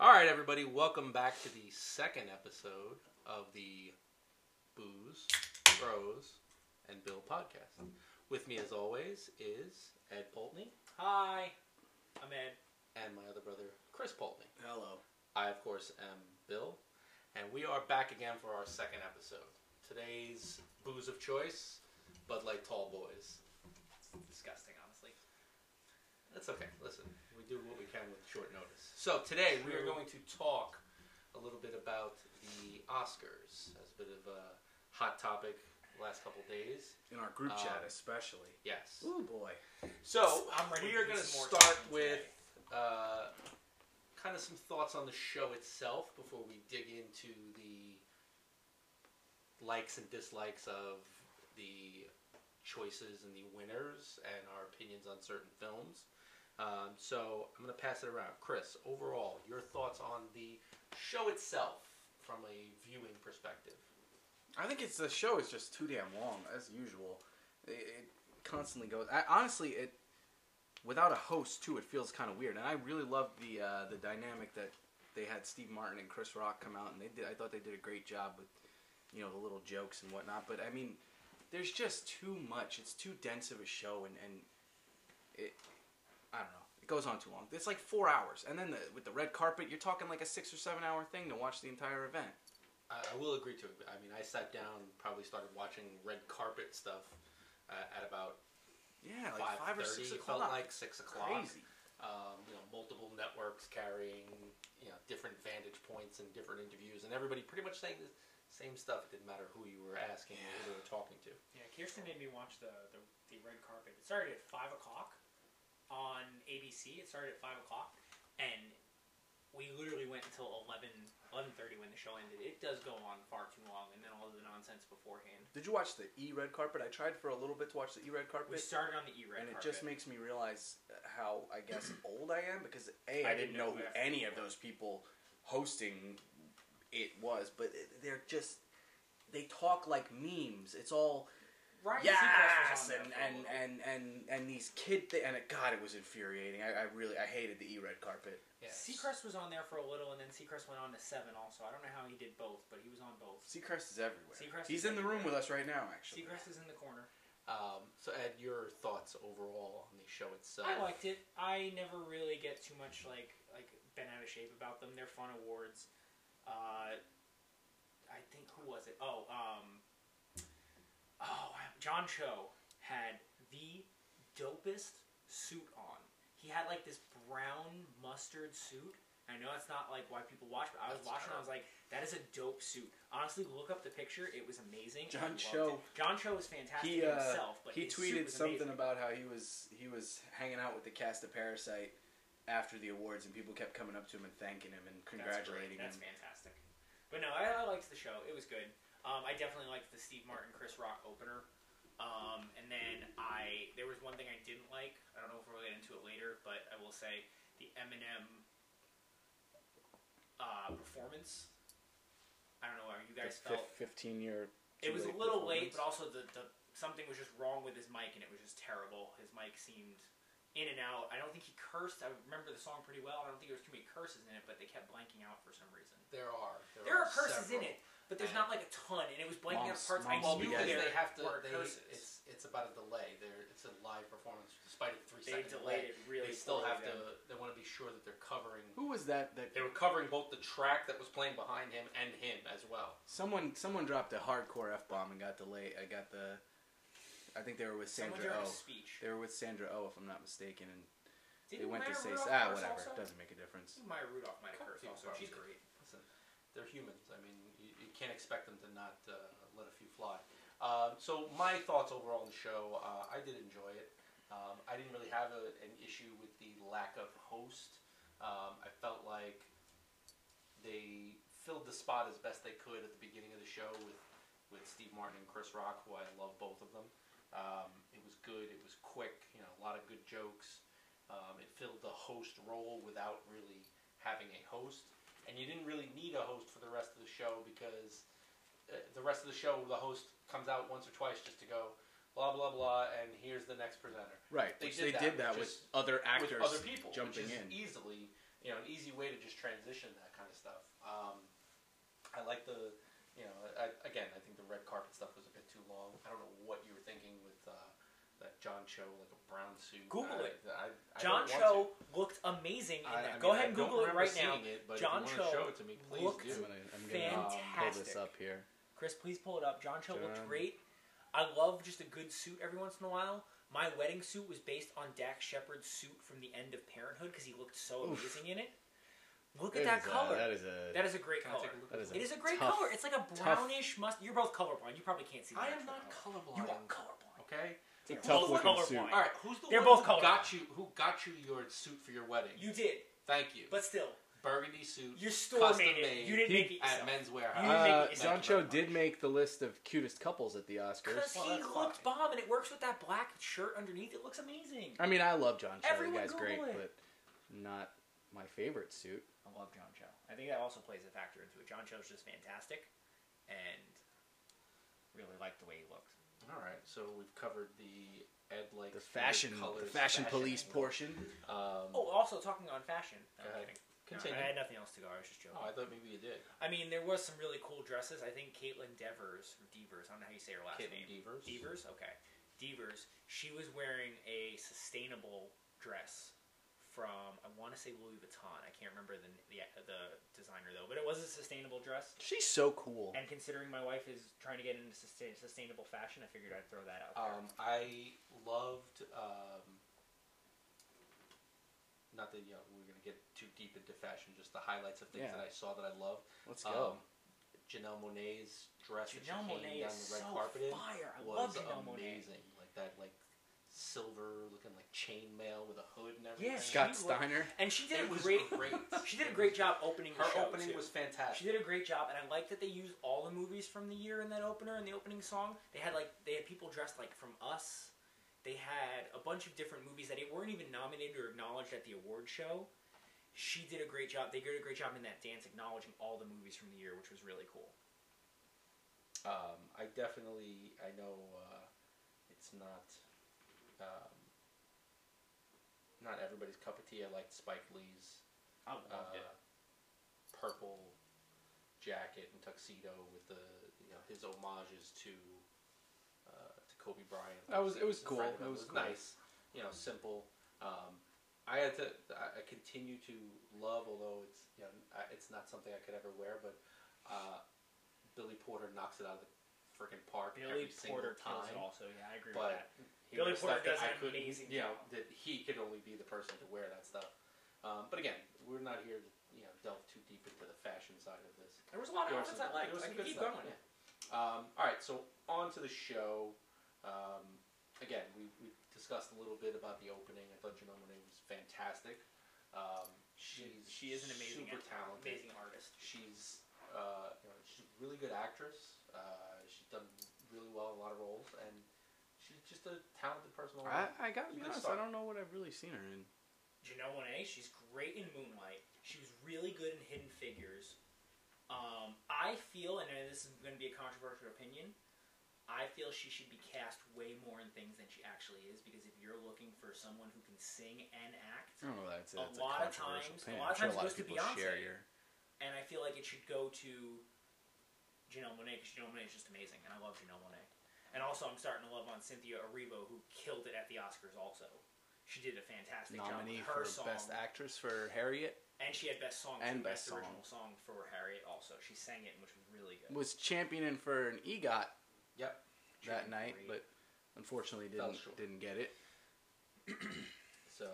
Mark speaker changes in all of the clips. Speaker 1: All right, everybody, welcome back to the second episode of the Booze, Bros, and Bill podcast. With me, as always, is Ed Pultney
Speaker 2: Hi, I'm Ed.
Speaker 1: and my other brother, Chris Pultney.
Speaker 3: Hello.
Speaker 1: I, of course, am Bill, and we are back again for our second episode. Today's booze of choice, Bud Light Tall Boys.
Speaker 2: It's disgusting, honestly.
Speaker 1: That's okay. Listen, we do what we can with short notice. So today we are
Speaker 2: True.
Speaker 1: going to talk a little bit about the Oscars. That's a bit of a hot topic last couple days.
Speaker 3: In our group chat,
Speaker 1: Um,
Speaker 3: especially.
Speaker 1: Yes.
Speaker 3: Ooh boy.
Speaker 1: So
Speaker 2: I'm ready
Speaker 1: we
Speaker 2: to
Speaker 1: are
Speaker 2: do
Speaker 1: going to
Speaker 2: some more
Speaker 1: start
Speaker 2: talking
Speaker 1: with
Speaker 2: today.
Speaker 1: uh, kind of some thoughts on the show itself before we dig into the likes and dislikes of the choices and the winners and our opinions on certain films. Um, so I'm going to pass it around. Chris, overall, your thoughts on the show itself from a viewing perspective?
Speaker 3: I think it's the show is just too damn long as usual. It, it constantly goes. I, honestly, it without a host too, it feels kind of weird. And I really loved the uh, the dynamic that they had Steve Martin and Chris Rock come out, and they did. I thought they did a great job with you know the little jokes and whatnot. But I mean, there's just too much. It's too dense of a show, and and it. I don't know. It goes on too long. It's like four hours, and then the, with the red carpet, you're talking like a six or seven hour thing to watch the entire event.
Speaker 1: I, I will agree to it. I mean, I sat down, probably started watching red carpet stuff uh, at about
Speaker 3: Yeah, like
Speaker 1: five,
Speaker 3: five or six
Speaker 1: felt
Speaker 3: o'clock.
Speaker 1: like six o'clock.
Speaker 3: Crazy.
Speaker 1: Um, you know, multiple networks carrying you know different vantage points and different interviews, and everybody pretty much saying the same stuff. It didn't matter who you were asking or who you were talking to.
Speaker 2: Yeah, Kirsten made me watch the, the, the red carpet. It started at 5 o'clock on ABC. It started at 5 o'clock. And we literally went until 11, 11.30 when the show ended. It does go on far too long. And then all of the nonsense beforehand.
Speaker 3: Did you watch the E Red Carpet? I tried for a little bit to watch the E Red Carpet,
Speaker 2: We started on the E-Red
Speaker 3: and
Speaker 2: carpet.
Speaker 3: it just makes me realize uh, how I guess old I am because a
Speaker 2: I
Speaker 3: I,
Speaker 2: didn't
Speaker 3: didn't
Speaker 2: know who
Speaker 3: know who
Speaker 2: that
Speaker 3: any of
Speaker 2: was.
Speaker 3: those people hosting it was, but it, they're just they talk like memes. It's all
Speaker 2: Ryan
Speaker 3: yes,
Speaker 2: Seacrest was on there for
Speaker 3: and
Speaker 2: a
Speaker 3: and,
Speaker 2: little.
Speaker 3: and and and these kid thi- and it, God, it was infuriating. I, I really I hated the E Red Carpet.
Speaker 2: Seacrest was on there for a little, and then Seacrest went on to seven. Also, I don't know how he did both, but he was on both.
Speaker 3: Seacrest is everywhere.
Speaker 2: Seacrest
Speaker 3: He's
Speaker 2: is
Speaker 3: in the room
Speaker 2: everywhere.
Speaker 3: with us right now, actually.
Speaker 2: Seacrest is in the corner.
Speaker 1: Um, so, Ed, your thoughts overall on the show itself?
Speaker 2: I liked it. I never really get too much like like bent out of shape about them. They're fun awards. Uh, I think who was it? Oh, um, oh, John Cho had the dopest suit on. He had like this brown mustard suit. I know it's not like why people watch, but I was
Speaker 1: That's
Speaker 2: watching. I was like, "That is a dope suit." Honestly, look up the picture. It was amazing. I loved
Speaker 3: John Cho-
Speaker 2: It. John Cho is fantastic
Speaker 3: he uh,
Speaker 2: himself, but
Speaker 3: he
Speaker 2: his suit
Speaker 3: tweeted
Speaker 2: was
Speaker 3: something
Speaker 2: amazing.
Speaker 3: about how he was he was hanging out with the cast of Parasite after the awards, and people kept coming up to him and thanking him and congratulating
Speaker 2: That's,
Speaker 3: him.
Speaker 2: great. That's fantastic. But no, I, I liked the show. It was good. Um, I definitely liked the Steve Martin Chris Rock opener. Um, and then I there was one thing I didn't like. I don't know if we'll get into it later, but I will say the Eminem uh, performance. I don't know how you guys
Speaker 3: The
Speaker 2: felt.
Speaker 3: fif- Fifteen year.
Speaker 2: It was a
Speaker 3: two-way
Speaker 2: little late,
Speaker 3: performance.
Speaker 2: but also the, the something was just wrong with his mic, and it was just terrible. His mic seemed in and out. I don't think he cursed. I remember the song pretty well. I don't think there was too many curses in it, but they kept blanking out for some reason.
Speaker 1: There are there,
Speaker 2: There are curses
Speaker 1: several.
Speaker 2: in it, but there's not like a ton, and it was blanking
Speaker 3: Mom's-
Speaker 2: out parts I
Speaker 3: mom's
Speaker 1: Well,
Speaker 2: knew
Speaker 1: because
Speaker 3: spaghetti.
Speaker 2: there
Speaker 1: they have to.
Speaker 2: were
Speaker 1: They,
Speaker 2: curses.
Speaker 1: it's it's about a delay. There, it's a live performance, despite a three
Speaker 2: they
Speaker 1: second delay.
Speaker 2: delayed it really.
Speaker 1: they still
Speaker 2: poorly
Speaker 1: have
Speaker 2: then.
Speaker 1: to. They want to be sure that they're covering
Speaker 3: Who was that? That
Speaker 1: They were covering both the track that was playing behind him and him as well.
Speaker 3: someone someone dropped a hardcore f bomb and got delayed. I got the. I think they were with
Speaker 2: Someone
Speaker 3: Sandra
Speaker 2: during
Speaker 3: O.
Speaker 2: a speech.
Speaker 3: They were with Sandra O, if I'm not mistaken, and
Speaker 2: Didn't
Speaker 3: they went
Speaker 2: Maya
Speaker 3: to say
Speaker 2: Rudolph
Speaker 3: ah
Speaker 2: curse
Speaker 3: whatever.
Speaker 2: also?
Speaker 3: Doesn't make a difference.
Speaker 2: Maya Rudolph might have
Speaker 1: Couple
Speaker 2: cursed
Speaker 1: people
Speaker 2: also. She's
Speaker 1: probably.
Speaker 2: great.
Speaker 1: Listen, they're humans. I mean, you, you can't expect them to not uh, let a few fly. Um, so my thoughts overall on the show, uh, I did enjoy it. Um, I didn't really have a, an issue with the lack of host. Um, I felt like they filled the spot as best they could at the beginning of the show with with Steve Martin and Chris Rock, who I love both of them. Um, it was good. It was quick. You know, a lot of good jokes. Um, it filled the host role without really having a host, and you didn't really need a host for the rest of the show because uh, the rest of the show, the host comes out once or twice just to go blah blah blah, and here's the next presenter
Speaker 3: Right.
Speaker 1: They
Speaker 3: which
Speaker 1: did
Speaker 3: they
Speaker 1: that,
Speaker 3: did that
Speaker 1: which
Speaker 3: with
Speaker 1: is-
Speaker 3: other actors
Speaker 1: with other people,
Speaker 3: jumping
Speaker 1: which is
Speaker 3: in.
Speaker 1: easily you know, an easy way to just transition that kind of stuff. Um, I like the, you know, I, again, I think the red carpet stuff was a bit too long. I don't know what you were thinking with uh, that John Cho, like a brown suit.
Speaker 2: Google
Speaker 1: I-
Speaker 2: it.
Speaker 1: I, I don't want
Speaker 2: John
Speaker 1: to.
Speaker 2: Cho looked amazing in
Speaker 1: I- I
Speaker 2: that. Go
Speaker 1: mean,
Speaker 2: ahead
Speaker 1: I
Speaker 2: and
Speaker 1: don't
Speaker 2: Google it
Speaker 1: remember
Speaker 2: right now.
Speaker 1: seeing it, but if you
Speaker 2: John
Speaker 1: wanna
Speaker 2: Cho
Speaker 1: show it to me, please
Speaker 2: looked
Speaker 1: do.
Speaker 2: Yeah.
Speaker 1: It uh,
Speaker 3: I'm gonna, I'm gonna um, pull
Speaker 2: Fantastic.
Speaker 3: this up here.
Speaker 2: Chris, please pull it up. John Cho looked
Speaker 3: John.
Speaker 2: great. I love just a good suit every once in a while. My wedding suit was based on Dax Shepard's suit from the end of Parenthood because he looked so
Speaker 3: Oof.
Speaker 2: amazing in it. Look
Speaker 3: It
Speaker 2: at that
Speaker 3: is a-
Speaker 2: color.
Speaker 3: that is a.
Speaker 2: that is a great
Speaker 1: Can I
Speaker 2: color.
Speaker 1: take a look
Speaker 3: That
Speaker 1: at
Speaker 3: is
Speaker 1: that?
Speaker 2: It is a great
Speaker 3: Tough.
Speaker 2: color. It's like a brownish must. You're both colorblind. You probably can't see.
Speaker 1: I
Speaker 2: that
Speaker 1: am
Speaker 2: much
Speaker 1: not
Speaker 2: with color.
Speaker 1: colorblind.
Speaker 2: You are colorblind.
Speaker 1: Okay.
Speaker 3: It's a
Speaker 2: Well,
Speaker 3: tough
Speaker 2: it's
Speaker 3: looking
Speaker 2: colorblind.
Speaker 3: suit.
Speaker 1: All right. Who's the
Speaker 2: They're
Speaker 1: one
Speaker 2: both
Speaker 1: who
Speaker 2: colorblind.
Speaker 1: got you? Who got you your suit for your wedding?
Speaker 2: You did,
Speaker 1: Thank you.
Speaker 2: but still,
Speaker 1: Burgundy suit
Speaker 2: your store
Speaker 1: Custom
Speaker 2: made it.
Speaker 1: made.
Speaker 2: You didn't
Speaker 3: He-
Speaker 2: make it
Speaker 1: at
Speaker 2: yourself.
Speaker 1: Men's
Speaker 2: You didn't
Speaker 1: Warehouse.
Speaker 2: make it yourself.
Speaker 3: Uh, John
Speaker 1: Thank you
Speaker 3: Cho
Speaker 1: very
Speaker 3: did
Speaker 1: much.
Speaker 3: make the list of cutest couples at the Oscars.
Speaker 2: Because
Speaker 1: Well,
Speaker 2: he
Speaker 1: that's
Speaker 2: looked
Speaker 1: fine.
Speaker 2: bomb, and it works with that black shirt underneath. It looks amazing.
Speaker 3: I mean, I love John Cho.
Speaker 2: Everyone
Speaker 3: the guy's great,
Speaker 2: Google
Speaker 3: but not my favorite suit.
Speaker 2: I love John Cho. I think that also plays a factor into it. John Cho's just fantastic, and really liked the way he looked.
Speaker 1: All right. So we've covered the Ed like
Speaker 3: The fashion, the fashion, police portion.
Speaker 1: Um,
Speaker 2: Oh, also talking on fashion. No,
Speaker 1: Go
Speaker 2: I'm
Speaker 1: ahead.
Speaker 2: kidding. No,
Speaker 1: continue.
Speaker 2: I had nothing else to go. I was just joking.
Speaker 1: Oh, I thought maybe you did.
Speaker 2: I mean, there was some really cool dresses. I think Caitlin Devers, or Devers, I don't know how you say her last
Speaker 1: Caitlin
Speaker 2: name.
Speaker 1: Devers.
Speaker 2: Devers, okay. Devers. She was wearing a sustainable dress from I want to say Louis Vuitton. I can't remember the the, the designer though, but it was a sustainable dress.
Speaker 3: She's so cool.
Speaker 2: And considering my wife is trying to get into sustain, sustainable fashion, I figured I'd throw that out there.
Speaker 1: Um, I loved. Um, not that you know, we're gonna get too deep into fashion. Just the highlights of things
Speaker 3: Yeah.
Speaker 1: that I saw that I loved.
Speaker 3: Let's
Speaker 1: Um,
Speaker 2: oh.
Speaker 3: go.
Speaker 1: Janelle Monet's dress that she
Speaker 2: Janelle
Speaker 1: came
Speaker 2: Monáe
Speaker 1: down
Speaker 2: is
Speaker 1: the
Speaker 2: so
Speaker 1: red carpet in
Speaker 2: fire. I
Speaker 1: was
Speaker 2: love Janelle Monáe.
Speaker 1: amazing. Like that, like silver looking like chainmail with a hood and everything.
Speaker 2: Yeah, she
Speaker 3: Scott
Speaker 2: was-
Speaker 3: Steiner.
Speaker 2: And she did
Speaker 1: it
Speaker 2: a
Speaker 1: was
Speaker 2: great.
Speaker 1: great.
Speaker 2: She did a great job opening
Speaker 1: Her
Speaker 2: the show,
Speaker 1: opening
Speaker 2: too.
Speaker 1: was
Speaker 2: She
Speaker 1: fantastic.
Speaker 2: did a great job, and I like that they used all the movies from the year in that opener and the opening song. They had like they had people dressed like from Us. They had a bunch of different movies that weren't even nominated or acknowledged at the award show. She did a great job. They did a great job in that dance, acknowledging all the movies from the year, which was really cool.
Speaker 1: Um, I definitely, I know uh, it's not um, not everybody's cup of tea. I liked Spike Lee's
Speaker 2: I
Speaker 1: uh,
Speaker 2: loved it.
Speaker 1: purple jacket and tuxedo with the you know his homages to uh, to Kobe Bryant.
Speaker 3: That was- it was
Speaker 1: He's a friend of mine.
Speaker 3: cool. It
Speaker 1: It
Speaker 3: was
Speaker 1: was
Speaker 3: cool.
Speaker 1: nice. You know, simple. Um, I had to. I I continue to love, although it's you know I- it's not something I could ever wear, but uh, Billy Porter knocks it out of the freaking park
Speaker 2: Billy
Speaker 1: every
Speaker 2: Porter
Speaker 1: single
Speaker 2: kills
Speaker 1: time.
Speaker 2: it also. Yeah, I agree with
Speaker 1: But
Speaker 2: that.
Speaker 1: he
Speaker 2: Billy
Speaker 1: wears
Speaker 2: Porter
Speaker 1: stuff that
Speaker 2: does
Speaker 1: I
Speaker 2: an
Speaker 1: couldn't-
Speaker 2: amazing
Speaker 1: you know,
Speaker 2: job.
Speaker 1: that he could only be the person to wear that stuff. Um, but again, we're not here to you know delve too deep into the fashion side of this.
Speaker 2: There was a lot of
Speaker 1: There was
Speaker 2: outfits
Speaker 1: some-
Speaker 2: I liked.
Speaker 1: there was
Speaker 2: I
Speaker 1: some
Speaker 2: could
Speaker 1: good
Speaker 2: keep
Speaker 1: stuff,
Speaker 2: going.
Speaker 1: yeah. Um, all right, so on to the show. Um, again, we, we discussed a little bit about the opening. I thought Janelle Monáe was fantastic. Um, she's
Speaker 2: she is an amazing,
Speaker 1: super
Speaker 2: act-
Speaker 1: talented.
Speaker 2: amazing artist.
Speaker 1: She's uh, you know, she's a really good actress. Uh, she's done really well in a lot of roles, and she's just a talented person. all
Speaker 3: I,
Speaker 1: around.
Speaker 3: I gotta be
Speaker 1: Good
Speaker 3: honest.
Speaker 1: start.
Speaker 3: I don't know what I've really seen her in.
Speaker 2: Janelle Monae, she's great in Moonlight. She was really good in Hidden Figures. Um, I feel, and this is going to be a controversial opinion, I feel she should be cast way more in things than she actually is because if you're looking for someone who can sing and act,
Speaker 3: I don't know. That's
Speaker 2: A
Speaker 3: that's
Speaker 2: lot
Speaker 3: a
Speaker 2: of
Speaker 3: controversial
Speaker 2: times- a
Speaker 3: opinion.
Speaker 2: lot of
Speaker 3: I'm sure
Speaker 2: times it
Speaker 3: a lot
Speaker 2: goes to
Speaker 3: of people share
Speaker 2: Beyonce.
Speaker 3: your.
Speaker 2: and I feel like it should go to Janelle Monae because Janelle Monae is just amazing, and I love Janelle Monae. And also, I'm starting to love on Cynthia Erivo, who killed it at the Oscars. Also, she did a fantastic
Speaker 3: nominee
Speaker 2: job. with
Speaker 3: for
Speaker 2: Her song,
Speaker 3: best actress for Harriet
Speaker 2: and she had best song
Speaker 3: And
Speaker 2: too, best,
Speaker 3: best song.
Speaker 2: original song for Harriet. Also, she sang it, which was really good.
Speaker 3: was championing for an EGOT
Speaker 1: Yep.
Speaker 3: that night,
Speaker 2: Great.
Speaker 3: but unfortunately
Speaker 1: Fell
Speaker 3: didn't
Speaker 1: short.
Speaker 3: didn't get it.
Speaker 1: So,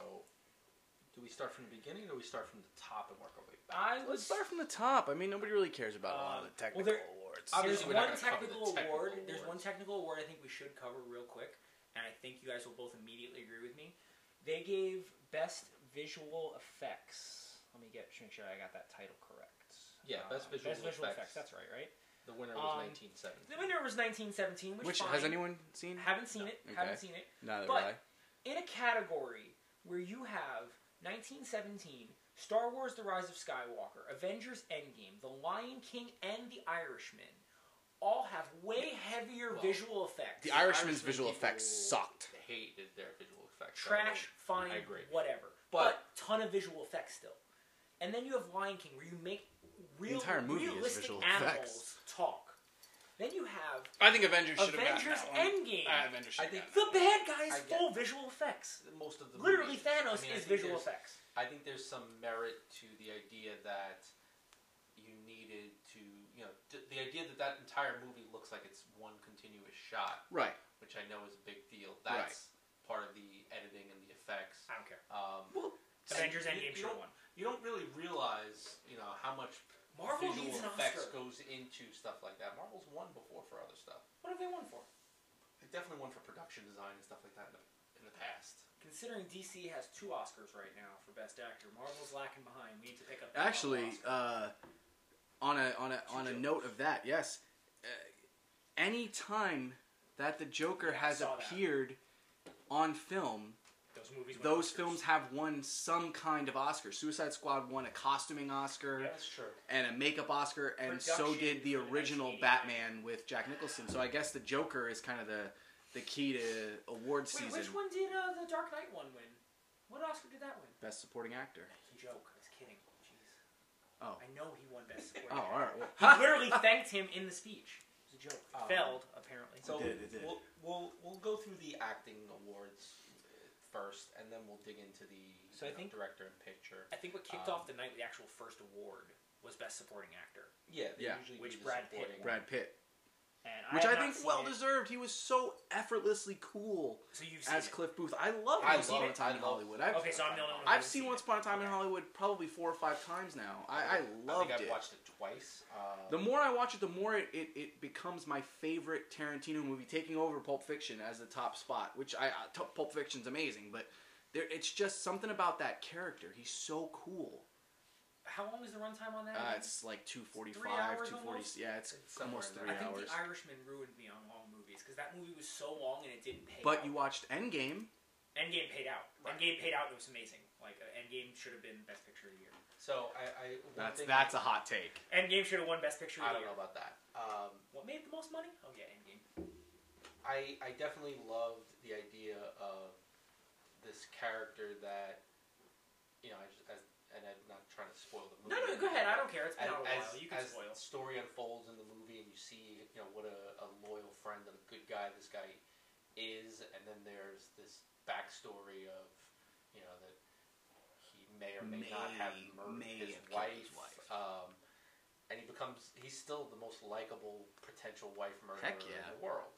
Speaker 1: do we start from the beginning or do we start from the top and work our way back?
Speaker 2: I was
Speaker 3: Let's start from the top. I mean, nobody really cares about a lot
Speaker 2: Um,
Speaker 3: of the technical
Speaker 2: well, there-
Speaker 3: awards.
Speaker 1: obviously
Speaker 2: There's
Speaker 1: we're not
Speaker 2: one
Speaker 1: gonna cover the
Speaker 2: technical,
Speaker 1: technical
Speaker 2: award. There's one
Speaker 1: awards.
Speaker 2: technical award I think we should cover real quick, and I think you guys will both immediately agree with me. They gave best visual effects. Let me get make sure I got that title correct.
Speaker 1: Yeah, best
Speaker 2: Um,
Speaker 1: visual
Speaker 2: best visual
Speaker 1: effects.
Speaker 2: effects. That's right, right?
Speaker 1: The winner
Speaker 2: um,
Speaker 1: was 1970.
Speaker 2: The winner was 1917, which,
Speaker 3: Which
Speaker 2: fine.
Speaker 3: has anyone seen?
Speaker 2: haven't seen it.
Speaker 3: Okay.
Speaker 2: Haven't seen it.
Speaker 3: Neither
Speaker 2: But-
Speaker 3: have
Speaker 2: in a category where you have 1917, Star Wars The Rise of Skywalker, Avengers Endgame, The Lion King, and The Irishman all have way heavier
Speaker 1: Well,
Speaker 2: visual effects.
Speaker 3: The Irishman's visual
Speaker 1: people
Speaker 3: effects sucked.
Speaker 1: Hated their visual effects.
Speaker 2: Trash, fine,
Speaker 1: I agree.
Speaker 2: whatever. But,
Speaker 1: But-
Speaker 2: ton of visual effects still. And then you have Lion King, where you make real,
Speaker 3: entire movie is
Speaker 2: realistic
Speaker 3: visual
Speaker 2: animals
Speaker 3: effects.
Speaker 2: talk. Then you have
Speaker 4: I think Avengers should have gotten
Speaker 2: Avengers
Speaker 4: that one.
Speaker 2: Endgame.
Speaker 4: Ah, Avengers should
Speaker 1: I
Speaker 4: have
Speaker 1: think-
Speaker 4: gotten
Speaker 2: the bad guys
Speaker 1: I get
Speaker 2: full visual effects.
Speaker 1: Most of the
Speaker 2: Literally,
Speaker 1: movies.
Speaker 2: Thanos
Speaker 1: I mean, I
Speaker 2: is
Speaker 1: think
Speaker 2: visual
Speaker 1: there's-
Speaker 2: effects.
Speaker 1: I think there's some merit to the idea that you needed to, you know, d- the idea that that entire movie looks like it's one continuous shot,
Speaker 3: Right.
Speaker 1: which I know is a big deal.
Speaker 3: Right.
Speaker 1: That's part of the editing and the effects.
Speaker 2: I don't care.
Speaker 1: Um,
Speaker 3: Well,
Speaker 1: and
Speaker 2: Avengers
Speaker 1: you-
Speaker 2: Endgame
Speaker 1: you
Speaker 2: should have
Speaker 1: don't-
Speaker 2: won.
Speaker 1: You don't really realize, you know, how much
Speaker 2: Marvel
Speaker 1: visual
Speaker 2: needs an
Speaker 1: effects
Speaker 2: Oscar.
Speaker 1: goes into stuff like that. Marvel's won before for other stuff.
Speaker 2: What have they won for?
Speaker 1: They definitely won for production design and stuff like that in the, in the past.
Speaker 2: Considering DC has two Oscars right now for Best Actor, Marvel's lacking behind. We need to pick up. That
Speaker 3: Actually,
Speaker 2: Marvel Oscar.
Speaker 3: uh, on a on a on a
Speaker 2: Jokers.
Speaker 3: note of that, yes. Uh, any time that the Joker
Speaker 2: Yeah, I
Speaker 3: has
Speaker 2: saw that.
Speaker 3: appeared on film,
Speaker 2: those movies. win
Speaker 3: those
Speaker 2: Oscars.
Speaker 3: films have won some kind of Oscar. Suicide Squad won a costuming Oscar
Speaker 2: Yeah.
Speaker 1: That's true.
Speaker 3: and a makeup Oscar, and so
Speaker 2: Production
Speaker 3: did the
Speaker 2: for the
Speaker 3: original
Speaker 2: 1989.
Speaker 3: Batman with Jack Nicholson. So I guess the Joker is kind of the the key to award
Speaker 2: Wait,
Speaker 3: season.
Speaker 2: which one did uh, the Dark Knight one win? What Oscar did that win?
Speaker 3: Best supporting actor.
Speaker 2: Joke. I was kidding. Jeez.
Speaker 3: Oh.
Speaker 2: I know he won Best Supporting
Speaker 3: Oh, all right. Well,
Speaker 2: Actor. He literally thanked him in the speech. It was a joke.
Speaker 1: Oh.
Speaker 2: Failed, apparently.
Speaker 1: So
Speaker 3: It did, it did.
Speaker 1: We'll, we'll we'll go through the acting awards uh, first, and then we'll dig into the
Speaker 2: So
Speaker 1: you
Speaker 2: I
Speaker 1: know,
Speaker 2: think-
Speaker 1: director and picture.
Speaker 2: I think what kicked
Speaker 1: Um,
Speaker 2: off the night, the actual first award, was Best Supporting Actor.
Speaker 1: Yeah, they
Speaker 3: Yeah.
Speaker 1: usually
Speaker 2: Which
Speaker 1: do the
Speaker 2: Brad Pitt
Speaker 1: supporting.
Speaker 3: Brad Pitt,
Speaker 2: And
Speaker 3: which I,
Speaker 2: have not
Speaker 3: think
Speaker 2: seen
Speaker 3: well
Speaker 2: it.
Speaker 3: deserved. He was so effortlessly cool
Speaker 2: So you've seen
Speaker 3: as
Speaker 2: it.
Speaker 3: Cliff Booth. I love
Speaker 1: I
Speaker 3: Once Upon
Speaker 1: love-
Speaker 3: a Time
Speaker 1: I
Speaker 3: in
Speaker 1: love-
Speaker 3: Hollywood. I've,
Speaker 2: Okay, so I'm the only one who
Speaker 3: I've
Speaker 2: hasn't
Speaker 3: seen
Speaker 2: it.
Speaker 3: Once Upon a Time in
Speaker 2: Okay.
Speaker 3: Hollywood probably four or five times now. I, I
Speaker 1: I
Speaker 3: loved
Speaker 1: think I've
Speaker 3: it.
Speaker 1: watched it twice. Uh,
Speaker 3: The more I watch it, the more it, it, it becomes my favorite Tarantino movie, taking over Pulp Fiction as the top spot. Which I, I t- Pulp Fiction's amazing, but there, it's just something about that character. He's so cool.
Speaker 2: How long was the runtime on that?
Speaker 3: Uh,
Speaker 2: again?
Speaker 3: it's like two forty
Speaker 2: Three
Speaker 3: five,
Speaker 2: hours
Speaker 3: two forty.
Speaker 2: almost?
Speaker 3: Yeah, it's
Speaker 1: It's somewhere
Speaker 3: almost
Speaker 1: in
Speaker 3: three
Speaker 1: there.
Speaker 2: I think
Speaker 3: hours.
Speaker 2: The Irishman ruined me on long movies because that movie was so long and it didn't pay.
Speaker 3: But
Speaker 2: out.
Speaker 3: you watched Endgame.
Speaker 2: Endgame paid out.
Speaker 1: Right.
Speaker 2: Endgame paid out. and It was amazing. Like uh, Endgame should have been Best Picture of the Year.
Speaker 1: so I, I one
Speaker 3: That's
Speaker 1: thing
Speaker 3: that's a hot take.
Speaker 2: Endgame should have won Best Picture
Speaker 1: I
Speaker 2: of
Speaker 1: don't know
Speaker 2: the Year.
Speaker 1: about that. Um,
Speaker 2: What made the most money? Oh yeah, Endgame.
Speaker 1: I I definitely loved the idea of this character that you know, I just, as, and I'm not trying to spoil the
Speaker 2: No,
Speaker 1: movie.
Speaker 2: no, go ahead. I don't care. It's
Speaker 1: as,
Speaker 2: been out a
Speaker 1: as,
Speaker 2: while. You can
Speaker 1: as
Speaker 2: spoil.
Speaker 1: the story unfolds in the movie and you see you know what a, a loyal friend and a good guy this guy is and then there's this backstory of you know that he may or may, not have
Speaker 3: May-
Speaker 1: murdered
Speaker 3: may
Speaker 1: his
Speaker 3: have killed
Speaker 1: wife,
Speaker 3: his wife.
Speaker 1: Um, and he becomes he's still the most likable potential wife murderer
Speaker 3: Heck yeah.
Speaker 1: in the world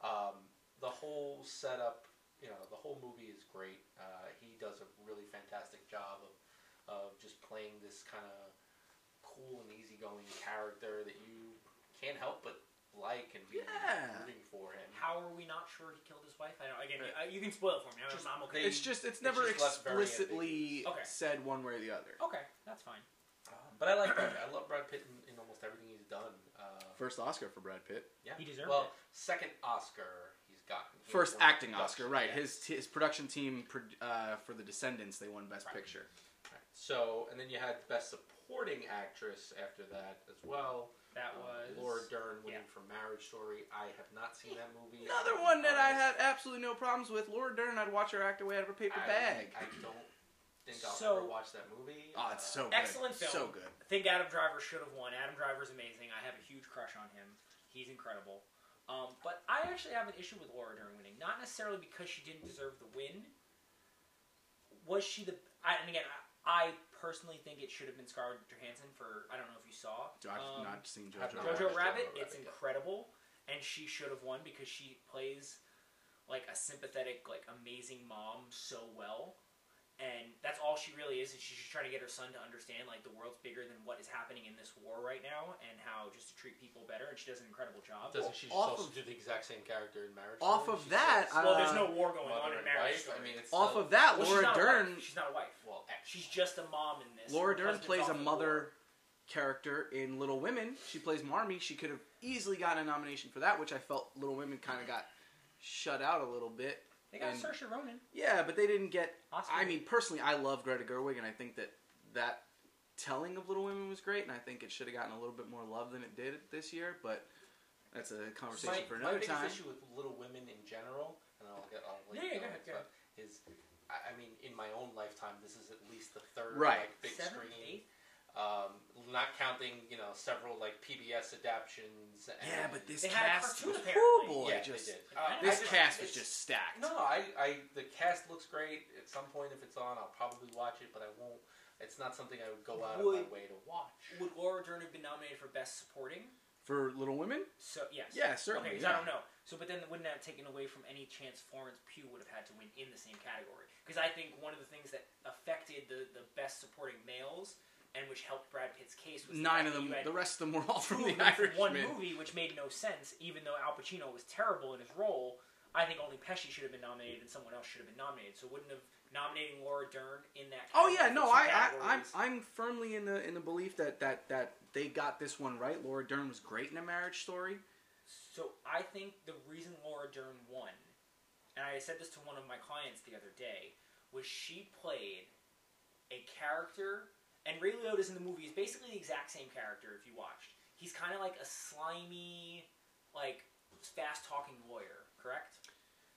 Speaker 1: um, the whole setup you know the whole movie is great uh, he does a really fantastic job of of just playing this kind of cool and easygoing character that you can't help but like and be
Speaker 3: Yeah.
Speaker 1: rooting for him.
Speaker 2: How are we not sure he killed his wife? I don't. Again, you, uh, you can spoil it for me. I'm,
Speaker 1: Just-
Speaker 2: I'm
Speaker 1: they-
Speaker 2: okay.
Speaker 3: It's just it's never
Speaker 1: just left very
Speaker 3: explicitly
Speaker 2: ambiguous. Okay. Oh.
Speaker 3: said one way or the other.
Speaker 2: Okay, that's fine.
Speaker 1: Um, but I like Brad Pitt. I love Brad Pitt in, in almost everything he's done. Uh,
Speaker 3: First Oscar for Brad Pitt.
Speaker 1: yeah,
Speaker 2: He deserved
Speaker 1: well, second Oscar he's gotten. He
Speaker 3: First
Speaker 1: won
Speaker 3: acting
Speaker 1: production,
Speaker 3: Oscar, right?
Speaker 1: yeah.
Speaker 3: His t- his production team pro- uh, for The Descendants they won Best
Speaker 1: Right.
Speaker 3: Picture.
Speaker 1: Right. So, and then you had Best Supporting Actress after that as well.
Speaker 2: That
Speaker 1: Um,
Speaker 2: was
Speaker 1: Laura Dern winning
Speaker 2: yeah.
Speaker 1: for Marriage Story. I have not seen that movie. Uh,
Speaker 3: Another one that I had absolutely no problems with. Laura Dern, I'd watch her act away out of a paper
Speaker 1: I-
Speaker 3: bag.
Speaker 1: I don't think I'll
Speaker 2: So-
Speaker 1: ever watch that movie.
Speaker 3: oh, it's
Speaker 1: Uh,
Speaker 3: so good.
Speaker 2: Excellent film.
Speaker 3: So good.
Speaker 2: I think Adam Driver should have won. Adam Driver's amazing. I have a huge crush on him. He's incredible. Um, but I actually have an issue with Laura Dern winning, not necessarily because she didn't deserve the win. Was she the? I, and again, I, I personally think it should have been Scarlett Johansson for. I don't know if you saw.
Speaker 3: Dude,
Speaker 2: um,
Speaker 3: I've not seen
Speaker 1: I've not
Speaker 3: Jojo. Rabbit.
Speaker 2: Jojo
Speaker 1: watched
Speaker 2: Rabbit.
Speaker 1: Jojo
Speaker 2: It's
Speaker 1: Rabbit yet.
Speaker 2: incredible, and she should have won because she plays like a sympathetic, like amazing mom so well. And that's all she really is. Is she's just trying to get her son to understand like the world's bigger than what is happening in this war right now, and how just to treat people better. And she does an incredible job.
Speaker 1: Doesn't she just
Speaker 3: Off
Speaker 1: also
Speaker 3: of-
Speaker 1: do the exact same character in Marriage
Speaker 3: Off
Speaker 1: Story?
Speaker 3: of
Speaker 1: She's like
Speaker 3: that, I-
Speaker 2: well, there's
Speaker 3: uh,
Speaker 2: no war going
Speaker 1: mother
Speaker 2: on in
Speaker 1: and wife.
Speaker 2: marriage.
Speaker 1: I mean, it's
Speaker 3: Off
Speaker 1: still-
Speaker 3: of that,
Speaker 2: Well, she's
Speaker 3: Laura
Speaker 2: not a wife.
Speaker 3: Dern.
Speaker 2: She's not a wife.
Speaker 1: well, ex-
Speaker 2: She's just a mom in this. Her
Speaker 3: Laura Dern
Speaker 2: husband's
Speaker 3: plays
Speaker 2: off in the
Speaker 3: a mother
Speaker 2: war.
Speaker 3: character in Little Women. She plays Marmee. She could have easily gotten a nomination for that, which I felt Little Women kind of got shut out a little bit.
Speaker 2: They got
Speaker 3: and-
Speaker 2: Saoirse Ronan.
Speaker 3: Yeah, but they didn't get.
Speaker 2: Oscar.
Speaker 3: I mean, personally, I love Greta Gerwig, and I think that that telling of Little Women was great, and I think it should have gotten a little bit more love than it did this year. But that's a conversation
Speaker 1: my,
Speaker 3: for
Speaker 1: my
Speaker 3: another
Speaker 1: biggest
Speaker 3: time.
Speaker 1: issue with Little Women in general, and I'll get I'll let you
Speaker 2: Yeah, yeah,
Speaker 1: go,
Speaker 2: go ahead, go
Speaker 1: but is I I mean, in my own lifetime, this is at least the third
Speaker 3: Right.
Speaker 1: like, big
Speaker 4: Seventh,
Speaker 1: screen.
Speaker 4: eighth?
Speaker 1: Um, not counting, you know, several like PBS adaptions. And
Speaker 3: Yeah, but this
Speaker 2: They had a
Speaker 3: cast
Speaker 2: cartoon,
Speaker 3: was
Speaker 2: apparently.
Speaker 3: horrible.
Speaker 1: yeah,
Speaker 3: I just
Speaker 1: they did.
Speaker 2: Uh,
Speaker 1: I
Speaker 3: this
Speaker 1: just-
Speaker 3: cast was
Speaker 1: it's-
Speaker 3: just stacked.
Speaker 1: No, I, I, the cast looks great. At some point, if it's on, I'll probably watch it, but I won't. It's not something I would go out of
Speaker 2: Would-
Speaker 1: my way to watch.
Speaker 2: Would Laura Dern have been nominated for Best Supporting?
Speaker 3: For Little Women?
Speaker 2: So yes.
Speaker 3: Yeah, certainly.
Speaker 2: Okay, 'cause
Speaker 3: yeah.
Speaker 2: I don't know. So, but then wouldn't that have taken away from any chance Florence Pugh would have had to win in the same category? Because I think one of the things that affected the, the best supporting males and which helped Brad Pitt's case was the
Speaker 3: Nine
Speaker 2: fact
Speaker 3: of
Speaker 2: that
Speaker 3: them.
Speaker 2: you had
Speaker 3: The rest of them were all
Speaker 2: two
Speaker 3: from the
Speaker 2: of them
Speaker 3: Irishman.
Speaker 2: one movie, which made no sense. Even though Al Pacino was terrible in his role, I think only Pesci should have been nominated and someone else should have been nominated. So, wouldn't have nominating Laura Dern in that?
Speaker 3: Oh
Speaker 2: category
Speaker 3: yeah,
Speaker 2: for
Speaker 3: no,
Speaker 2: two
Speaker 3: I, I I'm
Speaker 2: categories-
Speaker 3: I'm firmly in the in the belief that that that they got this one right. Laura Dern was great in a marriage story.
Speaker 2: So I think the reason Laura Dern won, and I said this to one of my clients the other day, was she played a character, and Ray Liotta's in the movie is basically the exact same character if you watched. He's kind of like a slimy, like fast talking lawyer, correct?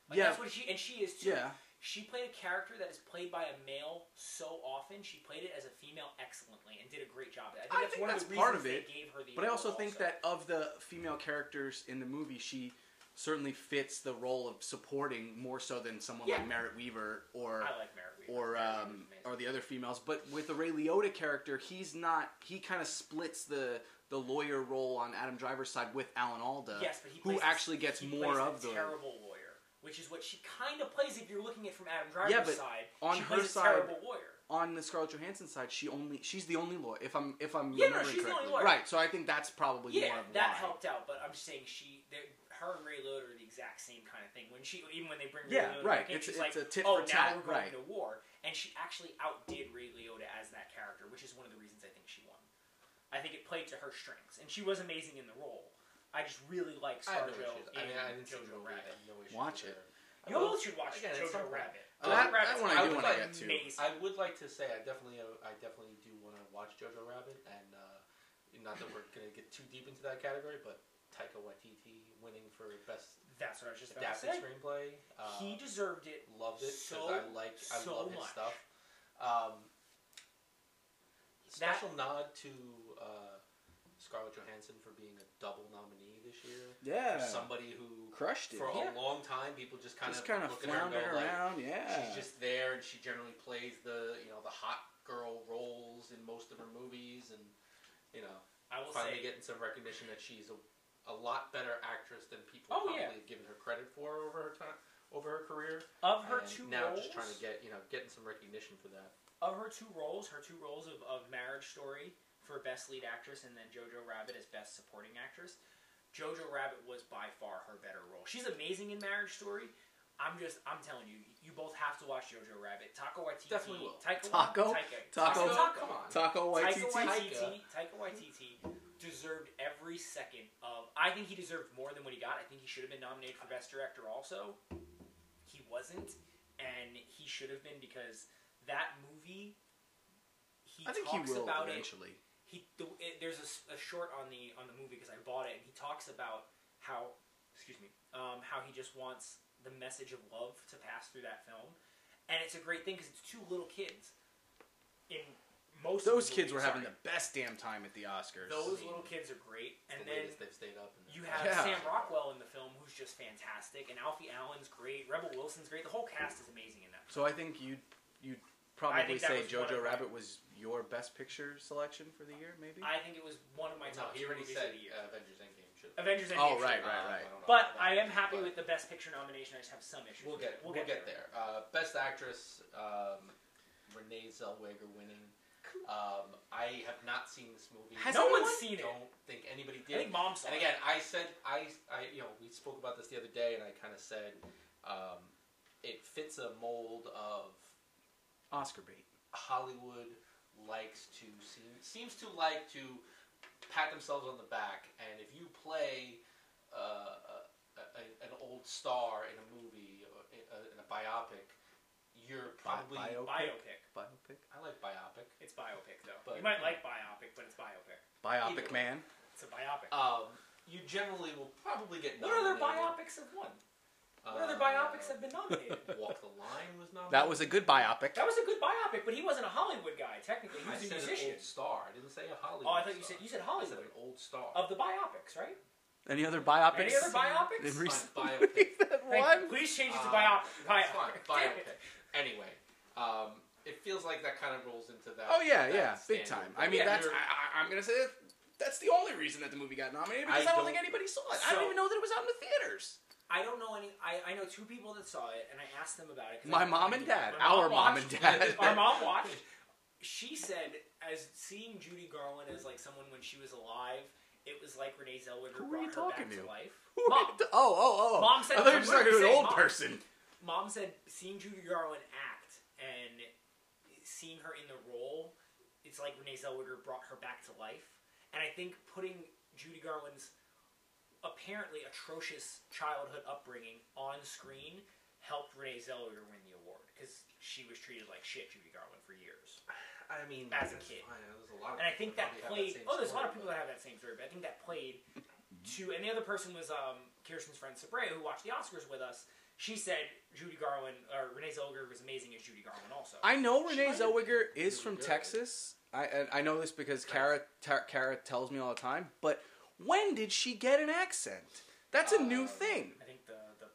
Speaker 2: Like,
Speaker 3: Yeah.
Speaker 2: That's what she and she is too.
Speaker 3: Yeah.
Speaker 2: She played a character that is played by a male so often. She played it as a female excellently and did a great job. I think
Speaker 3: I
Speaker 2: that's
Speaker 3: think
Speaker 2: one
Speaker 3: that's
Speaker 2: of the
Speaker 3: part
Speaker 2: reasons
Speaker 3: of
Speaker 2: they gave her the.
Speaker 3: But I also
Speaker 2: award
Speaker 3: think that of the female characters in the movie, she certainly fits the role of supporting more so than someone
Speaker 2: Yeah.
Speaker 3: like Merritt Weaver or
Speaker 2: I like Merritt Weaver.
Speaker 3: or
Speaker 2: Merritt
Speaker 3: um,
Speaker 2: Weaver's amazing.
Speaker 3: or the other females. But with the Ray Liotta character, he's not. He kind of splits the the lawyer role on Adam Driver's side with Alan Alda,
Speaker 2: Yes, but he
Speaker 3: who
Speaker 2: plays-
Speaker 3: actually gets
Speaker 2: he
Speaker 3: more
Speaker 2: plays
Speaker 3: of
Speaker 2: the
Speaker 3: the.
Speaker 2: terrible lawyer, which is what she kind of plays if you're looking at it from Adam Driver's
Speaker 3: but
Speaker 2: side.
Speaker 3: on
Speaker 2: she
Speaker 3: her
Speaker 2: plays
Speaker 3: side-
Speaker 2: a terrible lawyer.
Speaker 3: on the Scarlett Johansson side, she only she's the only lawyer. If I'm if I'm
Speaker 2: Yeah, no,
Speaker 3: remembering
Speaker 2: she's the only
Speaker 3: correctly,
Speaker 2: lawyer.
Speaker 3: right? So I think that's probably more
Speaker 2: Yeah,
Speaker 3: of
Speaker 2: that
Speaker 3: why.
Speaker 2: helped out, but I'm just saying she, they're- her and Ray Liotta are the exact same kind of thing. When she, even when they bring Ray
Speaker 3: Yeah,
Speaker 2: Liotta
Speaker 3: right.
Speaker 2: back in,
Speaker 3: It's-
Speaker 2: she's
Speaker 3: it's
Speaker 2: like,
Speaker 3: a tit
Speaker 2: "Oh, now
Speaker 3: for tat,
Speaker 2: we're going
Speaker 3: right.
Speaker 2: to war," and she actually outdid Ray Liotta as that character, which is one of the reasons I think she won. I think it played to her strengths, and she was amazing in the role. I just really like
Speaker 1: I have no
Speaker 2: ScarJo
Speaker 1: issues.
Speaker 2: in
Speaker 1: I mean, I didn't see the
Speaker 2: Jojo
Speaker 1: movie. I
Speaker 2: Rabbit.
Speaker 1: have no issues
Speaker 3: Watch
Speaker 1: with
Speaker 3: it.
Speaker 1: I
Speaker 2: You
Speaker 1: will-
Speaker 2: all should watch
Speaker 1: again, it's
Speaker 2: Jojo
Speaker 1: not-
Speaker 2: Rabbit.
Speaker 1: Uh,
Speaker 2: Jojo
Speaker 1: that-
Speaker 2: Rabbit's
Speaker 3: that one I
Speaker 1: do
Speaker 2: fucking
Speaker 1: wanna get
Speaker 3: to.
Speaker 2: amazing.
Speaker 1: I would like to say I definitely uh, I definitely do want to watch Jojo Rabbit and uh, not that we're gonna get too deep into that category, but Taika Waititi winning for best
Speaker 2: That's what I was just about to
Speaker 1: adapted
Speaker 2: say.
Speaker 1: screenplay. Uh,
Speaker 2: he deserved it.
Speaker 1: loved it
Speaker 2: so,
Speaker 1: because I like I
Speaker 2: so
Speaker 1: love his
Speaker 2: much.
Speaker 1: stuff. Um,
Speaker 2: That-
Speaker 1: special nod to uh, Scarlett Johansson for being a double nominee this year.
Speaker 3: Yeah,
Speaker 1: For somebody who
Speaker 3: crushed it.
Speaker 1: for a
Speaker 2: Yeah.
Speaker 1: long time people just kind
Speaker 3: just
Speaker 1: of
Speaker 3: kind of
Speaker 1: look at her and go,
Speaker 3: floundered
Speaker 1: like,
Speaker 3: around. yeah,
Speaker 1: She's just there, and she generally plays the you know the hot girl roles in most of her movies, and you know
Speaker 2: I will
Speaker 1: finally
Speaker 2: say.
Speaker 1: getting some recognition that she's a, a lot better actress than people
Speaker 2: Oh,
Speaker 1: probably
Speaker 2: yeah.
Speaker 1: have given her credit for over her time over her career.
Speaker 2: of her
Speaker 1: And
Speaker 2: two
Speaker 1: now
Speaker 2: roles,
Speaker 1: just trying to get you know getting some recognition for that.
Speaker 2: of her two roles, her two roles of, of Marriage Story for Best Lead Actress and then Jojo Rabbit as Best Supporting Actress. Jojo Rabbit was by far her better role. She's amazing in Marriage Story. I'm just, I'm telling you, you both have to watch Jojo Rabbit. Taco Waititi,
Speaker 1: Definitely will.
Speaker 2: Taika,
Speaker 3: Taco?
Speaker 2: Taika,
Speaker 3: Taco?
Speaker 2: Taika-
Speaker 1: come on.
Speaker 3: Taco
Speaker 2: Taika
Speaker 3: Waititi.
Speaker 2: Waititi, Taika Waititi deserved every second of. I think he deserved more than what he got. I think he should have been nominated for Best Director also. He wasn't, and he should have been because that movie. He
Speaker 3: I think he
Speaker 2: talks
Speaker 3: will
Speaker 2: about it
Speaker 3: eventually.
Speaker 2: he the, it, there's a s- a, short on the on the movie because I bought it, and he talks about how excuse me um, how he just wants the message of love to pass through that film, and it's a great thing because it's two little kids. In most of
Speaker 3: Those
Speaker 2: the
Speaker 3: kids
Speaker 2: movies,
Speaker 3: were having
Speaker 2: sorry.
Speaker 3: the best damn time at the Oscars.
Speaker 2: those little kids are great, and
Speaker 1: It's the
Speaker 2: then
Speaker 1: latest they've stayed up. in
Speaker 2: you
Speaker 1: the-
Speaker 2: have
Speaker 3: Yeah.
Speaker 2: Sam Rockwell in the film who's just fantastic, and Alfie Allen's great, Rebel Wilson's great. The whole cast is amazing in that.
Speaker 3: so I think you'd you'd
Speaker 2: I
Speaker 3: probably
Speaker 2: think that
Speaker 3: say
Speaker 2: was one of
Speaker 3: Jojo
Speaker 2: my-
Speaker 3: Rabbit was your best picture selection for the year, maybe.
Speaker 2: I think it was one of
Speaker 1: no,
Speaker 2: my top
Speaker 1: he
Speaker 2: two
Speaker 1: already
Speaker 2: movies
Speaker 1: said
Speaker 2: of the year.
Speaker 1: uh, Avengers Endgame. Should
Speaker 2: Avengers
Speaker 3: oh
Speaker 2: Endgame.
Speaker 3: right,
Speaker 1: Um,
Speaker 3: right,
Speaker 1: I
Speaker 3: right.
Speaker 1: don't know
Speaker 2: But
Speaker 1: about
Speaker 2: I
Speaker 1: that,
Speaker 2: am happy
Speaker 1: but
Speaker 2: with the Best Picture nomination. I just have some issues.
Speaker 1: We'll
Speaker 2: with
Speaker 1: get
Speaker 2: it.
Speaker 1: we'll, get, there. Uh, best actress, um, Renee Zellweger winning. Um, I have not seen this movie.
Speaker 3: Has
Speaker 2: No
Speaker 3: anyone-
Speaker 2: one's seen it.
Speaker 1: Don't think anybody
Speaker 2: I
Speaker 1: did.
Speaker 2: think Mom saw
Speaker 1: And
Speaker 2: it.
Speaker 1: again, I said I, I, you know, we spoke about this the other day, and I kind of said um, it fits a mold of
Speaker 3: Oscar bait.
Speaker 1: Hollywood likes to seem, seems to like to pat themselves on the back, and if you play uh, a, a, an old star in a movie or in a, in a biopic, you're probably
Speaker 3: Bio-
Speaker 2: biopic.
Speaker 3: Biopic.
Speaker 1: I like biopic.
Speaker 2: It's biopic though.
Speaker 1: But-
Speaker 2: you might like biopic, but it's biopic.
Speaker 1: Either
Speaker 3: Biopic
Speaker 1: way.
Speaker 3: man.
Speaker 2: It's a biopic.
Speaker 1: Um, you generally will probably get
Speaker 2: what other
Speaker 1: Uh, nominated. Uh,
Speaker 2: biopics have won? What other biopics have been nominated?
Speaker 1: Walk the Line was nominated.
Speaker 3: That was a good biopic.
Speaker 2: That was a good biopic, but he wasn't a Hollywood guy technically. He
Speaker 1: I
Speaker 2: was a
Speaker 1: said
Speaker 2: musician.
Speaker 1: an old star. I didn't say a Hollywood.
Speaker 2: Oh, I thought you
Speaker 1: star.
Speaker 2: said you said
Speaker 1: I said
Speaker 2: Hollywood Oh,
Speaker 1: an old star.
Speaker 2: of the biopics, right?
Speaker 3: Any other biopics?
Speaker 2: Any other biopics?
Speaker 3: In recent
Speaker 1: Fine, biopic.
Speaker 3: that
Speaker 2: Thank
Speaker 3: one?
Speaker 2: you. Please change it to
Speaker 1: Uh,
Speaker 2: biopic.
Speaker 1: That's
Speaker 2: Biopic.
Speaker 1: fine.
Speaker 2: Damn it.
Speaker 1: Biopic. Anyway, um, it feels like that kind of rolls into that.
Speaker 3: Oh yeah,
Speaker 1: that
Speaker 3: yeah,
Speaker 1: standard.
Speaker 3: big time.
Speaker 1: But
Speaker 3: I mean,
Speaker 1: yeah,
Speaker 3: that's
Speaker 1: you're-
Speaker 3: I, I, I'm gonna say that, that's the only reason that the movie got nominated
Speaker 1: I
Speaker 3: because I
Speaker 1: don't-
Speaker 3: don't, think anybody saw it. I don't
Speaker 2: So-
Speaker 3: even know that it was out in the theaters.
Speaker 2: I don't know any. I, I know two people that saw it, and I asked them about it. 'cause
Speaker 3: My
Speaker 2: I-
Speaker 3: mom and dad,
Speaker 2: My
Speaker 3: our mom and
Speaker 1: watched
Speaker 3: dad.
Speaker 1: it.
Speaker 2: Our mom watched. She said, as seeing Judy Garland as like someone when she was alive, it was like Renee Zellweger
Speaker 3: Who
Speaker 2: brought
Speaker 3: are you
Speaker 2: her
Speaker 3: talking
Speaker 2: back to
Speaker 3: to?
Speaker 2: life.
Speaker 3: Who are you
Speaker 2: Mom,
Speaker 3: t- oh, oh, oh.
Speaker 2: Mom said-
Speaker 3: I thought you were just talking to an
Speaker 2: Say
Speaker 3: old
Speaker 2: mom.
Speaker 3: person.
Speaker 2: mom said seeing Judy Garland act and seeing her in the role, it's like Renee Zellweger brought her back to life. And I think putting Judy Garland's apparently atrocious childhood upbringing on screen helped Renee Zellweger win the award because she was treated like shit, Judy Garland, for years.
Speaker 1: I mean,
Speaker 2: as a
Speaker 1: that's
Speaker 2: kid.
Speaker 1: fine. There's a lot of
Speaker 2: And I
Speaker 1: people
Speaker 2: think
Speaker 1: that
Speaker 2: that
Speaker 1: probably have
Speaker 2: played.
Speaker 1: same
Speaker 2: oh, there's a lot of
Speaker 1: story,
Speaker 2: people that have that same story, but I think that played to. And the other person was um, Kirsten Friend Sabrea, who watched the Oscars with us. She said Judy Garland or Renee Zellweger was amazing as Judy Garland. Also,
Speaker 3: I know
Speaker 1: She
Speaker 3: Renee
Speaker 1: might have been
Speaker 3: Zellweger is
Speaker 1: really
Speaker 3: from
Speaker 1: good.
Speaker 3: Texas. I and I know this because
Speaker 1: Nice.
Speaker 3: Kara Tar- Kara tells me all the time. But when did she get an accent? That's a
Speaker 2: Um,
Speaker 3: new thing.
Speaker 2: I think the the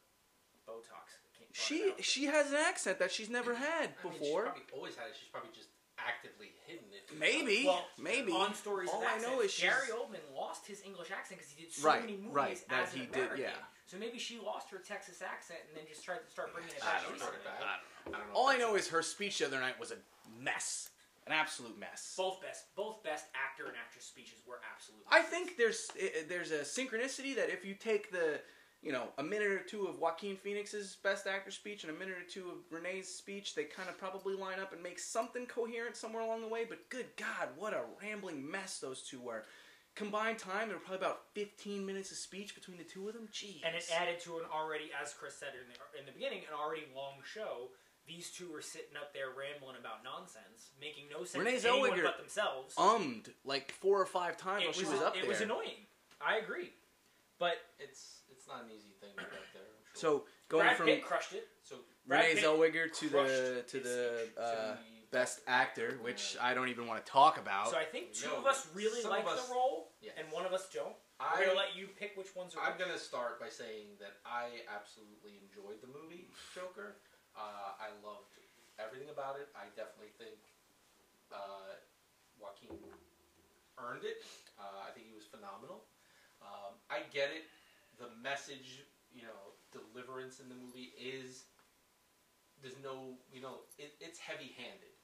Speaker 2: Botox. Came, brought it
Speaker 3: She
Speaker 2: out.
Speaker 3: she has an accent that she's never had
Speaker 1: but- I mean, she's
Speaker 3: before.
Speaker 1: probably always had it. She's probably just actively hidden it.
Speaker 3: Maybe
Speaker 2: Well,
Speaker 3: maybe.
Speaker 2: on stories.
Speaker 3: all
Speaker 2: of
Speaker 3: I know
Speaker 2: accents,
Speaker 3: is she's-
Speaker 2: Gary Oldman lost his English accent because he did so
Speaker 3: Right,
Speaker 2: many movies
Speaker 3: right, that
Speaker 2: as
Speaker 3: he
Speaker 2: an
Speaker 3: did,
Speaker 2: American.
Speaker 3: yeah.
Speaker 2: So maybe she lost her Texas accent and then just tried to start bringing it
Speaker 1: I
Speaker 2: back.
Speaker 1: don't know.
Speaker 2: recently.
Speaker 1: I don't know.
Speaker 3: All
Speaker 1: if that's-
Speaker 3: I know is her speech the other night was a mess, an absolute mess.
Speaker 2: Both best, both best actor and actress speeches were absolutely.
Speaker 3: I think there's i- there's a synchronicity that if you take the you know a minute or two of Joaquin Phoenix's best actor speech and a minute or two of Renee's speech, they kind of probably line up and make something coherent somewhere along the way. But good God, what a rambling mess those two were. Combined time, there were probably about 15 minutes of speech between the two of them. Jeez.
Speaker 2: and it added to an already, as Chris said in the, in the beginning, an already long show. These two were sitting up there rambling about nonsense, making no sense
Speaker 3: Renee
Speaker 2: to anyone
Speaker 3: Zellweger-
Speaker 2: but themselves.
Speaker 3: ummed like four or five times
Speaker 2: it
Speaker 3: while
Speaker 2: was,
Speaker 3: she was up
Speaker 2: it
Speaker 3: there.
Speaker 2: was annoying. I agree, but
Speaker 1: it's it's not an easy thing to get there. I'm sure.
Speaker 3: So going
Speaker 2: Brad
Speaker 3: from
Speaker 2: Pitt crushed it.
Speaker 1: so
Speaker 2: Brad
Speaker 3: Renee
Speaker 2: Pitt
Speaker 3: Zellweger to the
Speaker 2: crushed
Speaker 3: to
Speaker 2: his
Speaker 3: the
Speaker 2: speech.
Speaker 3: uh,
Speaker 1: So we-
Speaker 3: best actor, which I don't even want to talk about.
Speaker 2: So I think two
Speaker 1: No,
Speaker 2: of us really
Speaker 1: some
Speaker 2: like
Speaker 1: of us-
Speaker 2: the role,
Speaker 1: yes.
Speaker 2: and one of us don't. I'm
Speaker 1: I
Speaker 2: gonna let you pick which ones are.
Speaker 1: I'm gonna start by saying that I absolutely enjoyed the movie Joker. Uh, I loved everything about it. I definitely think uh, Joaquin earned it. Uh, I think he was phenomenal. Um, I get it. The message, you know, deliverance in the movie is there's no, you know, it, it's heavy-handed.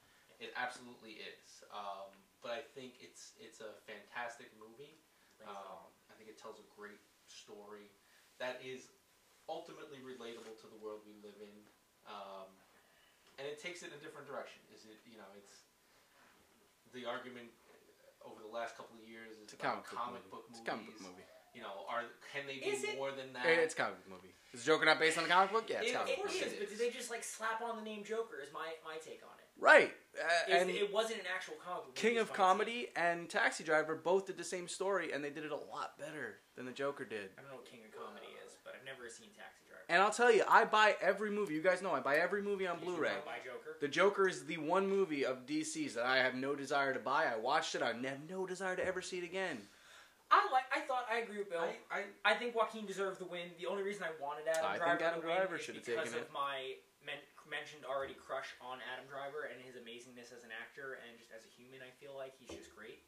Speaker 1: It absolutely is. Um, but I think it's it's a fantastic movie. Um, I think it tells a great story that is ultimately relatable to the world we live in, um, and it takes it in a different direction. Is it you know it's the argument over the last couple of years is
Speaker 3: It's a
Speaker 1: about
Speaker 3: comic, book, movie. It's a comic book
Speaker 1: movies.
Speaker 3: movie.
Speaker 1: You know, are can they
Speaker 2: Is
Speaker 1: be
Speaker 2: it-
Speaker 1: more than that?
Speaker 3: It's a comic book movie. Is Joker not based on a comic book? Yeah, it's
Speaker 1: It-
Speaker 3: comic
Speaker 2: Uh, it
Speaker 3: book.
Speaker 1: course
Speaker 2: is,
Speaker 1: it
Speaker 2: but
Speaker 1: is.
Speaker 2: did they just like slap on the name Joker? Is my my take on it.
Speaker 3: Right. Uh,
Speaker 2: Is
Speaker 3: and
Speaker 2: it wasn't an actual comic. book
Speaker 3: King
Speaker 2: movie,
Speaker 3: of
Speaker 2: is my take.
Speaker 3: Comedy and Taxi Driver both did the same story, and they did it a lot better than the Joker did.
Speaker 2: I don't know what King of Comedy is, but I've never seen Taxi Driver.
Speaker 3: And I'll tell you, I buy every movie. You guys know I buy every movie on
Speaker 2: You should
Speaker 3: Blu-ray.
Speaker 2: go Buy Joker.
Speaker 3: The Joker is the one movie of DC's that I have no desire to buy. I watched it. I have no desire to ever see it again.
Speaker 2: I like. I thought I agree with Bill.
Speaker 1: I,
Speaker 2: I,
Speaker 1: I
Speaker 2: think Joaquin deserved the win. The only reason I wanted Adam
Speaker 3: I think
Speaker 2: Driver
Speaker 3: Adam
Speaker 2: to win
Speaker 3: Driver
Speaker 2: is
Speaker 3: should have
Speaker 2: because
Speaker 3: taken
Speaker 2: of my men- mentioned already crush on Adam Driver and his amazingness as an actor and just as a human. I feel like he's just great.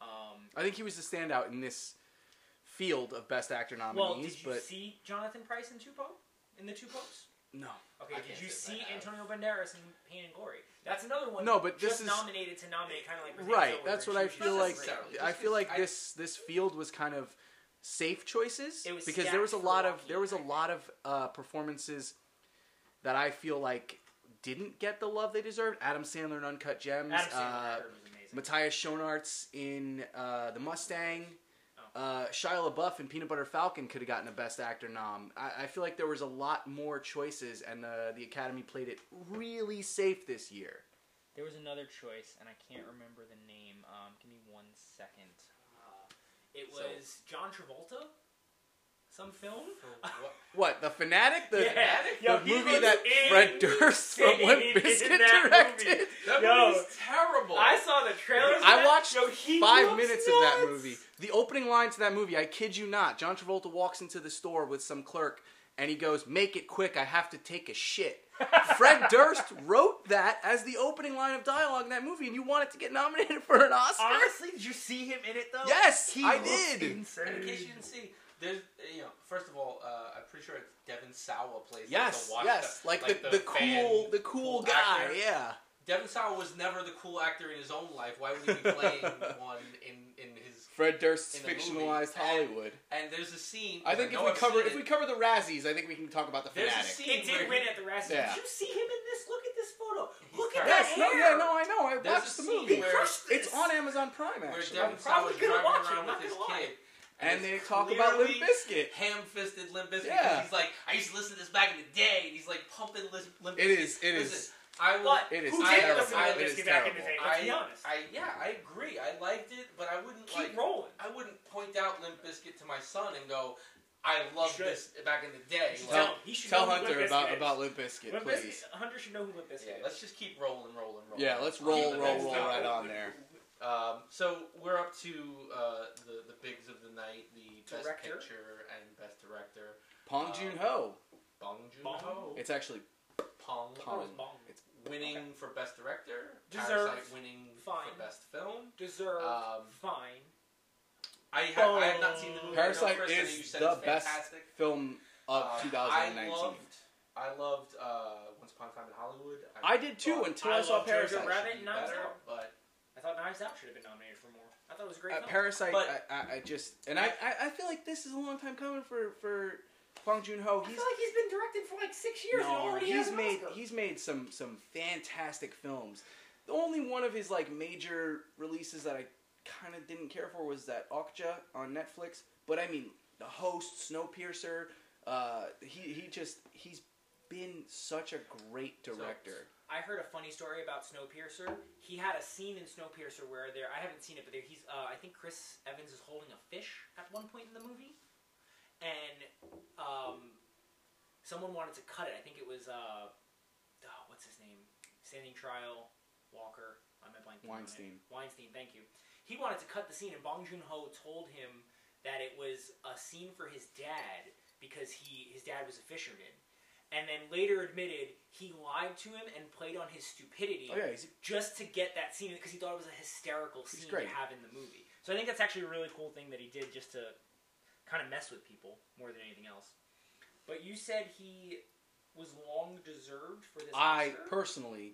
Speaker 2: Um,
Speaker 3: I think he was the standout in this field of Best Actor
Speaker 2: Well, did
Speaker 3: nominees,
Speaker 2: you
Speaker 3: but
Speaker 2: see Jonathan Price in two Pope? In the two popes?
Speaker 3: no.
Speaker 2: Okay,
Speaker 1: I
Speaker 2: did
Speaker 1: can't
Speaker 2: you
Speaker 1: say
Speaker 2: see
Speaker 1: I have.
Speaker 2: Antonio Banderas in Pain and Glory? That's another one.
Speaker 3: No, but this
Speaker 2: just
Speaker 3: is-
Speaker 2: nominated to nominate, kind of like Renee
Speaker 3: Right,
Speaker 2: Zellweger,
Speaker 3: that's what
Speaker 2: she
Speaker 3: I
Speaker 2: was
Speaker 3: feel
Speaker 2: just
Speaker 3: like.
Speaker 2: great.
Speaker 1: necessarily,
Speaker 3: I
Speaker 1: just
Speaker 3: feel
Speaker 1: 'cause
Speaker 3: like
Speaker 1: I-
Speaker 3: this this field was kind of safe choices
Speaker 2: It was
Speaker 3: because there was a
Speaker 2: stacked for
Speaker 3: lot of
Speaker 2: Joaquin,
Speaker 3: there was a
Speaker 2: I think.
Speaker 3: lot of uh, performances that I feel like didn't get the love they deserved. Adam Sandler in Uncut Gems,
Speaker 2: Adam
Speaker 3: uh,
Speaker 2: Sandler was amazing.
Speaker 3: Matthias Schoenaerts in uh, The Mustang.
Speaker 2: Oh.
Speaker 3: Uh, Shia LaBeouf and Peanut Butter Falcon could have gotten a Best Actor nom. I, I feel like there was a lot more choices, and uh, the the Academy played it really safe this year.
Speaker 2: There was another choice, and I can't remember the name. Um, give me one second. Uh, it
Speaker 1: So-
Speaker 2: was John Travolta. some film.
Speaker 1: What?
Speaker 3: What the fanatic? The,
Speaker 2: yeah,
Speaker 1: Fanatic?
Speaker 2: Yo,
Speaker 3: the
Speaker 2: he
Speaker 3: movie
Speaker 2: was
Speaker 3: that
Speaker 2: in-
Speaker 3: Fred Durst from
Speaker 2: in-
Speaker 3: Limp
Speaker 2: in
Speaker 3: Bizkit
Speaker 2: that
Speaker 3: directed.
Speaker 2: movie.
Speaker 1: That
Speaker 2: Yo.
Speaker 1: movie's terrible.
Speaker 2: I saw the trailers.
Speaker 3: I
Speaker 2: of that.
Speaker 3: watched
Speaker 2: Yo, he
Speaker 3: Five
Speaker 2: looks
Speaker 3: minutes of that
Speaker 2: nuts.
Speaker 3: movie. The opening line to that movie, I kid you not, John Travolta walks into the store with some clerk and he goes, Make it quick, I have to take a shit. Fred Durst wrote that as the opening line of dialogue in that movie, and you want it to get nominated for an Oscar?
Speaker 2: Honestly, did you see him in it though?
Speaker 3: Yes,
Speaker 2: he
Speaker 3: I
Speaker 2: looks
Speaker 3: did.
Speaker 2: Insane.
Speaker 1: And in case you didn't see, there's uh, you know, first of all, uh, I'm pretty sure it's Devin Sawa plays like,
Speaker 3: yes,
Speaker 1: the washed
Speaker 3: yes.
Speaker 1: up-
Speaker 3: Like, the, the,
Speaker 1: fan-
Speaker 3: cool the cool, guy,
Speaker 1: actor.
Speaker 3: yeah.
Speaker 1: Devin Sawa was never the cool actor in his own life. Why would he be playing one in in his?
Speaker 3: Fred Durst's
Speaker 1: In the movie.
Speaker 3: fictionalized Hollywood.
Speaker 1: And there's a scene.
Speaker 3: I think if
Speaker 1: know
Speaker 3: we
Speaker 1: I've
Speaker 3: cover
Speaker 1: seen
Speaker 3: if
Speaker 1: it.
Speaker 3: we cover the Razzies, I think we can talk about the
Speaker 1: There's a
Speaker 3: fanatic.
Speaker 1: scene
Speaker 2: It did
Speaker 1: where
Speaker 2: win at the Razzie.
Speaker 3: Yeah.
Speaker 2: Did you see him in this? Look at this photo.
Speaker 1: He's
Speaker 2: Look at
Speaker 1: terrible.
Speaker 2: that
Speaker 3: yes, no,
Speaker 2: hair.
Speaker 3: yeah, no, I know. I
Speaker 1: There's
Speaker 3: watched
Speaker 1: a
Speaker 3: the
Speaker 1: scene
Speaker 3: movie.
Speaker 2: He
Speaker 1: where-
Speaker 2: crushed this.
Speaker 3: It's on Amazon Prime,
Speaker 1: where
Speaker 3: actually.
Speaker 1: Devin
Speaker 2: probably
Speaker 1: Sawa's
Speaker 2: gonna
Speaker 1: driving
Speaker 2: watch it,
Speaker 1: around
Speaker 2: I'm
Speaker 1: with
Speaker 2: not
Speaker 1: his
Speaker 2: gonna lie.
Speaker 1: kid.
Speaker 3: and
Speaker 1: it's
Speaker 3: they talk about Limp
Speaker 1: clearly
Speaker 3: Bizkit.
Speaker 1: ham-fisted Limp Bizkit.
Speaker 3: Yeah.
Speaker 1: because He's like, I used to listen to this back in the day, and he's like pumping Limp Limp Bizkit.
Speaker 3: It is. It
Speaker 1: Listen,
Speaker 3: is.
Speaker 1: I was.
Speaker 2: But
Speaker 3: It is
Speaker 2: who did
Speaker 1: terrible.
Speaker 2: listen to
Speaker 1: I-
Speaker 2: Limp
Speaker 1: it
Speaker 3: is
Speaker 2: Bizkit back in the
Speaker 3: terrible.
Speaker 2: day? Let's
Speaker 1: I,
Speaker 2: be honest.
Speaker 1: I, yeah, I agree. I liked it, but I wouldn't
Speaker 2: Keep
Speaker 1: like.
Speaker 2: rolling.
Speaker 1: I wouldn't point out Limp Bizkit to my son and go, "I loved
Speaker 2: should.
Speaker 1: this back in the day."
Speaker 2: You should
Speaker 1: Like,
Speaker 2: tell him. He should
Speaker 3: Tell
Speaker 2: know who Limp
Speaker 3: Hunter
Speaker 2: Bizkit
Speaker 3: about
Speaker 2: is.
Speaker 3: about Limp Bizkit,
Speaker 2: Limp
Speaker 3: please.
Speaker 2: Bizkit- Hunter should know who Limp Bizkit
Speaker 1: yeah,
Speaker 2: is.
Speaker 1: let's just keep rolling, rolling, rolling.
Speaker 3: Yeah, let's
Speaker 1: On
Speaker 3: roll,
Speaker 1: to the
Speaker 3: roll,
Speaker 1: next
Speaker 3: roll
Speaker 1: topic.
Speaker 3: right on there.
Speaker 1: Um, so we're up to uh, the the bigs of the night, the best
Speaker 2: Director.
Speaker 1: picture and best director.
Speaker 3: Pong
Speaker 1: Uh,
Speaker 3: Joon Ho.
Speaker 1: Bong Joon
Speaker 2: Bong.
Speaker 1: Ho.
Speaker 3: It's actually
Speaker 1: Pong. Oh,
Speaker 2: That was
Speaker 3: Pong.
Speaker 2: bomb.
Speaker 1: Winning for best director.
Speaker 2: Deserved.
Speaker 1: Parasite winning
Speaker 2: Fine.
Speaker 1: for best film.
Speaker 2: Deserved.
Speaker 1: Um,
Speaker 2: fine.
Speaker 1: I, ha- I have not seen the movie. I know,
Speaker 3: Parasite
Speaker 1: Chris, I know
Speaker 3: is
Speaker 1: you said
Speaker 3: the
Speaker 1: it's
Speaker 3: best
Speaker 1: fantastic.
Speaker 3: film of
Speaker 1: Uh,
Speaker 3: 2019.
Speaker 1: I loved, I loved uh, Once Upon a Time in Hollywood.
Speaker 3: I did too
Speaker 1: thought
Speaker 3: until
Speaker 2: I
Speaker 3: I, saw
Speaker 2: love Jojo
Speaker 3: Parasite.
Speaker 1: it should
Speaker 2: Rabbit
Speaker 1: be
Speaker 2: Knives
Speaker 1: better,
Speaker 2: Out.
Speaker 1: But
Speaker 2: I thought Knives Out should have been nominated for more. I thought it was a great.
Speaker 3: Uh,
Speaker 2: film.
Speaker 3: Parasite.
Speaker 1: But-
Speaker 3: I, I, I just and I, I I feel like this is a long time coming for for Bong Joon Ho.
Speaker 2: I
Speaker 3: He's
Speaker 2: feel like he's been directing for like six years and already
Speaker 3: he's
Speaker 2: has an
Speaker 3: made
Speaker 2: Oscar.
Speaker 3: he's made some some fantastic films. The only one of his like major releases that I kind of didn't care for was that Okja on Netflix. But I mean, The Host, Snowpiercer. Uh, he he just he's been such a great director.
Speaker 2: I heard a funny story about Snowpiercer. He had a scene in Snowpiercer where there I haven't seen it, but there he's uh, I think Chris Evans is holding a fish at one point in the movie, and um, someone wanted to cut it. I think it was uh, oh, what's his name? Standing trial, Walker. I'm blanking. on it.
Speaker 3: Weinstein.
Speaker 2: Weinstein. Thank you. He wanted to cut the scene, and Bong Joon Ho told him that it was a scene for his dad because he his dad was a fisherman. And then later admitted he lied to him and played on his stupidity
Speaker 3: Oh yeah, he's
Speaker 2: just to get that scene because he thought it was a hysterical
Speaker 3: He's
Speaker 2: scene
Speaker 3: great.
Speaker 2: to have in the movie. So I think that's actually a really cool thing that he did just to kind of mess with people more than anything else. But you said he was long deserved for this.
Speaker 3: I
Speaker 2: Oscar?
Speaker 3: personally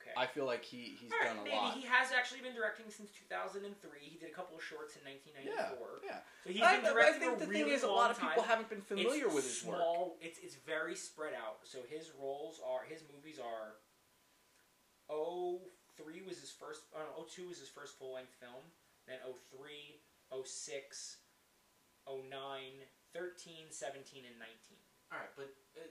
Speaker 2: okay.
Speaker 3: I feel like he he's
Speaker 2: All right,
Speaker 3: done a
Speaker 2: maybe
Speaker 3: lot.
Speaker 2: he has actually been directing since 2003. He did a couple of shorts in 1994.
Speaker 3: yeah.
Speaker 2: So he's
Speaker 3: I,
Speaker 2: been
Speaker 3: I
Speaker 2: directing
Speaker 3: think
Speaker 2: a
Speaker 3: the
Speaker 2: really
Speaker 3: thing is, a
Speaker 2: long
Speaker 3: lot of
Speaker 2: time.
Speaker 3: people haven't been familiar
Speaker 2: It's
Speaker 3: with his work.
Speaker 2: small, It's it's very spread out. So his roles are his movies are. Oh three was his first. Oh no, oh two was his first full length film. Then oh three, oh six, oh nine, thirteen, seventeen, and nineteen.
Speaker 1: all right, but uh,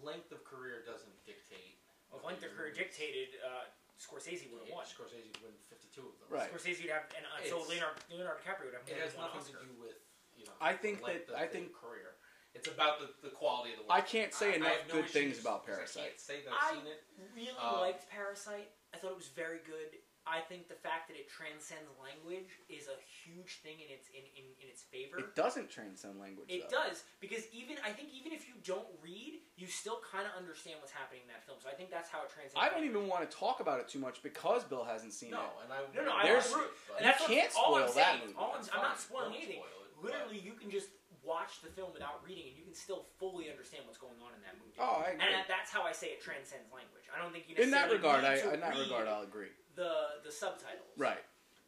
Speaker 1: length of career doesn't dictate.
Speaker 2: Well, if length of career dictated, uh, Scorsese would have won.
Speaker 1: Scorsese won fifty-two of them.
Speaker 3: Right.
Speaker 2: Scorsese would have, and uh, so
Speaker 1: It's-
Speaker 2: Leonardo, Leonardo DiCaprio would have.
Speaker 1: It
Speaker 2: more
Speaker 1: has
Speaker 2: than one
Speaker 1: nothing
Speaker 2: Oscar.
Speaker 1: to do with you know.
Speaker 3: I think
Speaker 1: the length
Speaker 3: that-
Speaker 1: of
Speaker 3: I
Speaker 1: the
Speaker 3: think-
Speaker 1: career. It's about the, the quality of the
Speaker 3: I
Speaker 1: work.
Speaker 3: can't say enough
Speaker 1: have no
Speaker 3: good things
Speaker 1: issues
Speaker 3: about
Speaker 1: because I
Speaker 3: Parasite.
Speaker 1: can't say that
Speaker 2: I-
Speaker 1: I've seen it.
Speaker 2: really
Speaker 3: Uh,
Speaker 1: Um,
Speaker 2: liked Parasite. I thought it was very good. I think the fact that it transcends language is a huge thing in its in, in, in its favor.
Speaker 3: It doesn't transcend language.
Speaker 2: It
Speaker 3: though.
Speaker 2: does because even I think even if you don't read, you still kind of understand what's happening in that film. So I think that's how it transcends.
Speaker 3: I don't
Speaker 2: language.
Speaker 3: even want to talk about it too much because Bill hasn't seen
Speaker 1: No,
Speaker 3: it.
Speaker 1: and I
Speaker 2: No, no, I
Speaker 3: There's-
Speaker 1: agree, but-
Speaker 2: And that's what-
Speaker 3: can't
Speaker 2: all I'm
Speaker 3: spoil that
Speaker 2: saying,
Speaker 3: movie.
Speaker 2: All I'm,
Speaker 1: That's
Speaker 2: I'm not
Speaker 1: fine.
Speaker 2: spoiling
Speaker 1: Don't
Speaker 2: anything.
Speaker 1: spoil it, but-
Speaker 2: Literally, you can just watch the film without reading, and you can still fully understand what's going on in that movie.
Speaker 3: Oh, I
Speaker 2: and
Speaker 3: agree.
Speaker 2: that- that's how I say it transcends language. I don't think you
Speaker 3: in that
Speaker 2: necessarily
Speaker 3: regard,
Speaker 2: need
Speaker 3: I
Speaker 2: to
Speaker 3: in that
Speaker 2: read
Speaker 3: regard I'll agree.
Speaker 2: the the subtitles.
Speaker 3: Right.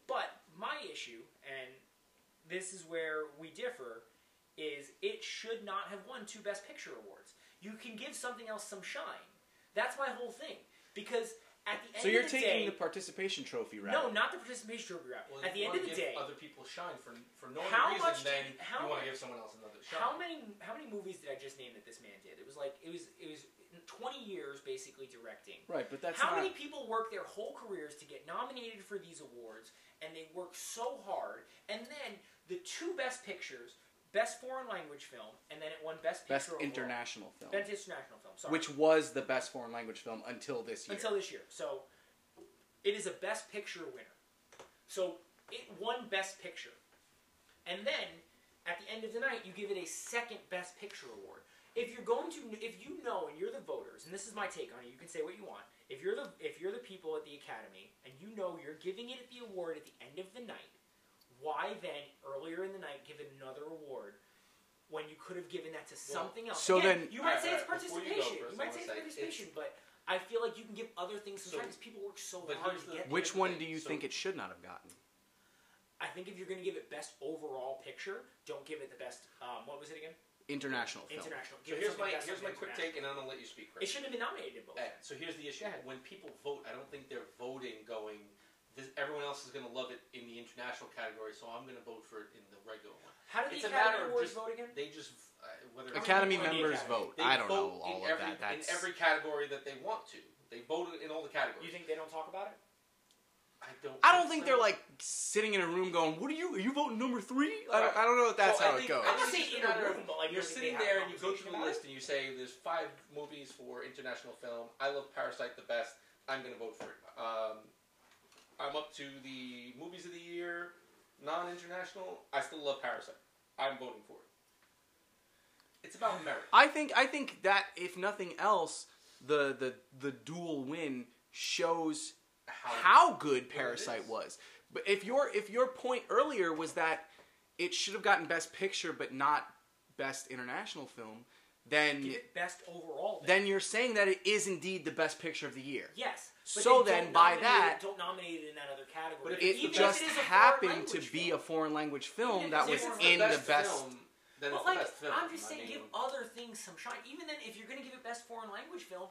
Speaker 2: But my issue, and this is where we differ, is it should not have won two Best Picture awards. You can give something else some shine. That's my whole thing. Because at the end
Speaker 3: So you're
Speaker 2: of the day,
Speaker 3: taking the participation trophy route.
Speaker 2: no, not the participation trophy route.
Speaker 1: Well,
Speaker 2: at the
Speaker 1: you
Speaker 2: end
Speaker 1: wanna
Speaker 2: of the
Speaker 1: give
Speaker 2: day,
Speaker 1: other people shine for for no
Speaker 2: How
Speaker 1: other reason
Speaker 2: much do
Speaker 1: than
Speaker 2: you- how
Speaker 1: you want
Speaker 2: much-
Speaker 1: to give someone else another shine.
Speaker 2: how many how many movies did I just name that this man did? It was like it was it was twenty years basically directing.
Speaker 3: Right, but that's
Speaker 2: How
Speaker 3: not.
Speaker 2: many people work their whole careers to get nominated for these awards, and they work so hard, and then the two best pictures Best Foreign Language Film, and then it won Best Picture
Speaker 3: Best
Speaker 2: overall.
Speaker 3: international film,
Speaker 2: Best International Film. Sorry.
Speaker 3: which was the best foreign language film until this year.
Speaker 2: until this year. So it is a Best Picture winner. So it won Best Picture, and then at the end of the night, you give it a second Best Picture award. If you're going to, if you know, and you're the voters, and this is my take on it, you can say what you want. If you're the, if you're the people at the Academy, and you know you're giving it the award at the end of the night, why then earlier in the night give it another award? When you could have given that to something else.
Speaker 3: so
Speaker 2: Again,
Speaker 3: then-
Speaker 2: you might
Speaker 1: Alright,
Speaker 2: say it's
Speaker 1: alright, before you go,
Speaker 2: participation.
Speaker 1: Chris, I
Speaker 2: You might
Speaker 1: wanna
Speaker 2: say it's
Speaker 1: say it's-
Speaker 2: participation, but I feel like you can give other things
Speaker 1: So-
Speaker 2: sometimes. people work so
Speaker 1: but
Speaker 2: hard
Speaker 1: here's
Speaker 2: to
Speaker 1: the-
Speaker 2: get. there.
Speaker 3: Which one do
Speaker 1: Okay,
Speaker 3: you
Speaker 1: so-
Speaker 3: think it should not have gotten?
Speaker 2: I think if you're going to give it best overall picture, don't give it the best. Um, what was it again?
Speaker 3: International film.
Speaker 2: International.
Speaker 1: So
Speaker 2: Give it
Speaker 1: here's
Speaker 2: something
Speaker 1: my
Speaker 2: best
Speaker 1: here's my quick
Speaker 2: international.
Speaker 1: take, and I'm gonna let you speak, Chris.
Speaker 2: It shouldn't have been nominated in both.
Speaker 1: Uh, so here's the issue:
Speaker 2: Yeah.
Speaker 1: when people vote, I don't think they're voting going. This, everyone else is going to love it in the international category, so I'm going to vote for it in the regular one.
Speaker 2: How did
Speaker 1: It's
Speaker 2: the
Speaker 1: a matter
Speaker 2: Academy
Speaker 1: of
Speaker 2: Awards
Speaker 1: just-
Speaker 2: vote again?
Speaker 1: They just uh, whether it's-
Speaker 3: Academy
Speaker 2: Or the
Speaker 3: members
Speaker 2: Academy.
Speaker 3: vote.
Speaker 1: They
Speaker 3: I don't
Speaker 1: vote
Speaker 3: know all
Speaker 1: in
Speaker 3: of
Speaker 1: every,
Speaker 3: that. That's
Speaker 1: in every category that they want to. They vote in all the categories.
Speaker 2: You think they don't talk about it?
Speaker 1: I don't.
Speaker 3: I don't think
Speaker 1: so.
Speaker 3: they're like sitting in a room going, "What are you? Are you voting number three? I don't, I don't know if that's
Speaker 1: So I
Speaker 3: how it
Speaker 1: think-
Speaker 3: goes.
Speaker 1: I
Speaker 2: I'm not
Speaker 1: think
Speaker 2: saying
Speaker 1: it's
Speaker 2: in
Speaker 1: a
Speaker 2: a
Speaker 1: matter of-
Speaker 2: room, but like
Speaker 1: You're
Speaker 2: maybe they
Speaker 1: sitting
Speaker 2: have a
Speaker 1: there and you go
Speaker 2: conversation
Speaker 1: through the
Speaker 2: about
Speaker 1: list and you say, "There's five movies for international film. I love Parasite the best. I'm going to vote for it." Um, I'm up to the movies of the year, non-international. I still love Parasite. I'm voting for it. It's about merit.
Speaker 3: I think I think that if nothing else, the the the dual win shows how good Parasite
Speaker 1: is.
Speaker 3: was. But if your if your point earlier was that it should have gotten Best Picture but not Best International Film, then
Speaker 2: Give it best overall. Then.
Speaker 3: then you're saying that it is indeed the Best Picture of the year.
Speaker 2: yes. But
Speaker 3: So
Speaker 2: then,
Speaker 3: then
Speaker 2: don't
Speaker 3: by
Speaker 2: nominate
Speaker 3: that-
Speaker 2: it, don't nominate it in that other
Speaker 1: But
Speaker 2: category.
Speaker 1: if
Speaker 3: It
Speaker 1: Even if
Speaker 3: just
Speaker 2: it is a foreign
Speaker 3: happened to
Speaker 2: language
Speaker 3: be
Speaker 2: film.
Speaker 3: a foreign language
Speaker 2: Even
Speaker 3: film
Speaker 2: if
Speaker 3: that
Speaker 2: it's
Speaker 3: was
Speaker 2: the
Speaker 3: in the best.
Speaker 1: film, then it's
Speaker 2: But
Speaker 1: the
Speaker 2: like,
Speaker 1: best film.
Speaker 2: I'm just
Speaker 1: I
Speaker 2: saying,
Speaker 1: mean,
Speaker 2: give other things some shine. Even then, if you're going to give it best foreign language film,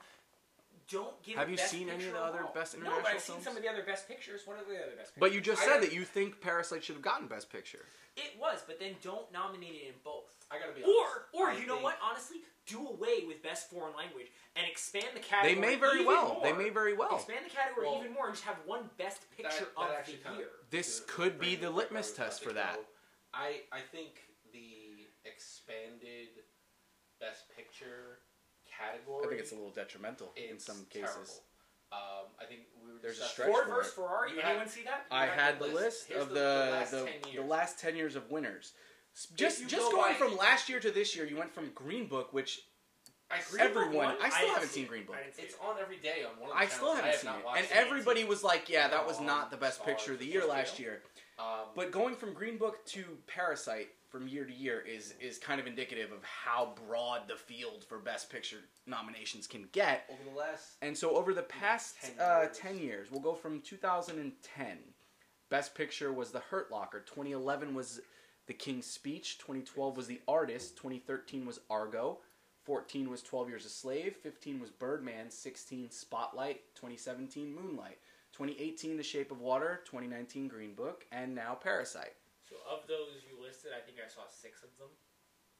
Speaker 2: don't give.
Speaker 3: Have
Speaker 2: it
Speaker 3: you
Speaker 2: best
Speaker 3: seen any
Speaker 2: Picture
Speaker 3: of the other
Speaker 2: overall.
Speaker 3: Best
Speaker 2: No, but
Speaker 3: International
Speaker 2: I've seen some
Speaker 3: films?
Speaker 2: of the other best pictures. What are the other best? Pictures?
Speaker 3: But you just
Speaker 1: I
Speaker 3: said
Speaker 1: don't-
Speaker 3: that you think Parasite should have gotten Best Picture.
Speaker 2: It was, but then don't nominate it in both.
Speaker 1: I gotta be
Speaker 2: Or,
Speaker 1: honest.
Speaker 2: or
Speaker 1: I
Speaker 2: you know
Speaker 1: think-
Speaker 2: what? Honestly, do away with best foreign language and expand the
Speaker 3: They
Speaker 2: category.
Speaker 3: may very
Speaker 2: even
Speaker 3: well.
Speaker 2: more.
Speaker 3: They may very well.
Speaker 2: expand the category
Speaker 1: Well,
Speaker 2: even more and just have one best
Speaker 1: That-
Speaker 2: picture
Speaker 1: that
Speaker 2: of
Speaker 1: actually
Speaker 2: the
Speaker 1: kinda
Speaker 2: year.
Speaker 3: This
Speaker 1: to
Speaker 3: could be
Speaker 1: bring
Speaker 3: the
Speaker 1: up
Speaker 3: litmus
Speaker 1: where I was
Speaker 3: test
Speaker 1: about
Speaker 3: for
Speaker 1: to
Speaker 3: that.
Speaker 1: go. I I think the expanded best picture category.
Speaker 3: little detrimental
Speaker 1: it's terrible. Um, I think we were
Speaker 3: There's a
Speaker 1: discussing-
Speaker 3: stretch
Speaker 2: Ford
Speaker 3: for
Speaker 2: versus
Speaker 3: it.
Speaker 2: Ferrari.
Speaker 1: You
Speaker 2: Anyone
Speaker 1: had-
Speaker 2: see that?
Speaker 3: I
Speaker 1: Here's
Speaker 3: had the
Speaker 1: the
Speaker 3: list
Speaker 1: list. Here's
Speaker 3: of
Speaker 1: the-
Speaker 3: the
Speaker 1: the last
Speaker 3: the,
Speaker 1: 10
Speaker 3: the
Speaker 1: years.
Speaker 3: last ten years of winners. S- Just
Speaker 1: you
Speaker 3: just
Speaker 1: go
Speaker 3: going
Speaker 1: by-
Speaker 3: from last year to this year, you went from Green Book, which
Speaker 1: I see
Speaker 2: Green Book
Speaker 3: everyone-
Speaker 2: won?
Speaker 3: I still
Speaker 2: didn't
Speaker 3: haven't
Speaker 2: see
Speaker 3: seen
Speaker 2: it.
Speaker 3: Green Book.
Speaker 2: I didn't see
Speaker 1: it's
Speaker 2: it.
Speaker 1: on every day on one. Of the
Speaker 3: I still
Speaker 1: channels.
Speaker 3: haven't
Speaker 1: have
Speaker 3: seen
Speaker 1: not
Speaker 3: it,
Speaker 1: watched
Speaker 3: and everybody was like, "Yeah, that was
Speaker 1: Oh,
Speaker 3: not the best
Speaker 1: sorry,
Speaker 3: picture of the
Speaker 1: it's
Speaker 3: year
Speaker 1: just
Speaker 3: last
Speaker 1: real.
Speaker 3: year."
Speaker 1: Um,
Speaker 3: But going from Green Book to Parasite from year to year is is kind of indicative of how broad the field for Best Picture nominations can get.
Speaker 1: over the last
Speaker 3: And so over the past
Speaker 1: 10
Speaker 3: uh,
Speaker 1: years.
Speaker 3: 10 years, we'll go from 2010. Best Picture was The Hurt Locker. 2011 was The King's Speech. 2012 was The Artist. 2013 was Argo. 14 was 12 Years a Slave. 15 was Birdman. 16 Spotlight. 2017 Moonlight. 2018 The Shape of Water. 2019 Green Book. And now Parasite.
Speaker 2: So of those you listed, I think I saw six of them.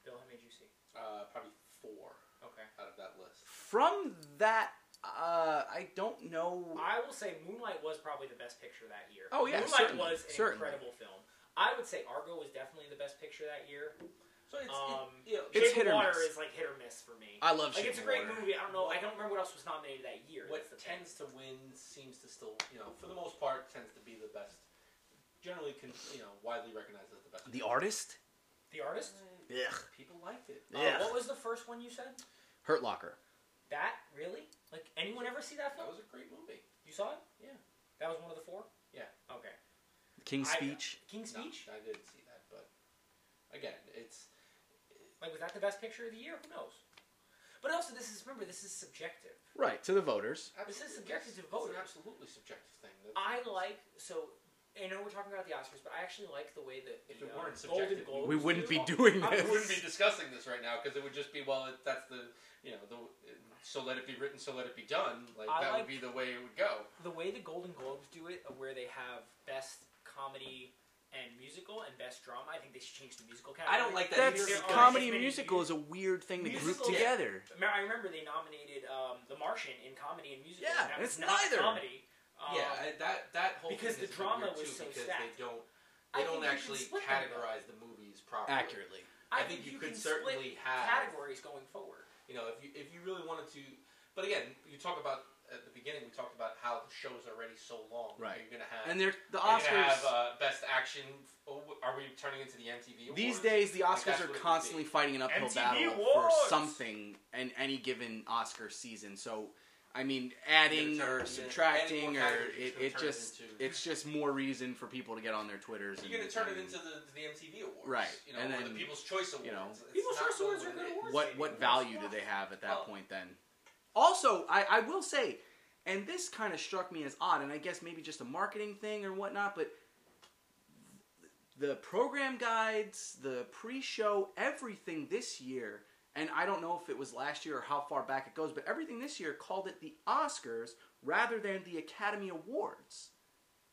Speaker 2: Bill, how many did you see?
Speaker 1: uh, probably four
Speaker 2: Okay.
Speaker 1: out of that list.
Speaker 3: From that, uh, I don't know.
Speaker 2: I will say Moonlight was probably the best picture that year.
Speaker 3: Oh, yeah,
Speaker 2: Moonlight
Speaker 3: certainly,
Speaker 2: was an
Speaker 3: certainly.
Speaker 2: incredible film. I would say Argo was definitely the best picture that year.
Speaker 1: So it's
Speaker 2: Um,
Speaker 1: it, you know,
Speaker 3: It's
Speaker 2: Shape
Speaker 3: hit
Speaker 2: of
Speaker 3: or
Speaker 2: Water
Speaker 3: miss.
Speaker 2: is like hit or miss for me.
Speaker 3: I love
Speaker 2: like
Speaker 3: Shape
Speaker 2: it's a
Speaker 3: of
Speaker 2: great
Speaker 3: Water.
Speaker 2: movie. I don't know. I don't remember what else was nominated that year.
Speaker 1: what
Speaker 2: That's the thing.
Speaker 1: tends to win seems to still, you know, for the most part, tends to be the best. Generally, con- you know, widely recognized as the best.
Speaker 3: The Artist?
Speaker 2: The artist.
Speaker 3: Ugh.
Speaker 1: People liked it.
Speaker 2: Uh,
Speaker 3: Yeah.
Speaker 2: what was the first one you said?
Speaker 3: Hurt Locker.
Speaker 2: That really? Like anyone ever see that
Speaker 1: That
Speaker 2: film?
Speaker 1: was a great movie.
Speaker 2: You saw it?
Speaker 1: Yeah.
Speaker 2: That was one of the four.
Speaker 1: Yeah.
Speaker 2: Okay.
Speaker 3: King's
Speaker 2: I-
Speaker 3: Speech.
Speaker 2: King's
Speaker 1: No,
Speaker 2: Speech.
Speaker 1: I didn't see that, but again, it's
Speaker 2: Like was that the best picture of the year? Who knows? But also, this is remember this is subjective.
Speaker 3: Right, to the voters.
Speaker 2: This is
Speaker 1: absolutely-
Speaker 2: subjective to
Speaker 1: it's an
Speaker 2: voters.
Speaker 1: absolutely subjective thing. That's-
Speaker 2: I like so. I know we're talking about the Oscars, but I actually like the way that
Speaker 1: If
Speaker 2: the,
Speaker 1: it weren't
Speaker 2: uh, Golden
Speaker 1: subjective,
Speaker 2: Globes
Speaker 3: we wouldn't
Speaker 2: do-
Speaker 3: be doing
Speaker 1: I wouldn't be
Speaker 3: this.
Speaker 1: discussing this right now because it would just be well, it, that's the you know the so let it be written, so let it be done. Like
Speaker 2: I
Speaker 1: that
Speaker 2: like-
Speaker 1: would be the way it would go.
Speaker 2: the way the Golden Globes do it, of where they have best comedy and musical and best drama. I think they should change the musical category.
Speaker 1: I don't like that
Speaker 3: That's
Speaker 1: There are
Speaker 3: comedy
Speaker 2: as
Speaker 3: and
Speaker 2: many
Speaker 3: musical is a weird thing to group
Speaker 2: Musical-
Speaker 3: together.
Speaker 2: I mean, I remember they nominated um, The Martian in comedy and musical.
Speaker 3: Yeah,
Speaker 2: and that was
Speaker 3: it's
Speaker 2: not
Speaker 3: neither.
Speaker 2: comedy. Um,
Speaker 1: yeah, I, that that whole
Speaker 2: because
Speaker 1: thing
Speaker 2: the
Speaker 1: is
Speaker 2: drama
Speaker 1: weird,
Speaker 2: was
Speaker 1: too,
Speaker 2: so
Speaker 1: because
Speaker 2: stacked.
Speaker 1: they don't
Speaker 2: I
Speaker 1: they don't
Speaker 2: think you should
Speaker 1: actually
Speaker 2: split them, though.
Speaker 1: categorize the movies properly.
Speaker 3: Accurately.
Speaker 1: I, think, you, could
Speaker 2: can
Speaker 1: certainly
Speaker 2: split
Speaker 1: have
Speaker 2: categories going forward.
Speaker 1: You know, if you if you really wanted to, but again, you talk about at the beginning. We talked about how the show's already so long.
Speaker 3: Right.
Speaker 1: You're gonna have
Speaker 3: And they're the
Speaker 1: you're gonna
Speaker 3: Oscars.
Speaker 1: have uh, best action. Oh, are we turning into the MTV? Awards?
Speaker 3: These days, the
Speaker 1: Like,
Speaker 3: Oscars
Speaker 1: that's
Speaker 3: are
Speaker 1: what it would
Speaker 3: constantly fighting an uphill
Speaker 2: MTV
Speaker 3: battle
Speaker 2: Awards!
Speaker 3: for something in any given Oscar season. So, I mean,
Speaker 1: You're gonna turn-
Speaker 3: adding
Speaker 1: you're
Speaker 3: or
Speaker 1: gonna- adding
Speaker 3: subtracting
Speaker 1: more
Speaker 3: or
Speaker 1: categories,
Speaker 3: it,
Speaker 1: you're
Speaker 3: it
Speaker 1: gonna turn
Speaker 3: just
Speaker 1: into-
Speaker 3: it's just more reason for people to get on their Twitters.
Speaker 1: You're
Speaker 3: and-
Speaker 1: gonna turn it
Speaker 3: and
Speaker 1: into the the MTV awards,
Speaker 3: Right,
Speaker 1: You know,
Speaker 3: and
Speaker 1: or the
Speaker 3: then,
Speaker 1: People's Choice Awards.
Speaker 3: you know-
Speaker 1: It's
Speaker 2: People's
Speaker 1: not
Speaker 2: Choice
Speaker 1: really
Speaker 2: Awards are
Speaker 1: what
Speaker 2: good
Speaker 1: it is.
Speaker 2: awards.
Speaker 3: what what value do they have at that
Speaker 1: Well-
Speaker 3: point then? Also, I, I will say, and this kind of struck me as odd, and I guess maybe just a marketing thing or whatnot, but the program guides, the pre-show, everything this year, and I don't know if it was last year or how far back it goes, but everything this year called it the Oscars rather than the Academy Awards.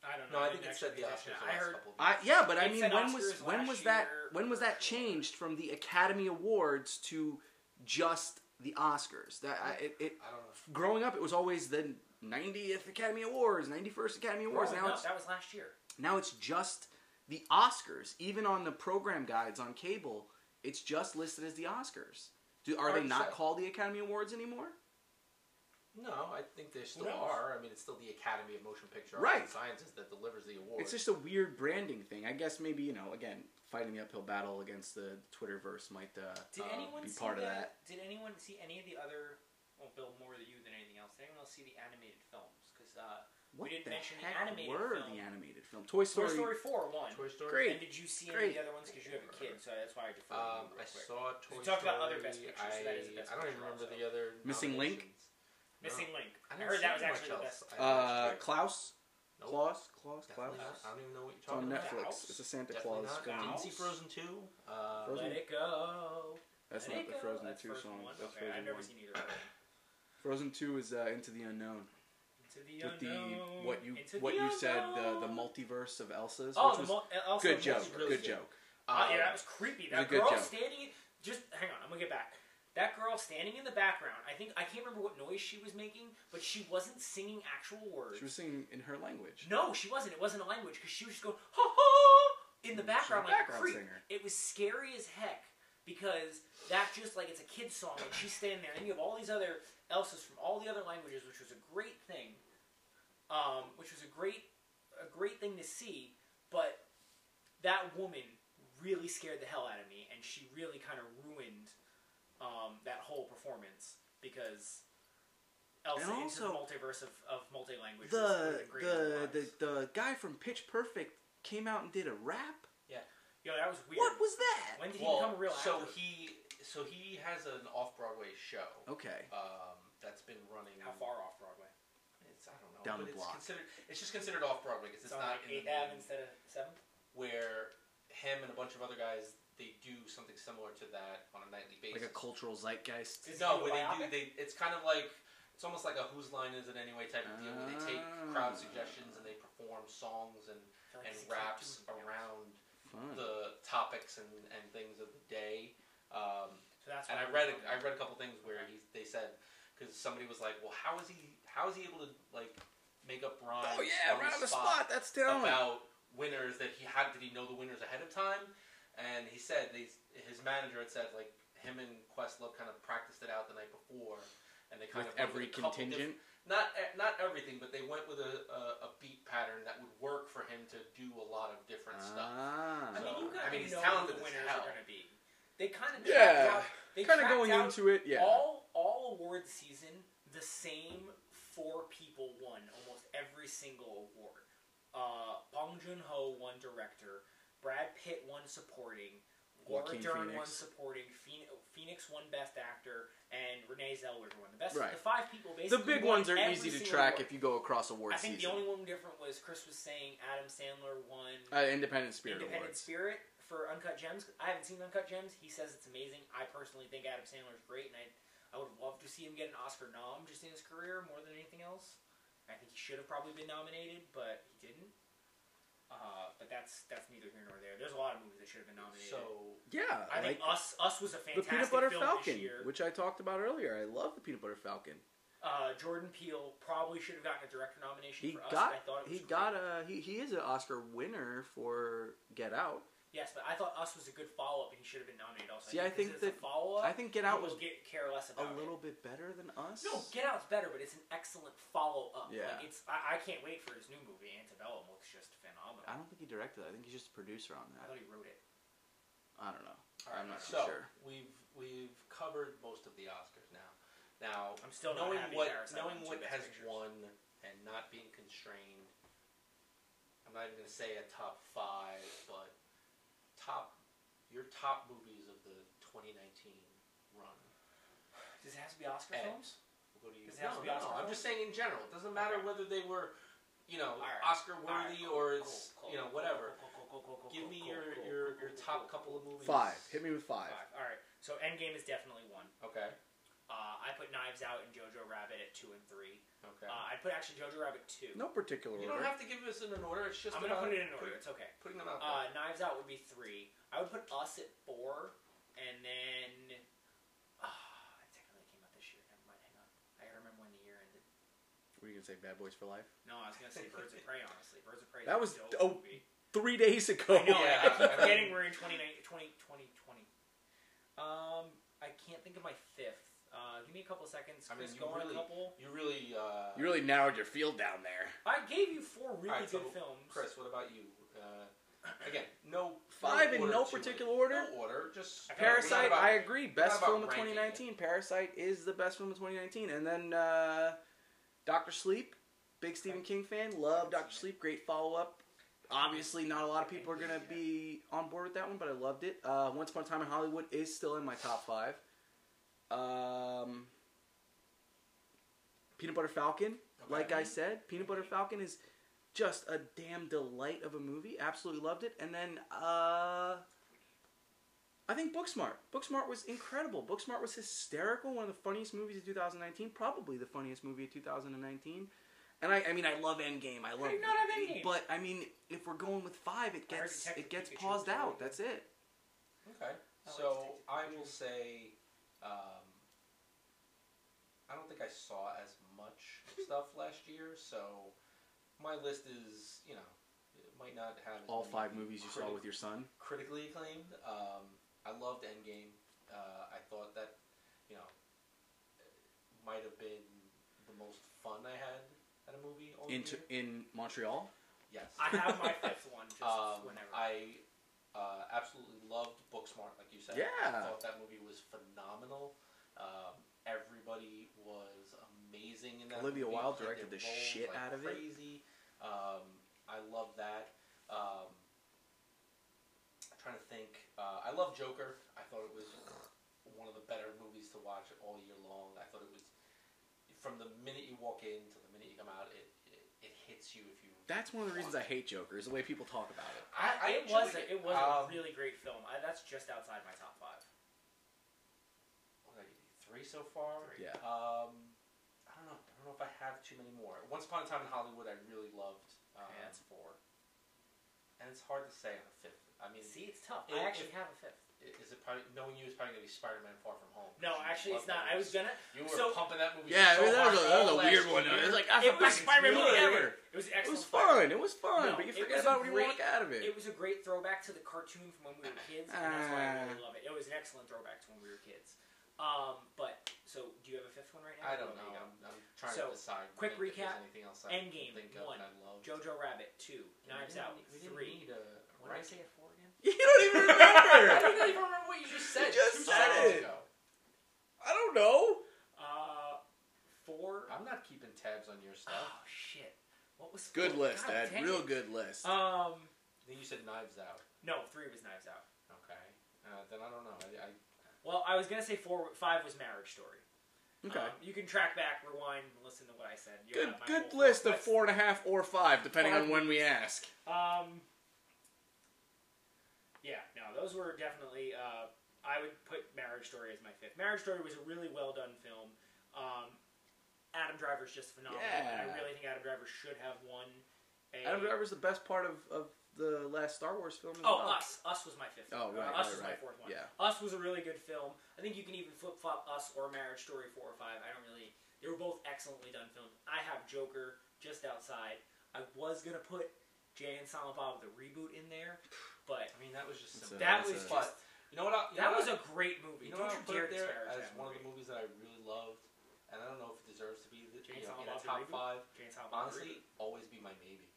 Speaker 2: I don't
Speaker 1: No,
Speaker 2: know.
Speaker 1: I think it said
Speaker 2: actually
Speaker 1: the Oscars.
Speaker 2: pay attention.
Speaker 1: the
Speaker 2: I
Speaker 1: last
Speaker 2: heard
Speaker 1: couple of
Speaker 3: I,
Speaker 1: years.
Speaker 3: yeah, but I
Speaker 2: It
Speaker 3: mean,
Speaker 2: said
Speaker 3: when was
Speaker 2: Oscars
Speaker 3: when
Speaker 2: last
Speaker 3: was that
Speaker 2: year.
Speaker 3: when was that changed from the Academy Awards to just the Oscars? That I, it, it
Speaker 1: I don't know.
Speaker 3: growing up, it was always the 90th Academy Awards, 91st Academy Awards.
Speaker 2: Growing
Speaker 3: now,
Speaker 2: up,
Speaker 3: it's,
Speaker 2: that was last year.
Speaker 3: now it's just the Oscars. Even on the program guides on cable, it's just listed as the Oscars. Do, are
Speaker 1: Hard
Speaker 3: they
Speaker 1: to
Speaker 3: not
Speaker 1: say.
Speaker 3: called the Academy Awards anymore?
Speaker 1: No, I think they still
Speaker 2: knows?
Speaker 1: are. I mean, it's still the Academy of Motion Picture Arts
Speaker 3: Right.
Speaker 1: and Sciences that delivers the award.
Speaker 3: It's just a weird branding thing. I guess maybe you know again fighting the uphill battle against the Twitterverse might uh,
Speaker 2: Did
Speaker 1: Uh,
Speaker 2: anyone
Speaker 3: be
Speaker 2: see
Speaker 3: part of
Speaker 2: the- Did anyone see any of the other? Well, Bill, more than you than anything else. Did anyone else see the animated films? Because uh,
Speaker 3: what
Speaker 2: didn't
Speaker 3: the
Speaker 2: mention the
Speaker 3: heck
Speaker 2: animated
Speaker 3: were
Speaker 2: film.
Speaker 3: the animated film Toy Story.
Speaker 2: Toy Story Four won.
Speaker 1: Toy Story.
Speaker 3: Great.
Speaker 2: And did you see any
Speaker 3: Great.
Speaker 2: of the other ones? Because you have a kid, so that's why I deferred. to
Speaker 1: Um,
Speaker 2: you
Speaker 1: I
Speaker 2: real quick.
Speaker 1: saw Toy
Speaker 2: We
Speaker 1: Story.
Speaker 2: talked about other Best Picture, so that is a
Speaker 1: I
Speaker 2: Best
Speaker 1: don't even
Speaker 2: Picture
Speaker 1: remember
Speaker 2: also.
Speaker 1: the other
Speaker 3: Missing Link?
Speaker 1: nominations.
Speaker 2: Missing Link.
Speaker 1: I
Speaker 2: I,
Speaker 1: didn't
Speaker 2: heard that was
Speaker 1: see
Speaker 2: actually
Speaker 1: much
Speaker 2: the
Speaker 1: else.
Speaker 2: best.
Speaker 1: I-
Speaker 3: Uh, Klaus,
Speaker 1: Nope.
Speaker 3: Klaus, Klaus, Klaus.
Speaker 1: Definitely not. I don't even know what you're
Speaker 3: It's on
Speaker 1: talking about.
Speaker 2: Definitely
Speaker 3: Netflix. It's a Santa
Speaker 1: Definitely
Speaker 3: Claus.
Speaker 1: not.
Speaker 3: film.
Speaker 1: Didn't see
Speaker 2: Klaus?
Speaker 1: Frozen two. Uh,
Speaker 3: Frozen?
Speaker 2: Let it go.
Speaker 3: That's
Speaker 2: Let
Speaker 3: not
Speaker 2: it
Speaker 3: the
Speaker 2: go.
Speaker 3: Frozen
Speaker 2: That's
Speaker 3: two
Speaker 2: Frozen
Speaker 3: song.
Speaker 2: One.
Speaker 3: That's
Speaker 2: okay, I've
Speaker 3: Frozen
Speaker 2: never
Speaker 3: one.
Speaker 2: seen either. of them.
Speaker 3: Frozen two is uh, Into the Unknown.
Speaker 2: Into the
Speaker 3: With the
Speaker 2: unknown.
Speaker 3: what you
Speaker 2: Into
Speaker 3: what
Speaker 2: the
Speaker 3: you said the
Speaker 2: unknown.
Speaker 3: the multiverse of Elsa's.
Speaker 2: Oh,
Speaker 3: which
Speaker 2: the
Speaker 3: was
Speaker 2: mul- uh, also
Speaker 3: good
Speaker 2: the
Speaker 3: joke.
Speaker 2: multiverse.
Speaker 1: really
Speaker 3: Good
Speaker 1: good.
Speaker 3: joke.
Speaker 2: Oh
Speaker 1: uh,
Speaker 2: yeah, that was creepy.
Speaker 3: it was a
Speaker 2: That
Speaker 3: good
Speaker 2: girl
Speaker 3: joke.
Speaker 2: standing. Just hang on, I'm gonna get back. That girl standing in the background. I think I can't remember what noise she was making, but she wasn't singing actual words.
Speaker 3: She was singing in her language.
Speaker 2: no, she wasn't. It wasn't a language because she was just going ha ha in the
Speaker 3: She's a
Speaker 2: background like
Speaker 3: background
Speaker 2: a creep.
Speaker 3: singer.
Speaker 2: It was scary as heck because that just like it's a kid's song and she's standing there and you have all these other Elsas from all the other languages, which was a great thing. Um, which was a great a great thing to see, but that woman really scared the hell out of me and she really kind of ruined um, that whole performance because Elsa
Speaker 3: And
Speaker 2: into the
Speaker 3: also-
Speaker 2: multiverse of, of multi language
Speaker 3: The the the the guy from Pitch Perfect came out and did a rap.
Speaker 2: Yo, that was weird.
Speaker 3: What was that?
Speaker 2: When did
Speaker 1: well,
Speaker 2: he become a real
Speaker 1: so
Speaker 2: actor?
Speaker 1: he so he has an off Broadway show
Speaker 3: Okay.
Speaker 1: um, that's been running.
Speaker 2: How far off Broadway?
Speaker 1: It's, I don't know.
Speaker 3: Down
Speaker 1: but
Speaker 3: the
Speaker 1: it's
Speaker 3: block.
Speaker 1: Considered, it's just considered off Broadway because
Speaker 2: It's,
Speaker 1: it's
Speaker 2: on
Speaker 1: not in
Speaker 2: like 8th
Speaker 1: the
Speaker 2: Ave
Speaker 1: main-
Speaker 2: instead of 7th?
Speaker 1: where him and a bunch of other guys they do something similar to that on a nightly basis.
Speaker 3: Like a cultural zeitgeist.
Speaker 2: Is
Speaker 1: no,
Speaker 2: it a
Speaker 1: where they do
Speaker 2: biopic?
Speaker 1: they it's kind of like it's almost like a whose line is it anyway type of deal where they take crowd
Speaker 3: Ah.
Speaker 1: suggestions and they perform songs and,
Speaker 2: I feel
Speaker 1: and
Speaker 2: like it's a
Speaker 1: raps
Speaker 2: cartoon.
Speaker 1: around
Speaker 3: Fun.
Speaker 1: the topics and, and things of the day. Um,
Speaker 2: So that's
Speaker 1: and
Speaker 2: why
Speaker 1: I read a, I read a couple things where he, they said because somebody was like, well, how is he how is he able to like make up rhymes?
Speaker 3: oh yeah,
Speaker 1: on
Speaker 3: right on the
Speaker 1: spot
Speaker 3: spot. That's talent.
Speaker 1: about winners that he had. Did he know the winners ahead of time? And he said they, his manager had said like him and Questlove kind of practiced it out the night before, and they
Speaker 3: With
Speaker 1: kind of went
Speaker 3: every
Speaker 1: with a couple
Speaker 3: contingent.
Speaker 1: diff- not e- not everything, but they went with a, a, a beat pattern that would work for him to do a lot of different stuff.
Speaker 3: Ah.
Speaker 2: I mean,
Speaker 1: So,
Speaker 2: you gotta
Speaker 1: I mean, he's
Speaker 2: know
Speaker 1: talented as
Speaker 2: who the winners
Speaker 1: hell.
Speaker 2: are gonna be. They kind of out,
Speaker 3: Yeah.
Speaker 2: they
Speaker 3: kind of
Speaker 2: tracked
Speaker 3: going
Speaker 2: out
Speaker 3: into it. Yeah.
Speaker 2: all all award season. The same four people won almost every single award. Uh, Bong Joon Ho won director. Brad Pitt won supporting. Laura
Speaker 3: Joaquin
Speaker 2: Dern won
Speaker 3: Phoenix.
Speaker 2: supporting. Phoen- Phoenix won best actor, and Renee Zellweger won the best.
Speaker 3: Right.
Speaker 2: The five people
Speaker 3: the
Speaker 2: basically.
Speaker 3: big
Speaker 2: won
Speaker 3: ones are
Speaker 2: every
Speaker 3: easy to
Speaker 2: single
Speaker 3: track
Speaker 2: award.
Speaker 3: if you go across award
Speaker 2: I think
Speaker 3: season.
Speaker 2: the only one different was Chris was saying Adam Sandler won.
Speaker 3: Uh, Independent Spirit
Speaker 2: Independent
Speaker 3: Awards.
Speaker 2: Spirit for Uncut Gems. I haven't seen Uncut Gems. He says it's amazing. I personally think Adam Sandler's great, and I, I would love to see him get an Oscar nom just in his career more than anything else. I think he should have probably been nominated, but he didn't. Uh, but that's that's neither here nor there. There's a lot of movies that should have been nominated.
Speaker 1: So
Speaker 3: Yeah,
Speaker 2: I
Speaker 3: uh, like
Speaker 2: think Us Us was a
Speaker 3: the
Speaker 2: fantastic
Speaker 3: Peanut Butter
Speaker 2: film
Speaker 3: Falcon,
Speaker 2: this year.
Speaker 3: which I talked about earlier. I love the Peanut Butter Falcon.
Speaker 2: Uh, Jordan Peele probably should have gotten a director nomination
Speaker 3: He
Speaker 2: for Us.
Speaker 3: got
Speaker 2: I thought it was
Speaker 3: he
Speaker 2: great.
Speaker 3: got a he, he is an Oscar winner for Get Out.
Speaker 2: Yes, but I thought Us was a good follow up, and he should have been nominated also.
Speaker 3: See, I think
Speaker 2: because it's a
Speaker 3: that-
Speaker 2: follow up.
Speaker 3: I think Get Out was
Speaker 2: get care less about
Speaker 3: a little bit better than Us.
Speaker 2: It. No, Get Out's better, but it's an excellent follow up.
Speaker 3: Yeah.
Speaker 2: like, it's I, I can't wait for his new movie. Antebellum looks just phenomenal.
Speaker 3: I don't think he directed. it. I think he's just a producer on
Speaker 2: I
Speaker 3: that.
Speaker 2: thought he wrote it.
Speaker 3: I don't know. I'm not
Speaker 1: so
Speaker 3: sure.
Speaker 1: we've we've covered most of the Oscars now. Now
Speaker 2: I'm still not
Speaker 1: knowing
Speaker 2: happy
Speaker 1: what
Speaker 2: Parasite
Speaker 1: knowing
Speaker 2: won two
Speaker 1: what has
Speaker 2: Best Pictures.
Speaker 1: won and not being constrained. I'm not even gonna say a top five, but top your top movies of the 2019 run.
Speaker 2: Does it have to be Oscar
Speaker 1: Ed,
Speaker 2: films?
Speaker 1: We'll go to you.
Speaker 2: Does it have
Speaker 1: No,
Speaker 2: to be
Speaker 1: no,
Speaker 2: Oscar
Speaker 1: no. I'm
Speaker 2: films?
Speaker 1: just saying in general. It doesn't matter
Speaker 2: Okay.
Speaker 1: whether they were, you know,
Speaker 2: All right.
Speaker 1: Oscar
Speaker 2: All right,
Speaker 1: worthy
Speaker 2: cool,
Speaker 1: or
Speaker 2: cool,
Speaker 1: it's
Speaker 2: cool,
Speaker 1: you know
Speaker 2: cool,
Speaker 1: whatever.
Speaker 2: cool, cool, cool, cool, cool,
Speaker 1: Give
Speaker 2: cool,
Speaker 1: me
Speaker 2: cool,
Speaker 1: your
Speaker 2: cool,
Speaker 1: your
Speaker 2: cool,
Speaker 1: your
Speaker 2: cool,
Speaker 1: top
Speaker 2: cool,
Speaker 1: couple of movies.
Speaker 3: Five. Hit me with five.
Speaker 2: Five. All right. So Endgame is definitely one.
Speaker 1: Okay.
Speaker 2: Uh, I put Knives Out and Jojo Rabbit at two and three.
Speaker 1: Okay.
Speaker 2: Uh, I put actually Jojo Rabbit two.
Speaker 3: No particular
Speaker 1: you
Speaker 3: order.
Speaker 1: don't have to give us in an order. It's just
Speaker 2: I'm gonna
Speaker 1: about
Speaker 2: put it in
Speaker 1: put-
Speaker 2: order. It's okay.
Speaker 1: putting them out. there.
Speaker 2: Uh, Knives Out would be three. I would put Us at four, and then ah, it technically came out this year. Never mind. Hang on. I gotta remember when the year ended.
Speaker 3: Were you gonna say Bad Boys for Life?
Speaker 2: No, I was gonna say Birds of Prey. Honestly, Birds of Prey.
Speaker 3: That
Speaker 2: is a
Speaker 3: was
Speaker 2: dope
Speaker 3: dope.
Speaker 2: movie.
Speaker 3: Three days ago.
Speaker 2: I know.
Speaker 1: Oh, Yeah.
Speaker 2: I
Speaker 1: I
Speaker 2: keep
Speaker 1: mean-
Speaker 2: forgetting we're in 20, 20, 2020. Um, I can't think of my fifth. Uh, give me a couple seconds.
Speaker 1: I mean,
Speaker 2: Chris,
Speaker 1: you
Speaker 2: go on
Speaker 1: really-
Speaker 2: a couple.
Speaker 1: You really, uh,
Speaker 3: You really narrowed your field down there.
Speaker 2: I gave you four really
Speaker 1: Alright, so
Speaker 2: good films.
Speaker 1: Chris. What about you? Uh, again, no
Speaker 3: Five in
Speaker 1: order
Speaker 3: no
Speaker 1: to it.
Speaker 3: particular order.
Speaker 1: No order, just
Speaker 2: I feel like we're
Speaker 3: Parasite,
Speaker 2: not about-
Speaker 3: I agree. Best
Speaker 1: about
Speaker 3: film of
Speaker 1: ranking
Speaker 3: 2019. Parasite is the best film of 2019. And then uh, Doctor Sleep, big Stephen King fan, love Doctor Sleep. Great follow up. Obviously, not a lot of people are gonna be on board with that one, but I loved it. Uh, Once Upon a Time in Hollywood is still in my top five. Um, Peanut Butter Falcon,
Speaker 1: Okay.
Speaker 3: like I said, Peanut Butter Falcon is just a damn delight of a movie. Absolutely loved it. And then uh, I think Booksmart. Booksmart was incredible. Booksmart was hysterical. One of the funniest movies of 2019. Probably the funniest movie of 2019. And I, I mean, I love Endgame. I love.
Speaker 2: do you not have Endgame?
Speaker 3: But I mean, if we're going with five, it
Speaker 2: I heard
Speaker 3: gets
Speaker 2: Detective
Speaker 3: it gets
Speaker 2: Pikachu was
Speaker 3: paused
Speaker 2: really
Speaker 3: out.
Speaker 2: good.
Speaker 3: That's it.
Speaker 1: Okay,
Speaker 2: I like
Speaker 1: so
Speaker 2: to take the
Speaker 1: I
Speaker 2: picture.
Speaker 1: will say, um, I don't think I saw as much stuff last year, so my list is, you know, it might not have as
Speaker 3: All
Speaker 1: many
Speaker 3: five movies you saw
Speaker 1: critic-
Speaker 3: with your son.
Speaker 1: critically acclaimed. Um, I loved Endgame. Uh, I thought that, you know, it might have been the most fun I had at a movie all
Speaker 3: In
Speaker 1: year.
Speaker 3: in Montreal.
Speaker 1: Yes.
Speaker 2: I have my fifth one just
Speaker 1: Um,
Speaker 2: whenever.
Speaker 1: I uh, absolutely loved Booksmart, like you said.
Speaker 3: Yeah.
Speaker 1: I thought that movie was phenomenal. Um, everybody was amazing in that
Speaker 3: Olivia
Speaker 1: movie.
Speaker 3: Wilde
Speaker 1: Played
Speaker 3: directed
Speaker 1: their
Speaker 3: the
Speaker 1: roles
Speaker 3: shit
Speaker 1: like
Speaker 3: out of it.
Speaker 1: crazy. Um, I love that. Um, I'm trying to think. Uh, I love Joker. I thought it was one of the better movies to watch all year long. I thought it was from the minute you walk in to the minute you come out, it, it, it hits you if you.
Speaker 3: That's one of the reasons I hate Joker. Is the way people talk about it.
Speaker 1: I, I
Speaker 2: it was
Speaker 1: enjoyed
Speaker 2: a, it was
Speaker 1: Um,
Speaker 2: a really great film. I, that's just outside my top five.
Speaker 1: what did I give you, three so far.
Speaker 3: Yeah.
Speaker 1: Um, I don't know. I don't know if I have too many more. Once upon a time in Hollywood, I really loved. Um,
Speaker 2: Okay, that's four.
Speaker 1: And it's hard to say on the fifth. I mean,
Speaker 2: See, it's tough.
Speaker 1: If-
Speaker 2: I actually have a fifth.
Speaker 1: i- is it probably knowing you is probably gonna be Spider Man Far From Home.
Speaker 2: No,
Speaker 1: You
Speaker 2: actually,
Speaker 1: love
Speaker 2: it's not.
Speaker 1: that
Speaker 2: I was
Speaker 1: movie.
Speaker 2: gonna.
Speaker 1: You were
Speaker 2: so-
Speaker 1: pumping that movie. so
Speaker 3: Yeah, I mean, that was a,
Speaker 1: hard
Speaker 3: that was
Speaker 1: all
Speaker 3: a
Speaker 1: last
Speaker 3: weird one.
Speaker 1: year.
Speaker 3: It was like that's
Speaker 2: It
Speaker 3: the
Speaker 2: was
Speaker 3: best
Speaker 2: Spider-Man
Speaker 3: movie
Speaker 1: movie
Speaker 3: ever.
Speaker 1: ever.
Speaker 2: It was
Speaker 3: It was
Speaker 2: excellent.
Speaker 3: fun. It was fun,
Speaker 2: No,
Speaker 3: but you
Speaker 2: it
Speaker 3: forget
Speaker 2: was
Speaker 3: about when you
Speaker 2: great.
Speaker 3: walk out of it.
Speaker 2: It was a great throwback to the cartoon from when we were kids, and that's why I really love it. It was an excellent throwback to when we were kids. Um, but so, do you have a fifth one right now?
Speaker 1: I don't know.
Speaker 2: Okay, you
Speaker 1: I'm, I'm trying to
Speaker 2: So,
Speaker 1: decide. if
Speaker 2: quick
Speaker 1: there's
Speaker 2: recap.
Speaker 1: Anything else? I can
Speaker 2: Endgame,
Speaker 1: Think
Speaker 2: one.
Speaker 1: Of that I loved.
Speaker 2: go. Jojo Rabbit two,
Speaker 1: We
Speaker 2: Knives
Speaker 1: didn't
Speaker 2: Out
Speaker 1: need- we didn't
Speaker 2: three.
Speaker 1: need a
Speaker 2: What did I
Speaker 1: ranking.
Speaker 2: say at four again?
Speaker 3: you don't
Speaker 1: I
Speaker 3: even remember.
Speaker 1: don't even remember what you just said.
Speaker 3: just
Speaker 1: two
Speaker 3: said
Speaker 1: seconds
Speaker 3: it.
Speaker 1: ago.
Speaker 3: I don't know.
Speaker 2: Uh, four.
Speaker 1: I'm not keeping tabs on your stuff.
Speaker 2: Oh shit! What was
Speaker 3: Good
Speaker 2: four?
Speaker 3: list,
Speaker 2: God
Speaker 3: Ed.
Speaker 2: dang it.
Speaker 3: Real good list.
Speaker 2: Um,
Speaker 1: Then you said Knives Out.
Speaker 2: no, three was Knives Out.
Speaker 1: Okay. Uh, then I don't know. I, I,
Speaker 2: Well, I was gonna say four. Five was Marriage Story.
Speaker 3: okay.
Speaker 2: Um, you can track back, rewind, and listen to what I said. You
Speaker 3: good
Speaker 2: have my
Speaker 3: good
Speaker 2: whole
Speaker 3: list of
Speaker 2: list.
Speaker 3: four and a half or five, depending
Speaker 2: Five
Speaker 3: on when we ask.
Speaker 2: Um. Yeah, no, those were definitely. Uh, I would put Marriage Story as my fifth. Marriage Story was a really well done film. Um, Adam Driver's just phenomenal. and
Speaker 3: Yeah.
Speaker 2: I really think Adam Driver should have won. A,
Speaker 3: Adam Driver's the best part of, of the last Star Wars film. As
Speaker 2: Oh,
Speaker 3: well.
Speaker 2: Us. Us was my fifth.
Speaker 3: Oh,
Speaker 2: one.
Speaker 3: right,
Speaker 2: Us
Speaker 3: right,
Speaker 2: was my
Speaker 3: right.
Speaker 2: fourth one.
Speaker 3: Yeah.
Speaker 2: Us was a really good film. I think you can even flip flop Us or Marriage Story four or five. I don't really. They were both excellently done films. I have Joker just outside. I was gonna put Jay and Silent Bob the reboot in there, But
Speaker 1: I mean, that was just
Speaker 3: It's
Speaker 1: simple.
Speaker 3: a-
Speaker 2: that
Speaker 3: it's
Speaker 2: was
Speaker 3: a-
Speaker 2: just,
Speaker 1: But you know what? I, you
Speaker 2: that
Speaker 1: know
Speaker 2: was
Speaker 1: what
Speaker 2: a
Speaker 1: I-
Speaker 2: great movie.
Speaker 1: you know
Speaker 2: Don't
Speaker 1: what I
Speaker 2: you
Speaker 1: put
Speaker 2: dare
Speaker 1: it there
Speaker 2: disparage
Speaker 1: as
Speaker 2: that
Speaker 1: one of the
Speaker 2: movie.
Speaker 1: movies that I really loved, and I don't know if it deserves to be the, you
Speaker 2: James
Speaker 1: know, in the
Speaker 2: Bond Bond
Speaker 1: top
Speaker 2: reboot?
Speaker 1: five.
Speaker 2: James Bond
Speaker 1: Honestly, always be my maybe.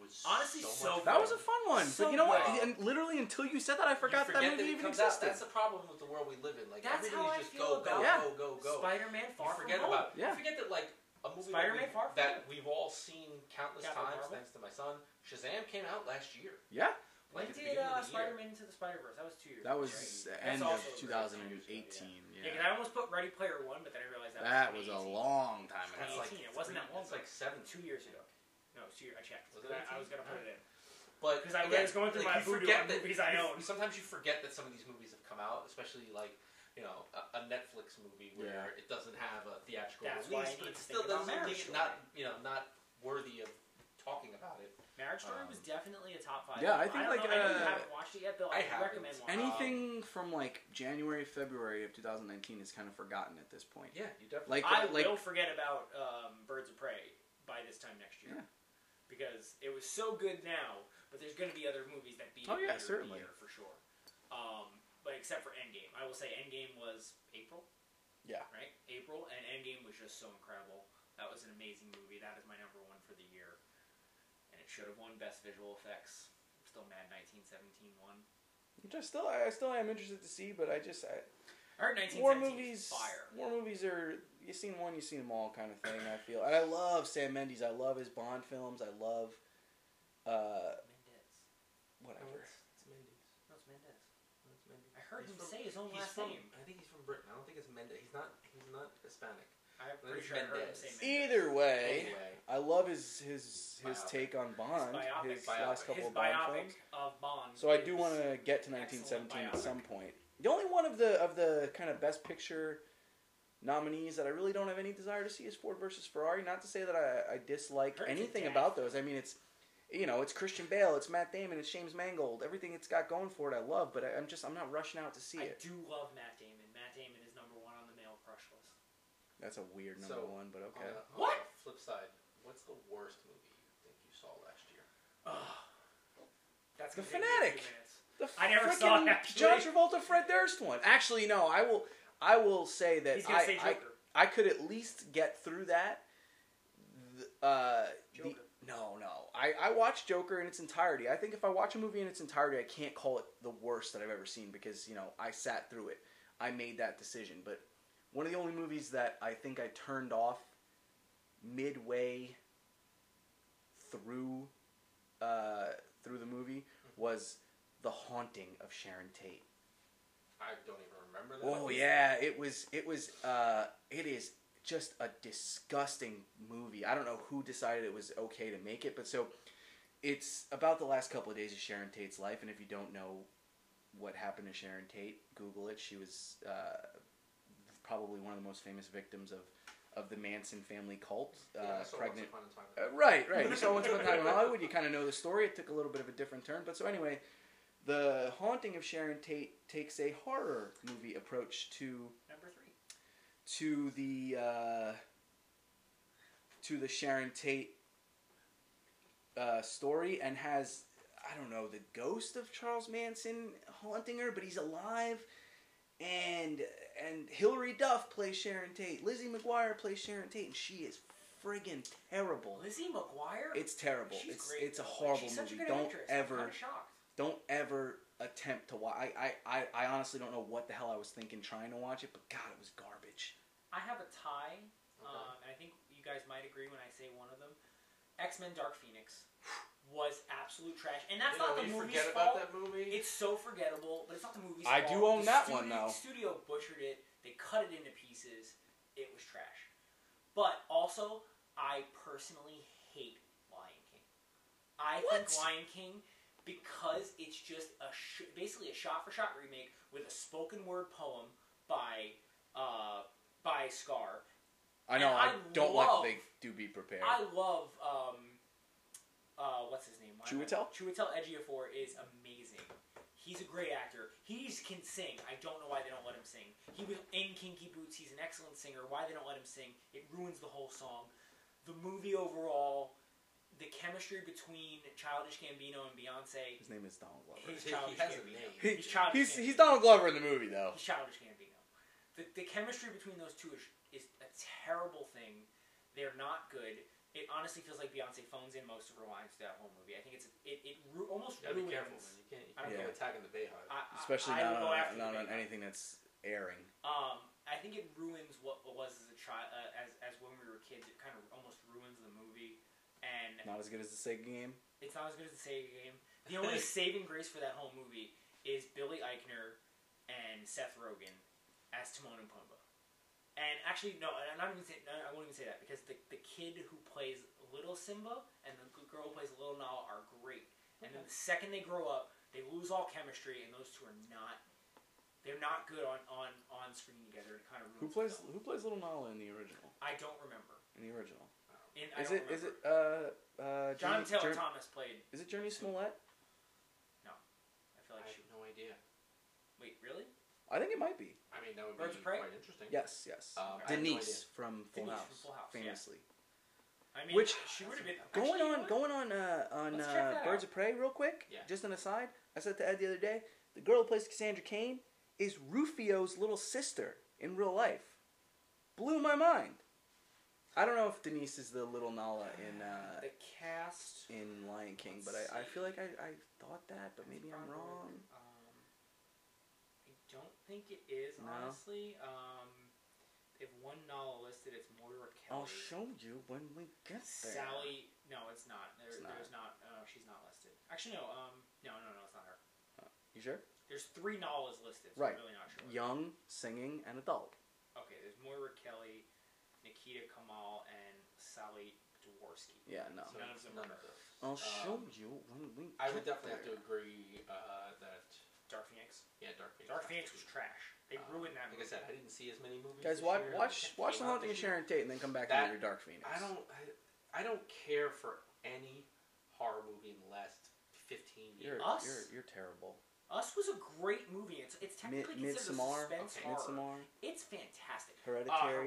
Speaker 1: Was
Speaker 2: Honestly,
Speaker 1: so,
Speaker 2: so
Speaker 1: much
Speaker 3: That
Speaker 1: fun.
Speaker 3: was a fun one,
Speaker 2: So
Speaker 3: but you know what?
Speaker 1: well.
Speaker 3: And literally until you said that, I
Speaker 1: You
Speaker 3: forgot that
Speaker 1: forget
Speaker 3: movie
Speaker 1: it
Speaker 3: even
Speaker 1: comes out.
Speaker 3: existed.
Speaker 1: That's the problem with the world we live in. Like
Speaker 2: That's
Speaker 1: everything
Speaker 2: how
Speaker 1: is
Speaker 2: I
Speaker 1: just go, go,
Speaker 2: feel about
Speaker 3: Yeah.
Speaker 1: go, go, go.
Speaker 2: Spider-Man:
Speaker 1: You
Speaker 2: Far From
Speaker 1: forget
Speaker 2: Home.
Speaker 1: about
Speaker 3: Yeah.
Speaker 1: you forget that like a movie that,
Speaker 2: Spider-Man
Speaker 1: we,
Speaker 2: Far From
Speaker 1: that we've all seen countless
Speaker 2: Captain
Speaker 1: times
Speaker 2: Marvel.
Speaker 1: thanks to my son. Shazam came out last year.
Speaker 3: yeah,
Speaker 2: When
Speaker 1: Like, at the
Speaker 2: did
Speaker 1: beginning of
Speaker 2: uh,
Speaker 1: the year.
Speaker 2: Spider-Man Into the Spider-Verse? That was two years.
Speaker 3: that
Speaker 2: ago,
Speaker 3: was
Speaker 2: right?
Speaker 3: the
Speaker 1: That's
Speaker 3: end
Speaker 2: also
Speaker 3: of
Speaker 2: a great Yeah,
Speaker 3: 2018. Yeah,
Speaker 2: because I almost put Ready Player One, but then I realized that,
Speaker 3: that was a
Speaker 2: 2018.
Speaker 3: long time
Speaker 1: That's
Speaker 3: ago.
Speaker 1: like
Speaker 2: 2018, it wasn't
Speaker 1: three-
Speaker 2: that long
Speaker 1: That's like seven.
Speaker 2: two years ago. No, it's two years. I checked.
Speaker 1: Was it
Speaker 2: I,
Speaker 1: 18?
Speaker 2: I was gonna put it in
Speaker 1: But
Speaker 2: because I
Speaker 1: again,
Speaker 2: was going through
Speaker 1: like,
Speaker 2: my
Speaker 1: you
Speaker 2: voodoo
Speaker 1: forget
Speaker 2: on
Speaker 1: that-
Speaker 2: movies I
Speaker 1: you-
Speaker 2: own.
Speaker 1: Sometimes you forget that some of these movies have come out, especially like you know a, a Netflix movie where
Speaker 3: Yeah.
Speaker 1: it doesn't have a theatrical
Speaker 2: That's why
Speaker 1: release,
Speaker 2: I
Speaker 1: but
Speaker 2: need
Speaker 1: it
Speaker 2: to
Speaker 1: still
Speaker 2: think about
Speaker 1: doesn't make
Speaker 2: Marriage
Speaker 1: it not you know not worthy of talking about it.
Speaker 2: Marriage Story
Speaker 1: Um,
Speaker 2: was definitely a top five.
Speaker 3: yeah, I
Speaker 2: movie.
Speaker 3: think,
Speaker 2: don't
Speaker 3: like,
Speaker 2: know, I know you
Speaker 3: uh,
Speaker 2: haven't watched it yet, Bill.
Speaker 1: I
Speaker 2: I,
Speaker 1: haven't.
Speaker 2: recommend one.
Speaker 3: Anything from like January, February of 2019 is kind of forgotten at this point.
Speaker 1: Yeah, you definitely.
Speaker 3: Like,
Speaker 2: I
Speaker 3: like
Speaker 2: will forget about um, Birds of Prey by this time next year
Speaker 3: Yeah.
Speaker 2: because it was so good now. But there's going to be other movies that beat
Speaker 3: Oh,
Speaker 2: it later in
Speaker 3: yeah,
Speaker 2: the
Speaker 3: certainly.
Speaker 2: year for sure. Um, but except for Endgame, I will say Endgame was April.
Speaker 3: Yeah.
Speaker 2: Right, April, and Endgame was just so incredible. That was an amazing movie. That is my number one for the year, and it should have won Best Visual Effects. I'm still mad 1917 won.
Speaker 3: which I still, I still am interested to see, but I just I,
Speaker 2: I heard 1917
Speaker 3: war
Speaker 2: is
Speaker 3: movies
Speaker 2: fire.
Speaker 3: war movies are you seen one you seen them all kind of thing i feel and i love sam mendes i love his bond films i love uh
Speaker 2: Mendez.
Speaker 3: whatever
Speaker 2: No, it's Mendez. I heard
Speaker 1: He's
Speaker 2: him
Speaker 1: from-
Speaker 2: say his own
Speaker 1: He's
Speaker 2: last
Speaker 1: from,
Speaker 2: name.
Speaker 1: I think he's from Britain. I don't think it's Mendez. He's not. He's not Hispanic.
Speaker 2: I'm
Speaker 1: It's
Speaker 2: pretty sure I heard him
Speaker 1: Mendez.
Speaker 2: say Mendez.
Speaker 3: either way
Speaker 1: Anyway,
Speaker 3: i love his his his
Speaker 1: Biopic.
Speaker 3: take on bond
Speaker 2: biopic.
Speaker 3: his
Speaker 1: Biopic.
Speaker 3: last couple
Speaker 2: his
Speaker 3: of bond
Speaker 2: biopic
Speaker 3: films
Speaker 2: of Bond.
Speaker 3: so i
Speaker 2: is-
Speaker 3: do want to get to
Speaker 2: excellent
Speaker 3: 1917
Speaker 2: biopic.
Speaker 3: at some point the only one of the of the kind of best picture nominees that i really don't have any desire to see is ford versus ferrari not to say that i, I dislike
Speaker 2: Hurts to
Speaker 3: anything
Speaker 2: death.
Speaker 3: about those i mean it's you know, it's Christian Bale, it's Matt Damon, it's James Mangold. Everything it's got going for it, I love. But I, I'm just, I'm not rushing out to see
Speaker 2: I
Speaker 3: it.
Speaker 2: do love Matt Damon. Matt Damon is number one on the male crush list.
Speaker 3: That's a weird number
Speaker 1: So,
Speaker 3: one, but
Speaker 1: on
Speaker 3: okay.
Speaker 1: the- on the
Speaker 2: What?
Speaker 1: flip side, what's the worst movie you think you saw last year?
Speaker 2: Ugh. That's
Speaker 3: The
Speaker 2: gonna take me a few
Speaker 3: Fanatic.
Speaker 2: minutes.
Speaker 3: the
Speaker 2: uh, I never saw it,
Speaker 3: frickin'
Speaker 2: actually.
Speaker 3: John Travolta, Fred Durst one. Actually, no, I will, I will say that
Speaker 2: He's gonna
Speaker 3: I,
Speaker 2: say
Speaker 3: I,
Speaker 2: Joker.
Speaker 3: I could at least get through that. The, uh, the,
Speaker 2: Joker.
Speaker 3: no, no. I, I watched Joker in its entirety. I think if I watch a movie in its entirety, I can't call it the worst that I've ever seen because, you know, I sat through it. I made that decision. But one of the only movies that I think I turned off midway through uh, through the movie was The Haunting of Sharon Tate.
Speaker 1: I don't even remember that.
Speaker 3: Oh yeah, it was it was uh it is just a disgusting movie. I don't know who decided it was okay to make it, but so it's about the last couple of days of Sharon Tate's life and if you don't know what happened to Sharon Tate, google it. She was uh probably one of the most famous victims of of the Manson family cult, uh,
Speaker 1: Yeah, I saw
Speaker 3: pregnant
Speaker 1: Once Upon a Time in
Speaker 3: uh, right, right. You saw Once Upon a Time in Hollywood. You kind of know the story. It took a little bit of a different turn, but so anyway, the haunting of Sharon Tate takes a horror movie approach to
Speaker 2: Number three.
Speaker 3: to the uh, to the Sharon Tate uh, story and has I don't know the ghost of Charles Manson haunting her, but he's alive. And and Hilary Duff plays Sharon Tate. Lizzie McGuire plays Sharon Tate, and she is friggin' terrible.
Speaker 2: Lizzie McGuire.
Speaker 3: It's terrible.
Speaker 2: She's
Speaker 3: it's
Speaker 2: great,
Speaker 3: it's a
Speaker 2: though. Like,
Speaker 3: horrible
Speaker 2: she's such a
Speaker 3: movie.
Speaker 2: good
Speaker 3: Don't
Speaker 2: actress. I'm
Speaker 3: ever
Speaker 2: kinda shocked.
Speaker 3: don't ever attempt to watch. I, I I I honestly don't know what the hell I was thinking trying to watch it, but God, it was garbage.
Speaker 2: I have a tie
Speaker 1: Okay.
Speaker 2: Um, and I think you guys might agree when I say one of them. X Men Dark Phoenix was absolute trash. And that's
Speaker 1: You know,
Speaker 2: not the
Speaker 1: you
Speaker 2: movie's
Speaker 1: forget about
Speaker 2: fault.
Speaker 1: that movie.
Speaker 2: It's so forgettable, but it's not the movie's
Speaker 3: I
Speaker 2: fault.
Speaker 3: do own
Speaker 2: The
Speaker 3: that
Speaker 2: studio,
Speaker 3: one, though.
Speaker 2: The studio butchered it, they cut it into pieces. It was trash. But also, I personally hate Lion King. I think
Speaker 3: What?
Speaker 2: Lion King because it's just a sh- basically a shot for shot remake with a spoken word poem by uh, by Scar
Speaker 3: I know.
Speaker 2: And
Speaker 3: I,
Speaker 2: I
Speaker 3: don't like that
Speaker 2: love-
Speaker 3: they do be prepared.
Speaker 2: I love um, uh, what's his name? Why am I-
Speaker 3: Chiwetel?
Speaker 2: Chiwetel Ejiofor is amazing. He's a great actor. He can sing. I don't know why they don't let him sing. He was in Kinky Boots. He's an excellent singer. Why they don't let him sing? It ruins the whole song. The movie overall, the chemistry between Childish Gambino and Beyonce.
Speaker 3: His name is Donald Glover.
Speaker 2: He's
Speaker 1: He
Speaker 2: Childish
Speaker 1: has a
Speaker 2: Gambino.
Speaker 1: name.
Speaker 3: He-
Speaker 2: he's Childish.
Speaker 3: He's
Speaker 2: Gambino.
Speaker 3: he's Donald Glover in the movie
Speaker 1: Oh.
Speaker 3: though.
Speaker 2: He's Childish Gambino. The, the chemistry between those two is, is a terrible thing. They're not good. It honestly feels like Beyonce phones in most of her lines to that whole movie. I think it's it, it ru- almost
Speaker 1: Gotta be
Speaker 2: ruins.
Speaker 1: careful, man. You can't, you can't go
Speaker 3: Yeah.
Speaker 1: attacking the Bayhive.
Speaker 2: I, I-
Speaker 3: Especially
Speaker 2: I
Speaker 3: not
Speaker 2: will go
Speaker 3: on,
Speaker 2: after
Speaker 3: not
Speaker 2: the Big
Speaker 3: on
Speaker 2: Mouth.
Speaker 3: anything that's airing.
Speaker 2: Um, I think it ruins what was as a child, uh, as as when we were kids. It kind of almost ruins the movie, and
Speaker 3: Not as good as the Sega game.
Speaker 2: It's not as good as the Sega game. The only saving grace for that whole movie is Billy Eichner and Seth Rogen as Timon and Pumbaa. And actually, no, I'm not even say, no, I won't even say that because the, the kid who plays Little Simba and the g- girl who plays Little Nala are great. And then the second they grow up, they lose all chemistry, and those two are not. They're not good on on on screen together. It kind of ruins
Speaker 3: Who
Speaker 2: the
Speaker 3: plays
Speaker 2: film.
Speaker 3: who plays Little Nala in the original?
Speaker 2: I don't remember.
Speaker 3: In the original.
Speaker 2: In, I
Speaker 3: Is
Speaker 2: don't
Speaker 3: it is it
Speaker 2: remember.
Speaker 3: uh uh
Speaker 2: John
Speaker 3: Journey-
Speaker 2: Taylor
Speaker 3: Jour-
Speaker 2: Thomas played?
Speaker 3: Is it Journey Smollett?
Speaker 2: I feel
Speaker 1: I
Speaker 2: like
Speaker 1: have
Speaker 2: she.
Speaker 1: no idea.
Speaker 2: Wait, really?
Speaker 3: I think it might be.
Speaker 1: I mean, that would
Speaker 2: Birds
Speaker 1: be
Speaker 2: of Prey?
Speaker 1: quite interesting.
Speaker 3: Yes, yes.
Speaker 2: Uh,
Speaker 1: Um, I have no
Speaker 3: Denise from Full
Speaker 2: Denise
Speaker 3: House,
Speaker 2: from Full House, yeah.
Speaker 3: famously.
Speaker 2: I mean,
Speaker 3: Which-
Speaker 2: she would have been
Speaker 3: Going
Speaker 2: actually, you know
Speaker 3: on,
Speaker 2: what?
Speaker 3: going on, uh, on
Speaker 2: Let's check
Speaker 3: uh,
Speaker 2: that
Speaker 3: Birds
Speaker 2: out.
Speaker 3: of Prey, real quick.
Speaker 1: Yeah.
Speaker 3: Just an aside, I said to Ed the other day, the girl who plays Cassandra Kane is Rufio's little sister in real life. Blew my mind. I don't know if Denise is the little Nala in uh,
Speaker 2: the cast.
Speaker 3: in Lion King, but
Speaker 2: Let's
Speaker 3: I, I
Speaker 2: see.
Speaker 3: feel like I, I thought that, but maybe I'm wrong.
Speaker 2: Um, I don't think it is
Speaker 3: No?
Speaker 2: honestly. Um, they have one novel listed. It's Moira Kelly.
Speaker 3: I'll show you when we get there.
Speaker 2: Sally. No, it's not. There,
Speaker 3: It's not.
Speaker 2: There's not. Uh, she's not listed. Actually, no. Um, no, no, no. It's not her.
Speaker 3: You sure?
Speaker 2: There's three novels listed. So
Speaker 3: Right.
Speaker 2: I'm really not sure.
Speaker 3: Young, singing, and adult.
Speaker 2: Okay. There's Moira Kelly, Nikita Kamal, and Sally Dworsky.
Speaker 3: Yeah, no. Oh,
Speaker 1: So
Speaker 2: None of them are.
Speaker 1: those.
Speaker 3: I'll show
Speaker 1: Um,
Speaker 3: you when we.
Speaker 1: I would
Speaker 3: get
Speaker 1: definitely have
Speaker 3: there.
Speaker 1: to agree uh, that
Speaker 2: Dark Phoenix.
Speaker 1: yeah, Dark Phoenix.
Speaker 2: Dark Phoenix was trash. They
Speaker 1: Uh,
Speaker 2: ruined that
Speaker 1: Like I
Speaker 2: movie.
Speaker 1: said, I didn't see as many movies.
Speaker 3: Guys,
Speaker 1: this
Speaker 3: watch
Speaker 1: year.
Speaker 3: watch
Speaker 1: Came
Speaker 3: watch the
Speaker 1: out
Speaker 3: Haunting of
Speaker 1: this year.
Speaker 3: Sharon Tate, and then come back
Speaker 1: That-
Speaker 3: and do your Dark Phoenix.
Speaker 1: I don't. I, I don't care for any horror movie in the last fifteen years.
Speaker 3: You're
Speaker 2: Us?
Speaker 3: you're you're terrible.
Speaker 2: Us was a great movie. It's it's
Speaker 3: Mid-
Speaker 2: technically considered
Speaker 3: Midsommar,
Speaker 2: a suspense horror.
Speaker 3: Midsommar,
Speaker 2: It's fantastic.
Speaker 3: Hereditary.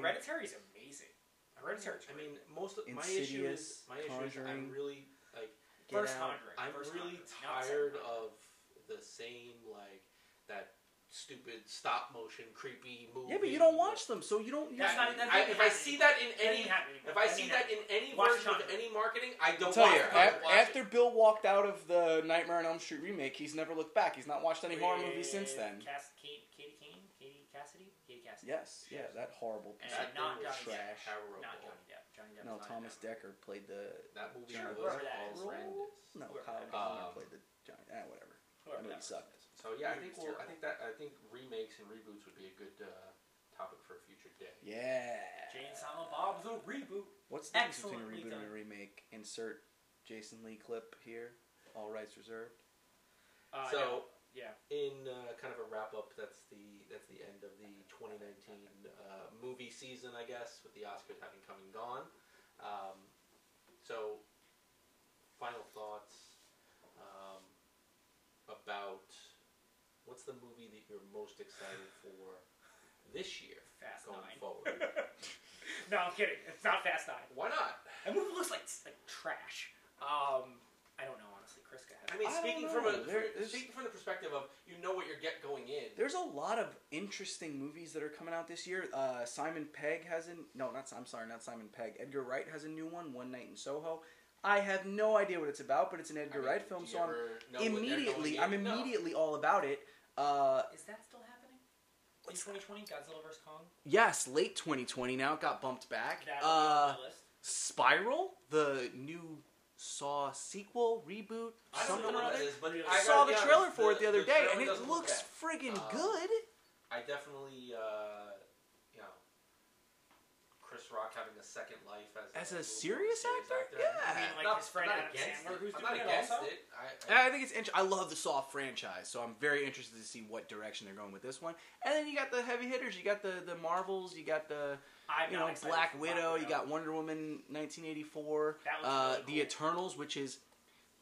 Speaker 2: Uh, Hereditary is amazing. Hereditary.
Speaker 1: I mean, most of my issue is
Speaker 3: Insidious,
Speaker 1: my issue is I'm
Speaker 3: Conjuring.
Speaker 1: really like
Speaker 3: Get
Speaker 2: first
Speaker 3: Out.
Speaker 2: Conjuring.
Speaker 1: I'm
Speaker 2: first
Speaker 1: really
Speaker 2: Conjuring, not second
Speaker 1: tired
Speaker 2: Conjuring.
Speaker 1: of the same like that stupid stop motion creepy movie.
Speaker 3: Yeah, but you don't watch them, so you don't. you
Speaker 2: That's
Speaker 1: I-
Speaker 2: not- that's
Speaker 1: I-
Speaker 2: not
Speaker 1: if I
Speaker 2: happening.
Speaker 1: see that in
Speaker 2: That
Speaker 1: any
Speaker 2: ain't happening
Speaker 1: if
Speaker 2: anymore.
Speaker 1: I
Speaker 2: That
Speaker 1: see
Speaker 2: ain't
Speaker 1: that in any
Speaker 2: Watch
Speaker 1: version of
Speaker 2: Conjuring.
Speaker 1: any marketing, I
Speaker 3: I'll
Speaker 1: don't
Speaker 3: tell
Speaker 1: watch
Speaker 3: you,
Speaker 1: it. I don't
Speaker 3: af-
Speaker 1: watch
Speaker 3: after
Speaker 1: it.
Speaker 3: Bill walked out of the Nightmare on Elm Street remake, he's never looked back. He's not watched any horror
Speaker 2: With
Speaker 3: movies since then.
Speaker 2: Cass- Kate, Katie Kane, Katie Cassidy, Katie Cassidy.
Speaker 3: Yes, yeah, that horrible.
Speaker 2: And
Speaker 3: piece of-
Speaker 1: That
Speaker 2: not
Speaker 1: thing was
Speaker 2: Johnny Depp.
Speaker 1: trash. Terrible.
Speaker 2: Not Johnny Depp. Johnny Depp.
Speaker 3: No, Thomas Decker played the.
Speaker 1: that movie
Speaker 3: Sure,
Speaker 1: was
Speaker 2: whatever that is.
Speaker 1: horrendous.
Speaker 3: No,
Speaker 2: Whoever
Speaker 3: Kyle
Speaker 2: that
Speaker 1: is.
Speaker 3: Donner
Speaker 1: Um,
Speaker 3: played the. Johnny, ah, whatever.
Speaker 2: Whoever
Speaker 3: That movie
Speaker 2: that was.
Speaker 3: sucked.
Speaker 1: So yeah, I
Speaker 2: Movie
Speaker 1: think
Speaker 2: was
Speaker 1: we'll, I think that I think remakes and reboots would be a good uh, topic for a future day.
Speaker 3: Yeah.
Speaker 2: Jane Silent Bob the reboot.
Speaker 3: What's the difference between a
Speaker 2: Excellently
Speaker 3: reboot and a
Speaker 2: done.
Speaker 3: remake? Insert Jason Lee clip here. All rights reserved.
Speaker 2: Uh,
Speaker 1: so.
Speaker 2: no, yeah.
Speaker 1: in uh, kind of a wrap up, that's the that's the end of the 2019 uh, movie season, I guess, with the Oscars having come and gone. Um, so, final thoughts um, about what's the movie that you're most excited for this year
Speaker 2: Fast
Speaker 1: going
Speaker 2: Nine.
Speaker 1: forward?
Speaker 2: no, I'm kidding. It's not Fast Nine.
Speaker 1: Why not?
Speaker 2: That movie looks like like trash. Um, I don't know honestly. Chris got.
Speaker 1: I mean,
Speaker 3: I don't
Speaker 1: speaking from
Speaker 3: know.
Speaker 1: a
Speaker 3: There is-
Speaker 1: speaking from the perspective of you know what you're get going in.
Speaker 3: There's a lot of interesting movies that are coming out this year. Uh, Simon Pegg has an no, not I'm sorry, not Simon Pegg. Edgar Wright has a new one, One Night in Soho. I have no idea what it's about, but it's an
Speaker 1: I
Speaker 3: Edgar
Speaker 1: mean,
Speaker 3: Wright
Speaker 1: do
Speaker 3: film,
Speaker 1: you
Speaker 3: so I'm
Speaker 1: ever know what they're
Speaker 3: immediately
Speaker 1: going
Speaker 3: I'm
Speaker 1: in? No.
Speaker 3: immediately all about it. Uh,
Speaker 2: Is that still happening? In
Speaker 3: What's
Speaker 2: 2020, Godzilla vs Kong.
Speaker 3: yes, late 2020. Now it got bumped back.
Speaker 2: That
Speaker 3: Uh,
Speaker 2: on the list.
Speaker 3: Spiral, the new Saw sequel reboot,
Speaker 1: I don't
Speaker 3: something
Speaker 1: know
Speaker 3: or
Speaker 1: what
Speaker 3: other.
Speaker 1: that is, but
Speaker 2: I
Speaker 1: gotta
Speaker 3: I saw
Speaker 1: be
Speaker 3: the
Speaker 1: honest,
Speaker 3: trailer for it the other day,
Speaker 1: trailer
Speaker 3: and
Speaker 1: doesn't
Speaker 3: it
Speaker 1: look
Speaker 3: looks
Speaker 1: bad.
Speaker 3: friggin'
Speaker 1: Um,
Speaker 3: good.
Speaker 1: I definitely, uh, you know, Chris Rock having a second life as
Speaker 3: As a
Speaker 1: movie
Speaker 3: serious actor?
Speaker 2: You
Speaker 3: Yeah.
Speaker 2: mean like
Speaker 1: Not-
Speaker 2: his friend
Speaker 1: I'm not
Speaker 2: Adam
Speaker 1: against
Speaker 2: Sandler
Speaker 1: it.
Speaker 2: who's
Speaker 1: I'm
Speaker 2: doing
Speaker 1: not
Speaker 2: it
Speaker 1: against
Speaker 2: also?
Speaker 1: it. I, I,
Speaker 3: I think it's interesting. I love the Saw franchise, so I'm very interested to see what direction they're going with this one. And then you got the heavy hitters. You got the the Marvels. You got the
Speaker 2: I'm
Speaker 3: you
Speaker 2: not
Speaker 3: know
Speaker 2: excited
Speaker 3: Black
Speaker 2: for
Speaker 3: Widow. You got Wonder Woman 1984.
Speaker 2: That looks
Speaker 3: Uh,
Speaker 2: really
Speaker 3: The
Speaker 2: cool.
Speaker 3: Eternals, which is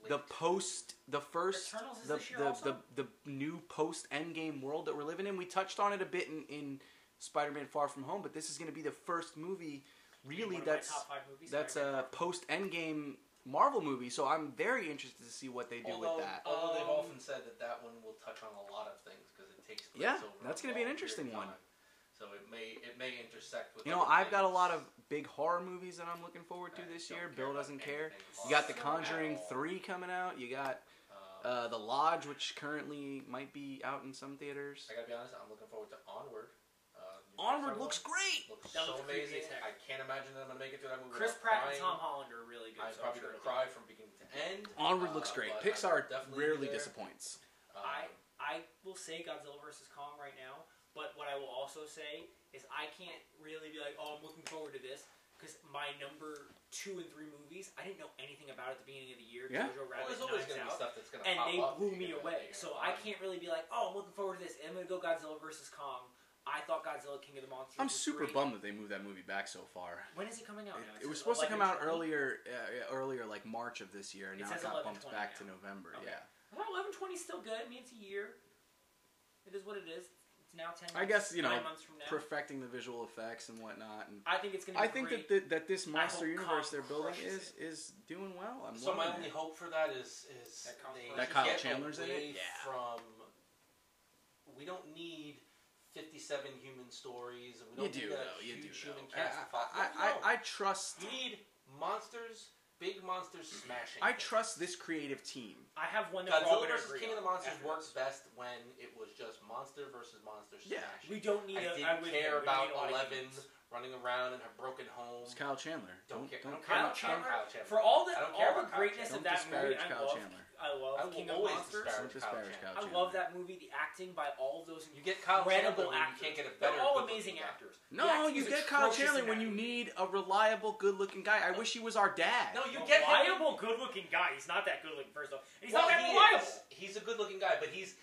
Speaker 3: the
Speaker 1: Linked.
Speaker 3: post the first
Speaker 2: Eternals is
Speaker 3: the
Speaker 2: this year
Speaker 3: the, the
Speaker 2: also?
Speaker 3: the new post Endgame world that we're living in. We touched on it a bit in, in Spider-Man: Far From Home, but this is going to be the first movie
Speaker 2: One
Speaker 3: really
Speaker 2: of my
Speaker 3: that's
Speaker 2: top five movies.
Speaker 3: that's uh,
Speaker 2: Spider-Man.
Speaker 3: a post Endgame Marvel movie, so I'm very interested to see what they do
Speaker 1: although,
Speaker 3: with that.
Speaker 1: although they've
Speaker 2: Um,
Speaker 1: often said that that one will touch on a lot of things because it takes place
Speaker 3: Yeah,
Speaker 1: over
Speaker 3: that's
Speaker 1: going to
Speaker 3: gonna be an interesting one.
Speaker 1: So it may it may intersect with.
Speaker 3: You know,
Speaker 1: other
Speaker 3: I've got a
Speaker 1: things.
Speaker 3: lot of big horror movies that I'm looking forward to
Speaker 1: I
Speaker 3: this
Speaker 1: don't
Speaker 3: year.
Speaker 1: care
Speaker 3: Bill
Speaker 1: about
Speaker 3: doesn't care.
Speaker 1: anything
Speaker 3: You got The
Speaker 1: at
Speaker 3: Conjuring
Speaker 1: all.
Speaker 3: 3 coming out. You got
Speaker 1: Um,
Speaker 3: uh, The Lodge, which currently might be out in some theaters.
Speaker 1: I gotta be honest. I'm looking forward to Onward. Uh, the new
Speaker 3: Onward
Speaker 1: Pixar
Speaker 3: looks
Speaker 1: one.
Speaker 3: great.
Speaker 1: looks
Speaker 2: That
Speaker 1: so
Speaker 2: was creepy
Speaker 1: amazing.
Speaker 2: as heck.
Speaker 1: I can't imagine that I'm gonna make it through that movie.
Speaker 2: Chris
Speaker 1: without
Speaker 2: Pratt and
Speaker 1: crying.
Speaker 2: Tom Holland are really good.
Speaker 1: I'm
Speaker 2: so
Speaker 1: probably
Speaker 2: I'm sure
Speaker 1: gonna
Speaker 2: it'll
Speaker 1: cry
Speaker 2: be-
Speaker 1: from beginning to end.
Speaker 3: Onward
Speaker 1: Uh,
Speaker 3: looks great.
Speaker 1: but I
Speaker 3: Pixar
Speaker 1: will definitely be
Speaker 3: rarely
Speaker 1: there.
Speaker 3: disappoints.
Speaker 1: Um,
Speaker 2: I I will say Godzilla vs Kong right now, but what I will also say is I can't really be like, oh, I'm looking forward to this because my number two and three movies, I didn't know anything about at the beginning of the year.
Speaker 3: Yeah.
Speaker 2: Jojo
Speaker 1: well,
Speaker 2: Rabbit,
Speaker 1: there's always
Speaker 2: Knives
Speaker 1: gonna be
Speaker 2: Out,
Speaker 1: stuff that's gonna
Speaker 2: and
Speaker 1: pop
Speaker 2: they
Speaker 1: up. Uh,
Speaker 2: blew
Speaker 1: that
Speaker 2: me
Speaker 1: you're gonna-
Speaker 2: away.
Speaker 1: that
Speaker 2: So
Speaker 1: you're
Speaker 2: I
Speaker 1: gonna find.
Speaker 2: can't really be like, oh, I'm looking forward to this. I'm gonna go Godzilla vs Kong. I thought Godzilla King of the Monsters.
Speaker 3: I'm
Speaker 2: was
Speaker 3: super
Speaker 2: great.
Speaker 3: bummed that they moved that movie back so far.
Speaker 2: When is it coming out? now?
Speaker 3: It,
Speaker 2: It's
Speaker 3: it was supposed to come
Speaker 2: 11,
Speaker 3: out earlier, uh, earlier like March of this year, and
Speaker 2: It
Speaker 3: now
Speaker 2: says
Speaker 3: it got
Speaker 2: 11,
Speaker 3: bumped
Speaker 2: 20
Speaker 3: back
Speaker 2: now.
Speaker 3: to November.
Speaker 2: Okay.
Speaker 3: Yeah,
Speaker 2: Well, eleven twenty is still good. I mean, it's a year. It is what it is. It's now ten.
Speaker 3: I guess, you know,
Speaker 2: nine months from now.
Speaker 3: perfecting the visual effects and whatnot. And
Speaker 2: I think it's gonna. Be
Speaker 3: I think
Speaker 2: great.
Speaker 3: that th- that this monster
Speaker 2: hope
Speaker 3: universe
Speaker 2: Kong
Speaker 3: they're building
Speaker 2: crushes
Speaker 3: is is doing well. I'm
Speaker 1: So my
Speaker 3: loving
Speaker 1: only
Speaker 3: it.
Speaker 1: hope for that is is
Speaker 2: That Kyle
Speaker 1: they
Speaker 2: Chandler's- That
Speaker 3: Kyle
Speaker 1: get
Speaker 3: Chandler's in it?
Speaker 1: away
Speaker 3: Yeah.
Speaker 1: From we don't need fifty-seven human stories. and We
Speaker 3: you
Speaker 1: don't
Speaker 3: do
Speaker 1: need that
Speaker 3: though. You do
Speaker 1: huge
Speaker 3: though.
Speaker 1: human
Speaker 3: I,
Speaker 1: cast. of five-
Speaker 3: I,
Speaker 1: No, no.
Speaker 3: I, I trust
Speaker 1: you need monsters, big monsters smashing.
Speaker 3: I
Speaker 1: things.
Speaker 3: trust this creative team.
Speaker 2: I have one that we're all
Speaker 1: Godzilla
Speaker 2: gonna
Speaker 1: versus
Speaker 2: agree
Speaker 1: King of the
Speaker 2: on
Speaker 1: Monsters
Speaker 2: after
Speaker 1: works
Speaker 2: this.
Speaker 1: best when it was just monster versus monster
Speaker 3: Yeah.
Speaker 1: smashing.
Speaker 2: We don't need.
Speaker 1: I
Speaker 2: a-
Speaker 1: didn't
Speaker 2: I'm with
Speaker 1: care
Speaker 2: you. We don't
Speaker 1: about
Speaker 2: need a lot of
Speaker 1: Eleven
Speaker 2: humans.
Speaker 1: running around in her broken home.
Speaker 3: It's Kyle Chandler.
Speaker 1: Don't
Speaker 3: Don't
Speaker 1: care. I
Speaker 3: don't
Speaker 1: don't care
Speaker 2: Kyle
Speaker 1: about Chandler.
Speaker 2: Chandler?
Speaker 1: Kyle Chandler.
Speaker 2: For all the
Speaker 1: I don't care
Speaker 2: all
Speaker 1: about
Speaker 2: the
Speaker 1: Kyle
Speaker 2: greatness
Speaker 3: Chandler.
Speaker 2: of that
Speaker 3: Don't
Speaker 2: movie,
Speaker 3: disparage
Speaker 2: I
Speaker 3: Kyle
Speaker 2: love.
Speaker 3: Chandler.
Speaker 2: I love
Speaker 1: I will
Speaker 2: King
Speaker 1: always
Speaker 2: of Monsters.
Speaker 1: disparage
Speaker 3: Don't disparage
Speaker 1: Chandler.
Speaker 3: Kyle
Speaker 2: I
Speaker 3: Chandler.
Speaker 2: love that movie. The acting by all of those
Speaker 1: You get Kyle Chandler,
Speaker 2: incredible
Speaker 1: when you
Speaker 2: actors.
Speaker 1: can't get a better.
Speaker 2: They're all
Speaker 1: good-looking
Speaker 2: amazing
Speaker 1: guy.
Speaker 2: actors. The
Speaker 3: No,
Speaker 2: acting
Speaker 3: you
Speaker 2: is
Speaker 3: get Kyle
Speaker 2: atrocious in
Speaker 3: Chandler
Speaker 2: that
Speaker 3: when you
Speaker 2: movie.
Speaker 3: need a reliable, good-looking guy. I wish he was our dad.
Speaker 1: No, you
Speaker 2: Reliable,
Speaker 1: get him.
Speaker 2: good-looking guy. He's not that good-looking, first off. And he's
Speaker 1: Well,
Speaker 2: not that
Speaker 1: he
Speaker 2: reliable.
Speaker 1: is. He's a good-looking guy, but he's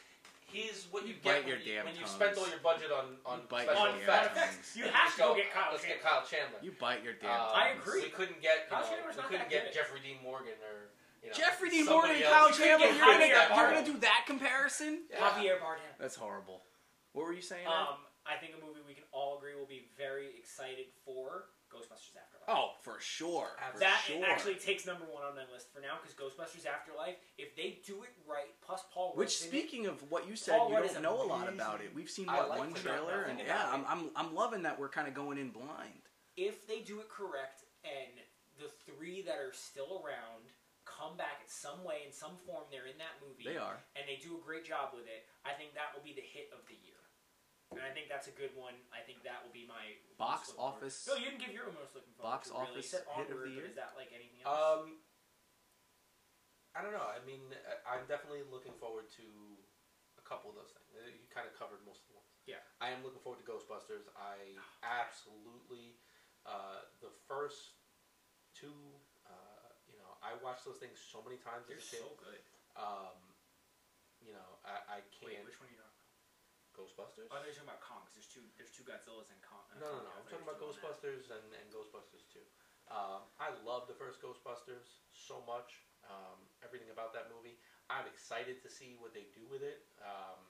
Speaker 1: he's what you, get
Speaker 3: You bite your
Speaker 1: when, you,
Speaker 3: damn
Speaker 1: when you
Speaker 3: tongues.
Speaker 1: spent all your budget on on
Speaker 3: You bite
Speaker 1: special
Speaker 2: your damn
Speaker 1: effects.
Speaker 3: tongues.
Speaker 2: You
Speaker 1: And
Speaker 2: have
Speaker 1: just
Speaker 2: to go get Kyle
Speaker 1: Let's get
Speaker 2: Chandler."
Speaker 1: Kyle Chandler.
Speaker 3: you bite your damn.
Speaker 1: Um,
Speaker 2: I
Speaker 3: tongues.
Speaker 2: agree.
Speaker 1: We couldn't get you
Speaker 2: Kyle
Speaker 1: know,
Speaker 2: Chandler's
Speaker 1: we
Speaker 2: not
Speaker 1: couldn't
Speaker 2: that
Speaker 1: get
Speaker 2: good.
Speaker 1: Jeffrey Dean Morgan or you know
Speaker 3: Jeffrey Dean Morgan
Speaker 1: somebody
Speaker 3: and Kyle
Speaker 1: else.
Speaker 3: Chandler,
Speaker 2: get
Speaker 3: you're gonna,
Speaker 2: Javier
Speaker 3: you're
Speaker 2: Bardem.
Speaker 3: gonna do that comparison?
Speaker 1: Yeah.
Speaker 2: Javier Bardem.
Speaker 3: That's horrible. What were you saying? Ed?
Speaker 2: Um, I think a movie we can all agree will be very excited for Ghostbusters Afterlife.
Speaker 3: oh, for sure. For
Speaker 2: that
Speaker 3: sure.
Speaker 2: actually takes number one on my list for now because Ghostbusters Afterlife, if they do it right, plus Paul.
Speaker 3: Which,
Speaker 2: Rudd's in it,
Speaker 3: speaking of what you said,
Speaker 2: Paul
Speaker 3: you
Speaker 2: Rudd is
Speaker 3: don't know a lot
Speaker 2: amazing.
Speaker 3: about it. We've seen
Speaker 1: I
Speaker 3: what,
Speaker 1: like
Speaker 3: one
Speaker 1: to know
Speaker 3: trailer,
Speaker 2: nothing
Speaker 3: and
Speaker 2: about
Speaker 3: yeah,
Speaker 2: it.
Speaker 3: I'm, I'm I'm loving that we're kind of going in blind.
Speaker 2: if they do it correct and the three that are still around come back in some way in some form they're in that movie
Speaker 3: They are.
Speaker 2: and they do a great job with it i think that will be the hit of the year and i think that's a good one i think that will be my
Speaker 3: Box
Speaker 2: most looking forward-
Speaker 3: office-
Speaker 2: no you didn't give your most looking forward
Speaker 3: box
Speaker 2: to, really. You
Speaker 3: office
Speaker 2: said
Speaker 3: hit
Speaker 2: Onward,
Speaker 3: of the
Speaker 2: but
Speaker 3: year?
Speaker 2: is that like anything else
Speaker 1: Um, I don't know. I mean, I- I'm definitely looking forward to a couple of those things. Uh, You kind of covered most of the ones.
Speaker 2: Yeah.
Speaker 1: I am looking forward to Ghostbusters. I absolutely uh, the first two. Uh, you know, I watched those things so many times
Speaker 2: they're
Speaker 1: as a kid.
Speaker 2: so good
Speaker 1: um, you know, I, I
Speaker 2: wait
Speaker 1: can't
Speaker 2: which one are you talking about
Speaker 1: Ghostbusters.
Speaker 2: oh they're talking about kong 'cause there's two there's two godzillas in kong
Speaker 1: No, no, no. I'm talking about Ghostbusters and, and Ghostbusters 2. Um, I love the first Ghostbusters so much. Um, everything about that movie. I'm excited to see what they do with it. Um,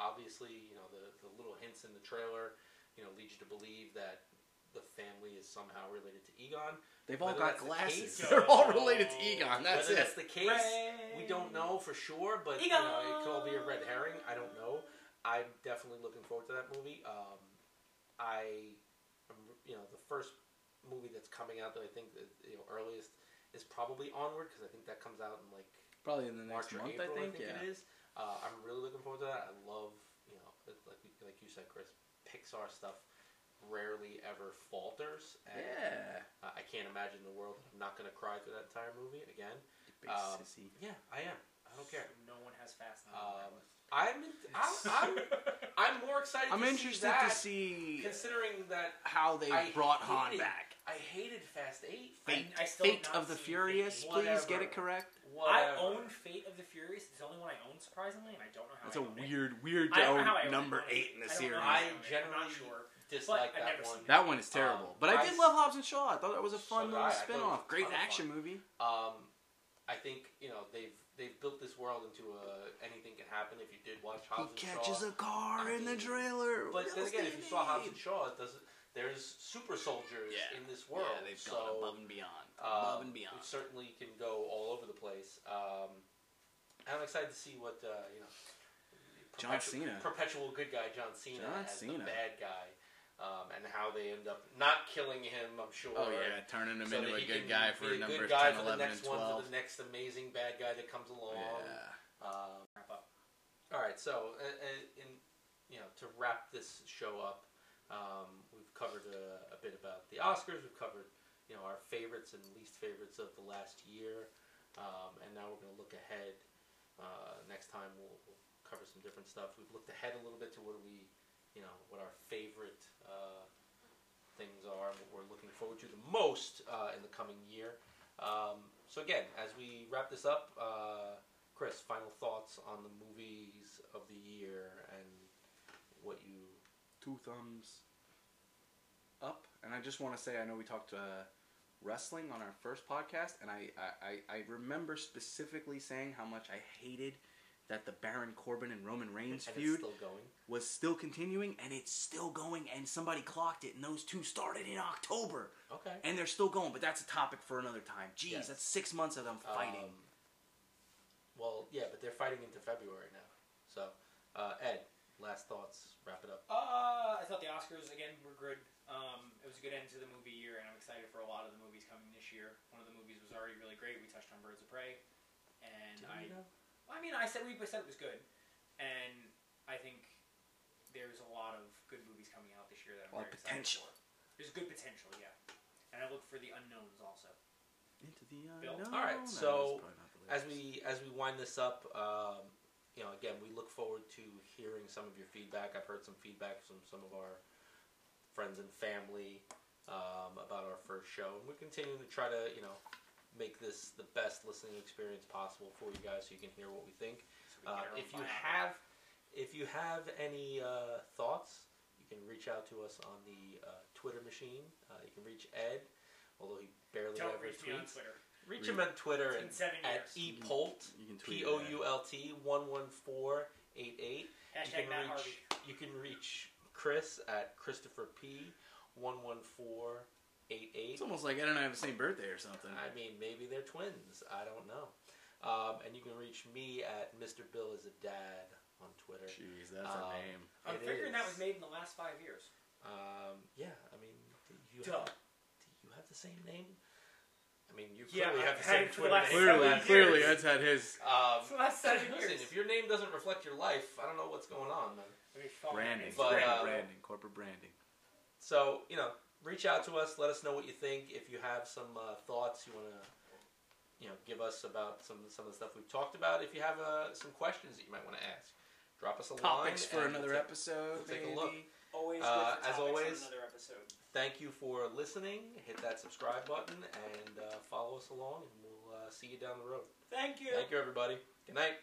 Speaker 1: obviously, you know, the, the little hints in the trailer, you know, lead you to believe that the family is somehow related to Egon.
Speaker 3: They've all
Speaker 1: Whether
Speaker 3: got
Speaker 1: that's the case-
Speaker 3: glasses. They're all related to Egon. That's
Speaker 1: Whether
Speaker 3: it.
Speaker 1: that's the case, we don't know for sure, but you know, it could all be a red herring. I don't know. I'm definitely looking forward to that movie. Um, I, am- you know, the first movie that's coming out that I think that, you know earliest is probably Onward because I think that comes out in like
Speaker 3: Probably in the
Speaker 1: March
Speaker 3: next
Speaker 1: or
Speaker 3: month,
Speaker 1: April.
Speaker 3: I think. yeah.
Speaker 1: it is. Uh, I'm really looking forward to that. I love you know it- like you- like you said, Chris, Pixar stuff rarely ever falters. And
Speaker 3: Yeah.
Speaker 1: I I can't imagine the world that I'm not going to cry through that entire movie again.
Speaker 3: You big
Speaker 1: Um,
Speaker 3: sissy.
Speaker 1: Yeah, I am. I don't care.
Speaker 2: no one has fast
Speaker 1: Um, I'm, I'm, I'm,
Speaker 3: Um,
Speaker 1: I'm more excited.
Speaker 3: I'm
Speaker 1: to
Speaker 3: interested
Speaker 1: see that,
Speaker 3: to see
Speaker 1: considering that
Speaker 3: how they
Speaker 1: I
Speaker 3: brought
Speaker 1: hated-
Speaker 3: Han back.
Speaker 1: I hated Fast Eight.
Speaker 3: Fate,
Speaker 2: I still have
Speaker 3: Fate
Speaker 2: not
Speaker 3: of the
Speaker 2: seen
Speaker 3: Furious.
Speaker 1: Fate.
Speaker 3: Please get
Speaker 1: Whatever.
Speaker 3: it correct.
Speaker 1: Whatever.
Speaker 2: I own Fate of the Furious. It's the only one I own, surprisingly, and I don't know how.
Speaker 3: That's
Speaker 2: I
Speaker 3: a
Speaker 2: own it.
Speaker 3: weird, weird
Speaker 2: I
Speaker 3: to
Speaker 2: don't know
Speaker 3: own
Speaker 2: how I own it,
Speaker 3: number
Speaker 2: honestly.
Speaker 3: eight in the
Speaker 2: I don't
Speaker 3: series.
Speaker 2: know how
Speaker 1: I
Speaker 2: own it. I'm
Speaker 1: generally
Speaker 2: not sure.
Speaker 1: dislike
Speaker 2: But I've
Speaker 1: that
Speaker 2: never
Speaker 1: one.
Speaker 2: seen
Speaker 3: That one is terrible,
Speaker 1: Um,
Speaker 3: but I
Speaker 1: I
Speaker 3: did
Speaker 1: s-
Speaker 3: love Hobbs and Shaw. I thought that was a
Speaker 1: So
Speaker 3: fun
Speaker 1: did I.
Speaker 3: little
Speaker 1: I thought it was
Speaker 3: spin-off.
Speaker 1: a
Speaker 3: Great
Speaker 1: ton of
Speaker 3: action movie.
Speaker 1: Um, I think you know they've they've built this world into a anything can happen. If you did watch
Speaker 3: He
Speaker 1: Hobbs and
Speaker 3: catches
Speaker 1: Shaw,
Speaker 3: a car
Speaker 1: I
Speaker 3: in
Speaker 1: mean,
Speaker 3: the trailer.
Speaker 1: but
Speaker 3: What
Speaker 1: then
Speaker 3: else
Speaker 1: again,
Speaker 3: do
Speaker 1: if you
Speaker 3: you
Speaker 1: saw Hobbs and
Speaker 3: need?
Speaker 1: Shaw, it doesn't there's super soldiers
Speaker 4: Yeah.
Speaker 1: in this world.
Speaker 4: Yeah, they've
Speaker 1: so,
Speaker 4: gone above and beyond.
Speaker 1: um,
Speaker 4: above and beyond.
Speaker 1: It certainly can go all over the place. Um, I'm excited to see what uh, you know.
Speaker 3: John Cena.
Speaker 1: perpetual good guy John Cena
Speaker 3: John
Speaker 1: as
Speaker 3: Cena.
Speaker 1: the bad guy, um, and how they end up not killing him. I'm sure.
Speaker 4: Oh yeah, turning him
Speaker 1: so
Speaker 4: into
Speaker 1: that
Speaker 4: a
Speaker 1: he
Speaker 4: good
Speaker 1: can
Speaker 4: guy for
Speaker 1: be
Speaker 4: a number
Speaker 1: good
Speaker 4: of
Speaker 1: guy
Speaker 4: 10,
Speaker 1: for
Speaker 4: 11,
Speaker 1: the next
Speaker 4: and 12.
Speaker 1: one for the next amazing bad guy that comes along.
Speaker 4: yeah.
Speaker 1: Um,
Speaker 2: Wrap up.
Speaker 1: all right, so uh, uh, in you know to wrap this show up, um, we've covered a, a bit about the Oscars. We've covered you know our favorites and least favorites of the last year, um, and now we're going to look ahead. Uh, next time we'll, we'll cover some different stuff. We've looked ahead a little bit to what we you know what our favorite uh, things are, and what we're looking forward to the most uh, in the coming year. Um, so again, as we wrap this up. Uh, Chris, final thoughts on the movies of the year and what you.
Speaker 3: two thumbs up. And I just want to say, I know we talked uh, wrestling on our first podcast, and I, I, I- I remember specifically saying how much I hated that the Baron Corbin and Roman Reigns
Speaker 1: and it's
Speaker 3: feud
Speaker 1: still going.
Speaker 3: was still continuing, and it's still going, and somebody clocked it, and those two started in October,
Speaker 1: Okay.
Speaker 3: and they're still going. But that's a topic for another time. Jeez,
Speaker 1: Yes.
Speaker 3: that's six months of them fighting.
Speaker 1: Um, well, yeah, but they're fighting into February now. So, uh, Ed, last thoughts. Wrap it up.
Speaker 2: Uh, I thought the Oscars again were good. Um, it was a good end to the movie year, and I'm excited for a lot of the movies coming this year. One of the movies was already really great. We touched on Birds of Prey, and I, I mean, I said we said it was good, and I think there's a lot of good movies coming out this year that
Speaker 3: Lot
Speaker 2: I'm
Speaker 3: of
Speaker 2: very
Speaker 3: potential.
Speaker 2: excited for. There's good potential, yeah. And I look for the unknowns also.
Speaker 3: Into the
Speaker 2: Bill?
Speaker 3: unknown.
Speaker 1: All right,
Speaker 3: That was
Speaker 1: so,
Speaker 3: probably not the
Speaker 1: as we
Speaker 3: lyrics.
Speaker 1: as we wind this up, um, you know, again, we look forward to hearing some of your feedback. I've heard some feedback from some of our friends and family um, about our first show, and we're continuing to try to you know make this the best listening experience possible for you guys, so you can hear what we think. Uh,
Speaker 2: So we get our own
Speaker 1: if you
Speaker 2: biography.
Speaker 1: have, if you have any uh, thoughts, you can reach out to us on the uh, Twitter machine. Uh, you can reach Ed, although he barely
Speaker 2: don't
Speaker 1: ever
Speaker 2: reach me
Speaker 1: tweets.
Speaker 2: on Twitter.
Speaker 1: Reach
Speaker 3: Read-
Speaker 1: him on Twitter
Speaker 2: It's
Speaker 1: and
Speaker 2: been seven
Speaker 1: at E
Speaker 2: years.
Speaker 1: epolt
Speaker 3: you can
Speaker 1: p
Speaker 3: tweet it
Speaker 1: o
Speaker 3: at-
Speaker 1: u l t one one four eight eight. You
Speaker 2: Hashtag
Speaker 1: can
Speaker 2: Matt
Speaker 1: reach
Speaker 2: Harvey.
Speaker 1: you can reach Chris at Christopher P one one four eight eight.
Speaker 3: It's almost like Ed and I have the same birthday or something.
Speaker 1: I mean, maybe they're twins. I don't know. Um, and you can reach me at Mr. Bill is a Dad on Twitter.
Speaker 3: Jeez, that's
Speaker 1: Um,
Speaker 3: a name.
Speaker 2: I'm
Speaker 1: It
Speaker 2: figuring that
Speaker 1: is.
Speaker 2: was made in the last five years.
Speaker 1: Um, yeah, I mean, do you
Speaker 2: Duh.
Speaker 1: have, do you have the same name? I mean, you
Speaker 2: Yeah,
Speaker 1: clearly have
Speaker 2: I've
Speaker 1: the
Speaker 2: had
Speaker 1: same
Speaker 2: it for the
Speaker 1: Twitter
Speaker 2: last
Speaker 1: name.
Speaker 2: seven
Speaker 3: Clearly,
Speaker 2: years.
Speaker 3: clearly, Ed's had his
Speaker 1: Um,
Speaker 2: For the last seven
Speaker 1: listen,
Speaker 2: years.
Speaker 1: if your name doesn't reflect your life, I don't know what's going on, man.
Speaker 2: I mean, follow me on
Speaker 3: branding,
Speaker 1: But,
Speaker 2: Instagram.
Speaker 1: uh,
Speaker 3: branding, corporate branding.
Speaker 1: So you know, reach out to us. Let us know what you think. If you have some uh, thoughts you want to, you know, give us about some some of the stuff we've talked about. If you have uh, some questions that you might want to ask, drop us a
Speaker 3: Topics
Speaker 1: line
Speaker 3: for
Speaker 1: and
Speaker 3: another
Speaker 1: we'll take-
Speaker 3: episode.
Speaker 1: we'll take a
Speaker 3: maybe.
Speaker 1: look.
Speaker 2: always good
Speaker 1: uh, as
Speaker 2: for topics on
Speaker 1: always-
Speaker 2: another episode.
Speaker 1: Thank you for listening. Hit that subscribe button and uh, follow us along, and we'll uh, see you down the road.
Speaker 2: Thank you.
Speaker 1: Thank you, everybody. Good night.